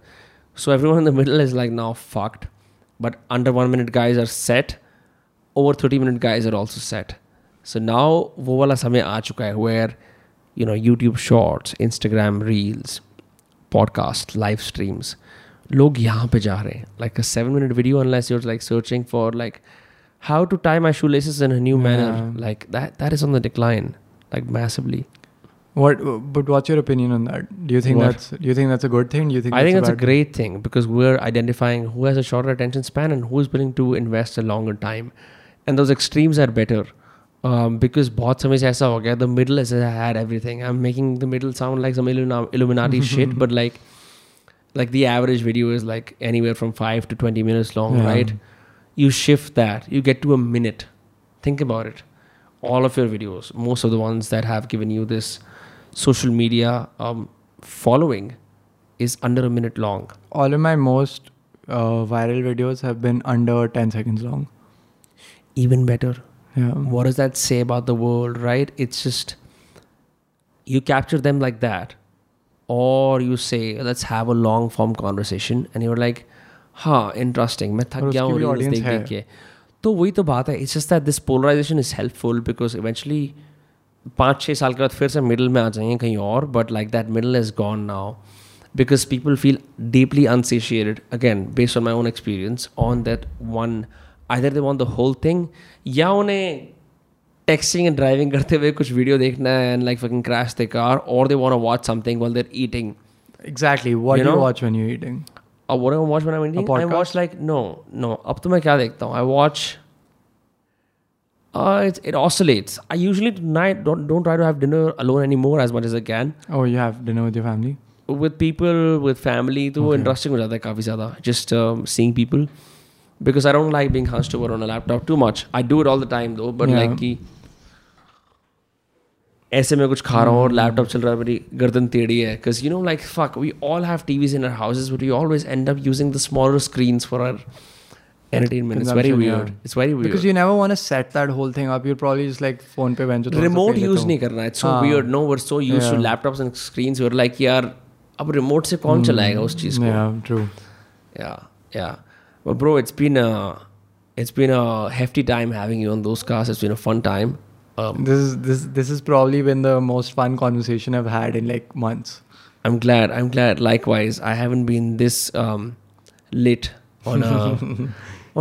Speaker 3: so everyone in the middle is like now fucked but under one minute guys are set over 30 minute guys are also set so now वो वाला समय आ चुका है where you know YouTube shorts Instagram reels podcast live streams लोग यहाँ पे जा रहे हैं like a seven minute video unless you're like searching for like how to tie my shoelaces in a new manner
Speaker 2: Yeah.
Speaker 3: like that that is on the decline like massively
Speaker 2: what but what's your opinion on that do you think
Speaker 3: What?
Speaker 2: that's do you think that's a good thing do you think
Speaker 3: I think
Speaker 2: that's
Speaker 3: that's a
Speaker 2: bad thing?
Speaker 3: great thing because we're identifying who has a shorter attention span and who is willing to invest a longer time. And those extremes are better um, because बहुत समय से ऐसा हो गया the middle has had everything. I'm making the middle sound like some Illumina- Illuminati shit, but like like the average video is like anywhere from five to twenty minutes long,
Speaker 2: Yeah.
Speaker 3: right? You shift that, you get to a minute. Think about it. All of your videos, most of the ones that have given you this social media um, following, is under a minute long.
Speaker 2: all of my most uh, viral videos have been under 10 seconds long
Speaker 3: Even better.
Speaker 2: yeah
Speaker 3: What does that say about the world, right? It's just you capture them like that. Or you say, let's have a long form conversation. And you're like, huh, interesting. मैं थक
Speaker 2: और
Speaker 3: गया
Speaker 2: उसकी
Speaker 3: हूँ
Speaker 2: भी
Speaker 3: reels
Speaker 2: audience
Speaker 3: देख
Speaker 2: है।
Speaker 3: देख के तो वही तो बात है it's just that this polarisation is helpful because eventually पाँच छः साल के बाद फिर से मिडल में आ जाएंगे कहीं और but like that middle is gone now because people feel deeply unsatiated again based on my own experience on that one either they want the whole thing या उन्हें texting and driving करते हुए कुछ वीडियो देखना है and like fucking crash the car और they want to watch something while they're eating
Speaker 2: exactly what
Speaker 3: You
Speaker 2: do you
Speaker 3: know?
Speaker 2: watch when you're eating
Speaker 3: अब what do I watch when I'm eating? I
Speaker 2: podcast?
Speaker 3: watch like no, no. अब तो मैं क्या देखता हूँ? I watch. Uh, it, it oscillates. I usually tonight don't don't try to have dinner alone anymore as much as I can
Speaker 2: oh you have dinner with your family
Speaker 3: with people with family. तो वो interesting हो जाता है काफी ज़्यादा just um, seeing people because I don't like being hunched over on a laptop too much. I do it all the time though, but
Speaker 2: Yeah.
Speaker 3: like कि ऐसे में कुछ खा रहा हूँ और
Speaker 2: Hmm.
Speaker 3: लैपटॉप चल रहा है मेरी गर्दन टेढ़ी है because you know like fuck we all have TVs in our houses but we always end up using the smaller screens for our entertainment it's very
Speaker 2: Consumption,
Speaker 3: weird
Speaker 2: yeah.
Speaker 3: It's very
Speaker 2: because
Speaker 3: weird
Speaker 2: you never want to set that whole thing up you're probably just like phone पे bench
Speaker 3: remote use नहीं करना it's सो
Speaker 2: हाँ।
Speaker 3: Weird no we're so used to
Speaker 2: Yeah.
Speaker 3: Laptops and screens were like यार अब remote से कौन चलाएगा उस चीज को
Speaker 2: Hmm. yeah true
Speaker 3: Yeah, yeah. But bro, it's been a it's been a hefty time having you on those cars. It's been a fun time. Um,
Speaker 2: this is this this has probably been the most fun conversation I've had in like months.
Speaker 3: I'm glad. I'm glad. Likewise, I haven't been this um, lit on a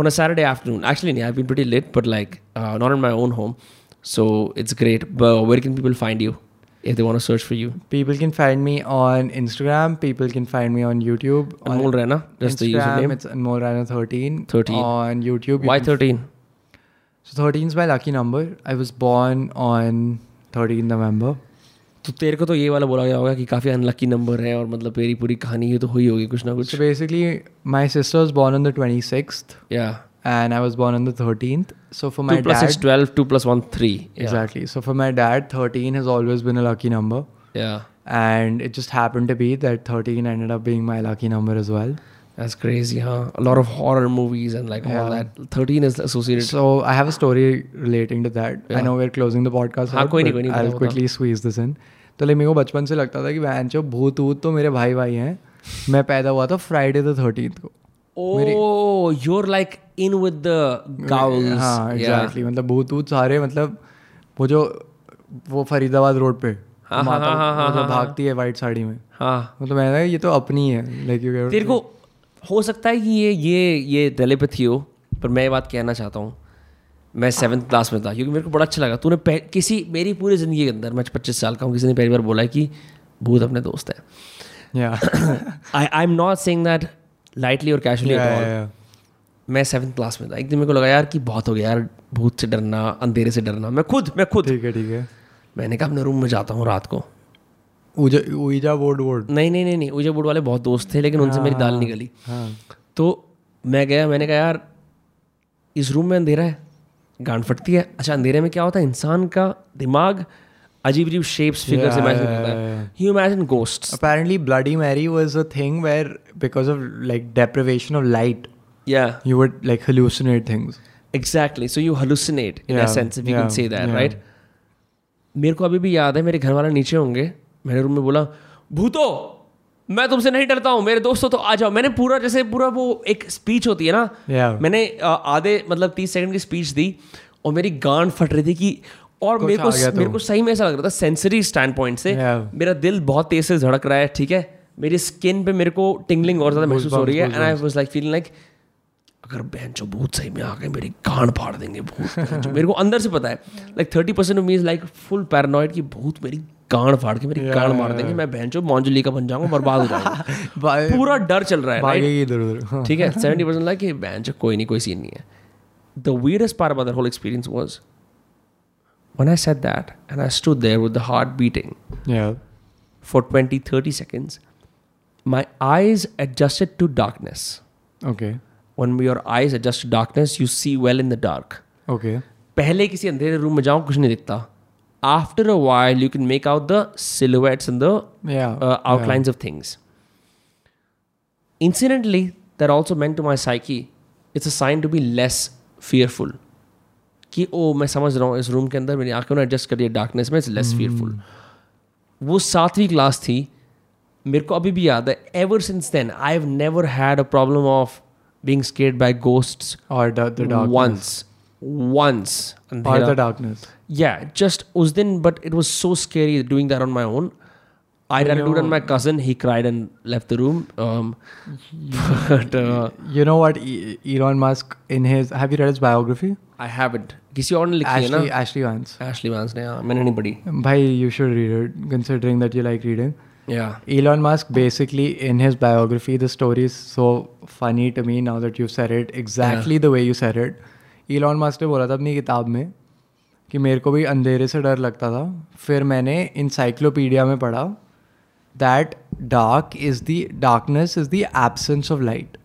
Speaker 3: on a Saturday afternoon. Actually, yeah, I've been pretty lit, but like uh, not in my own home. So it's great. But where can people find you if they want to search for you?
Speaker 2: People can find me on Instagram. People can find me on YouTube. On
Speaker 3: Anmol Rana, that's the
Speaker 2: Instagram,
Speaker 3: username.
Speaker 2: it's Anmol Rana thirteen.
Speaker 3: 13.
Speaker 2: on YouTube. you
Speaker 3: Why
Speaker 2: can-
Speaker 3: thirteen?
Speaker 2: So thirteen is my lucky number. I was born on 13 November.
Speaker 3: तो तेरे को तो ये वाला बोला गया होगा कि काफी अनलकी नंबर है और मतलब तेरी पूरी कहानी ये तो हुई होगी कुछ ना कुछ
Speaker 2: So basically, my sister was born on the 26th,
Speaker 3: yeah
Speaker 2: and I was born on the 13th. So for
Speaker 3: 2
Speaker 2: my
Speaker 3: plus
Speaker 2: dad,
Speaker 3: 6 12 2 plus 1 3 yeah.
Speaker 2: exactly. So for my dad, 13 has always been a lucky number.
Speaker 3: yeah
Speaker 2: and it just happened to be that 13 ended up being my lucky number as well
Speaker 3: that's crazy huh a lot of horror movies and like all
Speaker 2: Yeah.
Speaker 3: that 13 is associated
Speaker 2: so i have a story relating to that i
Speaker 3: Yeah.
Speaker 2: know we're closing the podcast
Speaker 3: हाँ,
Speaker 2: out,
Speaker 3: कोई नहीं,
Speaker 2: but
Speaker 3: कोई नहीं, बताओ,
Speaker 2: i'll
Speaker 3: बताओ.
Speaker 2: quickly squeeze this in तो like मेरे को बचपन से लगता था कि बहन चो भूत वूत तो मेरे भाई भाई हैं मैं पैदा हुआ था फ्राइडे द थर्टीन को
Speaker 3: oh you're like in with the gowls
Speaker 2: हाँ एग्जैक्टली मतलब भूत वूत सारे मतलब वो जो वो फरीदाबाद रोड पे
Speaker 3: हाँ,
Speaker 2: माता
Speaker 3: हाँ, हाँ, हाँ,
Speaker 2: वो जो
Speaker 3: हाँ,
Speaker 2: भागती है वाइट साड़ी में
Speaker 3: yeah हाँ
Speaker 2: मतलब मैंने कहा, ये तो अपनी है लाइक यू
Speaker 3: तेरे को हो सकता है कि ये ये ये टेलीपैथी हो पर मैं ये बात कहना चाहता हूँ मैं सेवन्थ क्लास में था क्योंकि मेरे को बड़ा अच्छा लगा तूने पह- किसी मेरी पूरी ज़िंदगी के अंदर मैं पच्चीस साल का हूँ किसी ने पहली बार बोला है कि भूत अपने दोस्त है
Speaker 2: या
Speaker 3: I, I'm not saying that lightly और कैजुअली
Speaker 2: Yeah,
Speaker 3: yeah,
Speaker 2: yeah,
Speaker 3: मैं सेवन्थ क्लास में था एक दिन मेरे को लगा यार कि बहुत हो गया यार भूत से डरना अंधेरे से डरना मैं खुद मैं खुद
Speaker 2: ठीक है ठीक है
Speaker 3: मैंने कहा अपने रूम में जाता हूँ रात को
Speaker 2: ऊजा ऊजा बोर्ड बोर्ड
Speaker 3: नहीं नहीं नहीं नहीं उजे बोर्ड वाले बहुत दोस्त थे लेकिन उनसे मेरी
Speaker 2: हाँ,
Speaker 3: दाल निकली तो मैं गया मैंने कहा यार इस रूम में अंधेरा है गांड फटती है अच्छा अंधेरे में क्या होता है इंसान का दिमाग अजीब अजीब shapes figures
Speaker 2: Yeah,
Speaker 3: imagine
Speaker 2: yeah,
Speaker 3: करता
Speaker 2: yeah,
Speaker 3: है you imagine ghost
Speaker 2: Apparently, Bloody Mary was a thing where, because of like deprivation of light,
Speaker 3: या
Speaker 2: you would like hallucinate things.
Speaker 3: Exactly so you hallucinate in
Speaker 2: Yeah,
Speaker 3: essence if you can
Speaker 2: yeah,
Speaker 3: say that
Speaker 2: yeah.
Speaker 3: Right मेरे को अभी भी याद है मेरे घर वाले नीचे होंगे मेरे रूम में बोला भूतो मैं तुमसे नहीं डरता हूँ मेरे दोस्तों तो आ जाओ मैंने पूरा जैसे पूरा वो एक स्पीच होती है ना
Speaker 2: Yeah.
Speaker 3: मैंने अ, आधे मतलब तीस सेकंड की स्पीच दी और मेरी गांड फट रही थी कि और मेरे को
Speaker 2: आ गया तो।
Speaker 3: मेरे को सही में ऐसा लग रहा था सेंसरी स्टैंड पॉइंट से
Speaker 2: Yeah.
Speaker 3: मेरा दिल बहुत तेज से धड़क रहा है ठीक है मेरी स्किन पे मेरे को टिंगलिंग और ज़्यादा महसूस हो रही है and I was like feeling like अगर बहन जो भूत सही में आ गए मेरी गांड फाड़ देंगे भूत जो मेरे को अंदर से पता है like thirty percent of me is like full paranoid कि भूत मेरी गांड फाड़ के मेरी गांड मार देंगे मैं बहन जो मौंजली का बन जाऊंगा बर्बाद हो जाऊंगा
Speaker 2: Bye.
Speaker 3: पूरा डर चल रहा है right?
Speaker 2: भागेगी इधर उधर हाँ.
Speaker 3: ठीक है सेवेंटी परसेंट लाइक ये बहन जो कोई नहीं कोई सीन नहीं है the weirdest part about that whole experience was when I said that and I stood there with the heart beating
Speaker 2: Yeah.
Speaker 3: For twenty thirty seconds my eyes adjusted to darkness
Speaker 2: Okay.
Speaker 3: when your eyes adjust to darkness, you see well in the dark.
Speaker 2: Okay.
Speaker 3: पहले किसी अंधेरे room में जाओ कुछ नहीं दिखता after a while you can make out the silhouettes and the
Speaker 2: Yeah.
Speaker 3: uh, outlines of things incidentally that also meant to my psyche it's a sign to be less fearful कि ओ मैं समझ रहा हूँ इस रूम के अंदर मेरी आंखें ने एडजस्ट करी है डार्कनेस में इट्स लेस
Speaker 2: Hmm.
Speaker 3: फियरफुल वो सातवीं क्लास थी मेरे को अभी भी याद है ever since then I have never had a problem of being scared by ghosts
Speaker 2: Or the, the darkness.
Speaker 3: once once
Speaker 2: Or the
Speaker 3: अंधेरा
Speaker 2: darkness.
Speaker 3: yeah just उस दिन but it was so scary doing that on my own I tried to do it on my cousin he cried and left the room um, but uh,
Speaker 2: You know what? E- Elon Musk in his have you read his biography?
Speaker 3: I haven't किसी और ने लिखी है
Speaker 2: Ashley
Speaker 3: ना
Speaker 2: Ashley Vance.
Speaker 3: Ashley Vance ने हाँ मैंने नहीं पढ़ी
Speaker 2: Bhai, you should read it. Considering that you like reading.
Speaker 3: yeah
Speaker 2: Elon Musk basically in his biography, the story is so funny to me now that you've said it exactly the way you said it. Elon Musk ने बोला था अपनी किताब में कि मेरे को भी अंधेरे से डर लगता था फिर मैंने इंसाइक्लोपीडिया में पढ़ा that dark is the darkness is the absence of light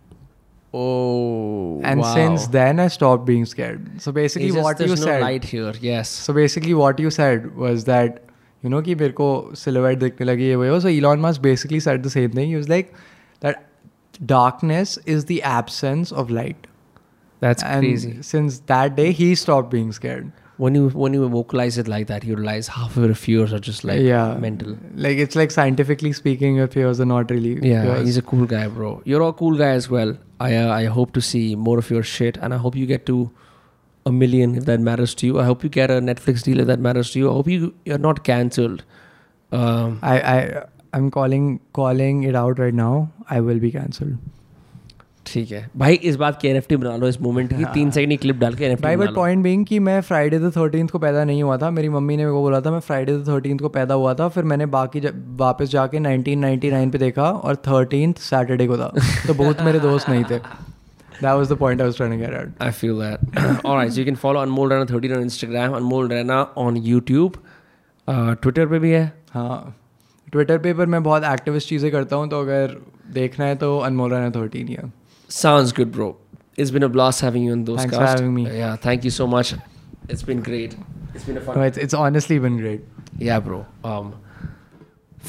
Speaker 3: oh
Speaker 2: and
Speaker 3: wow.
Speaker 2: Since then I stop being scared so basically
Speaker 3: It's just
Speaker 2: what you
Speaker 3: there's no
Speaker 2: said
Speaker 3: light here yes
Speaker 2: so basically what you said was that you know कि मेरे को silhouette दिखने लगी ये वो so Elon Musk basically said the same thing he was like that darkness is the absence of light
Speaker 3: that's crazy
Speaker 2: and since that day he stop being scared
Speaker 3: when you when you vocalize it like that you realize half of your fears are just like
Speaker 2: yeah
Speaker 3: mental
Speaker 2: like it's like scientifically speaking your fears are not really
Speaker 3: Yeah,
Speaker 2: fears.
Speaker 3: he's a cool guy, bro. You're a cool guy as well. I uh, I hope to see more of your shit, and I hope you get to a million if that matters to you. I hope you get a Netflix deal if that matters to you. I hope you you're not cancelled. Um,
Speaker 2: i i i'm calling calling it out right now i will be cancelled
Speaker 3: ठीक है भाई इस बात की N बना लो इस moment की तीन सेकंड की क्लिप डाल के एन
Speaker 2: भाई
Speaker 3: बना
Speaker 2: बट
Speaker 3: लो
Speaker 2: पॉइंट बीइंग कि मैं फ्राइडे द थर्टीन को पैदा नहीं हुआ था मेरी मम्मी ने मेरे को बोला था मैं फ्राइडे द थर्टीन को पैदा हुआ था फिर मैंने बाकी जब वापस जाके 1999 पे देखा और थर्टीन सैटरडे को था तो बहुत मेरे दोस्त नहीं थे that was the point I was trying to get
Speaker 3: I feel that. All right, so you can follow Anmol Rana 13 on Instagram, Anmol Rana on YouTube, uh, Twitter पे भी है.
Speaker 2: हाँ ट्विटर पे पर मैं बहुत एक्टिविस्ट चीज़ें करता हूँ तो अगर देखना है तो अनमोला ने थर्टीन या
Speaker 3: Sounds good, bro. It's been a blast having you on those.
Speaker 2: Thanks for having me.
Speaker 3: Yeah, thank you so much. It's been great. It's been a fun.
Speaker 2: It's it's honestly been great
Speaker 3: Yeah, bro. Um,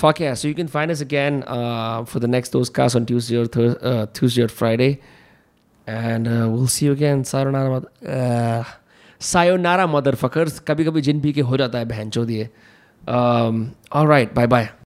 Speaker 3: fuck yeah. So you can find us again uh, for the next those cast on Tuesday or Thurs uh, Tuesday or Friday, and uh, we'll see you again. Sayonara, mother. Uh, sayonara, motherfuckers. कभी कभी जिन भी के हो जाता है बहन चो दिए. Um, all right. Bye bye.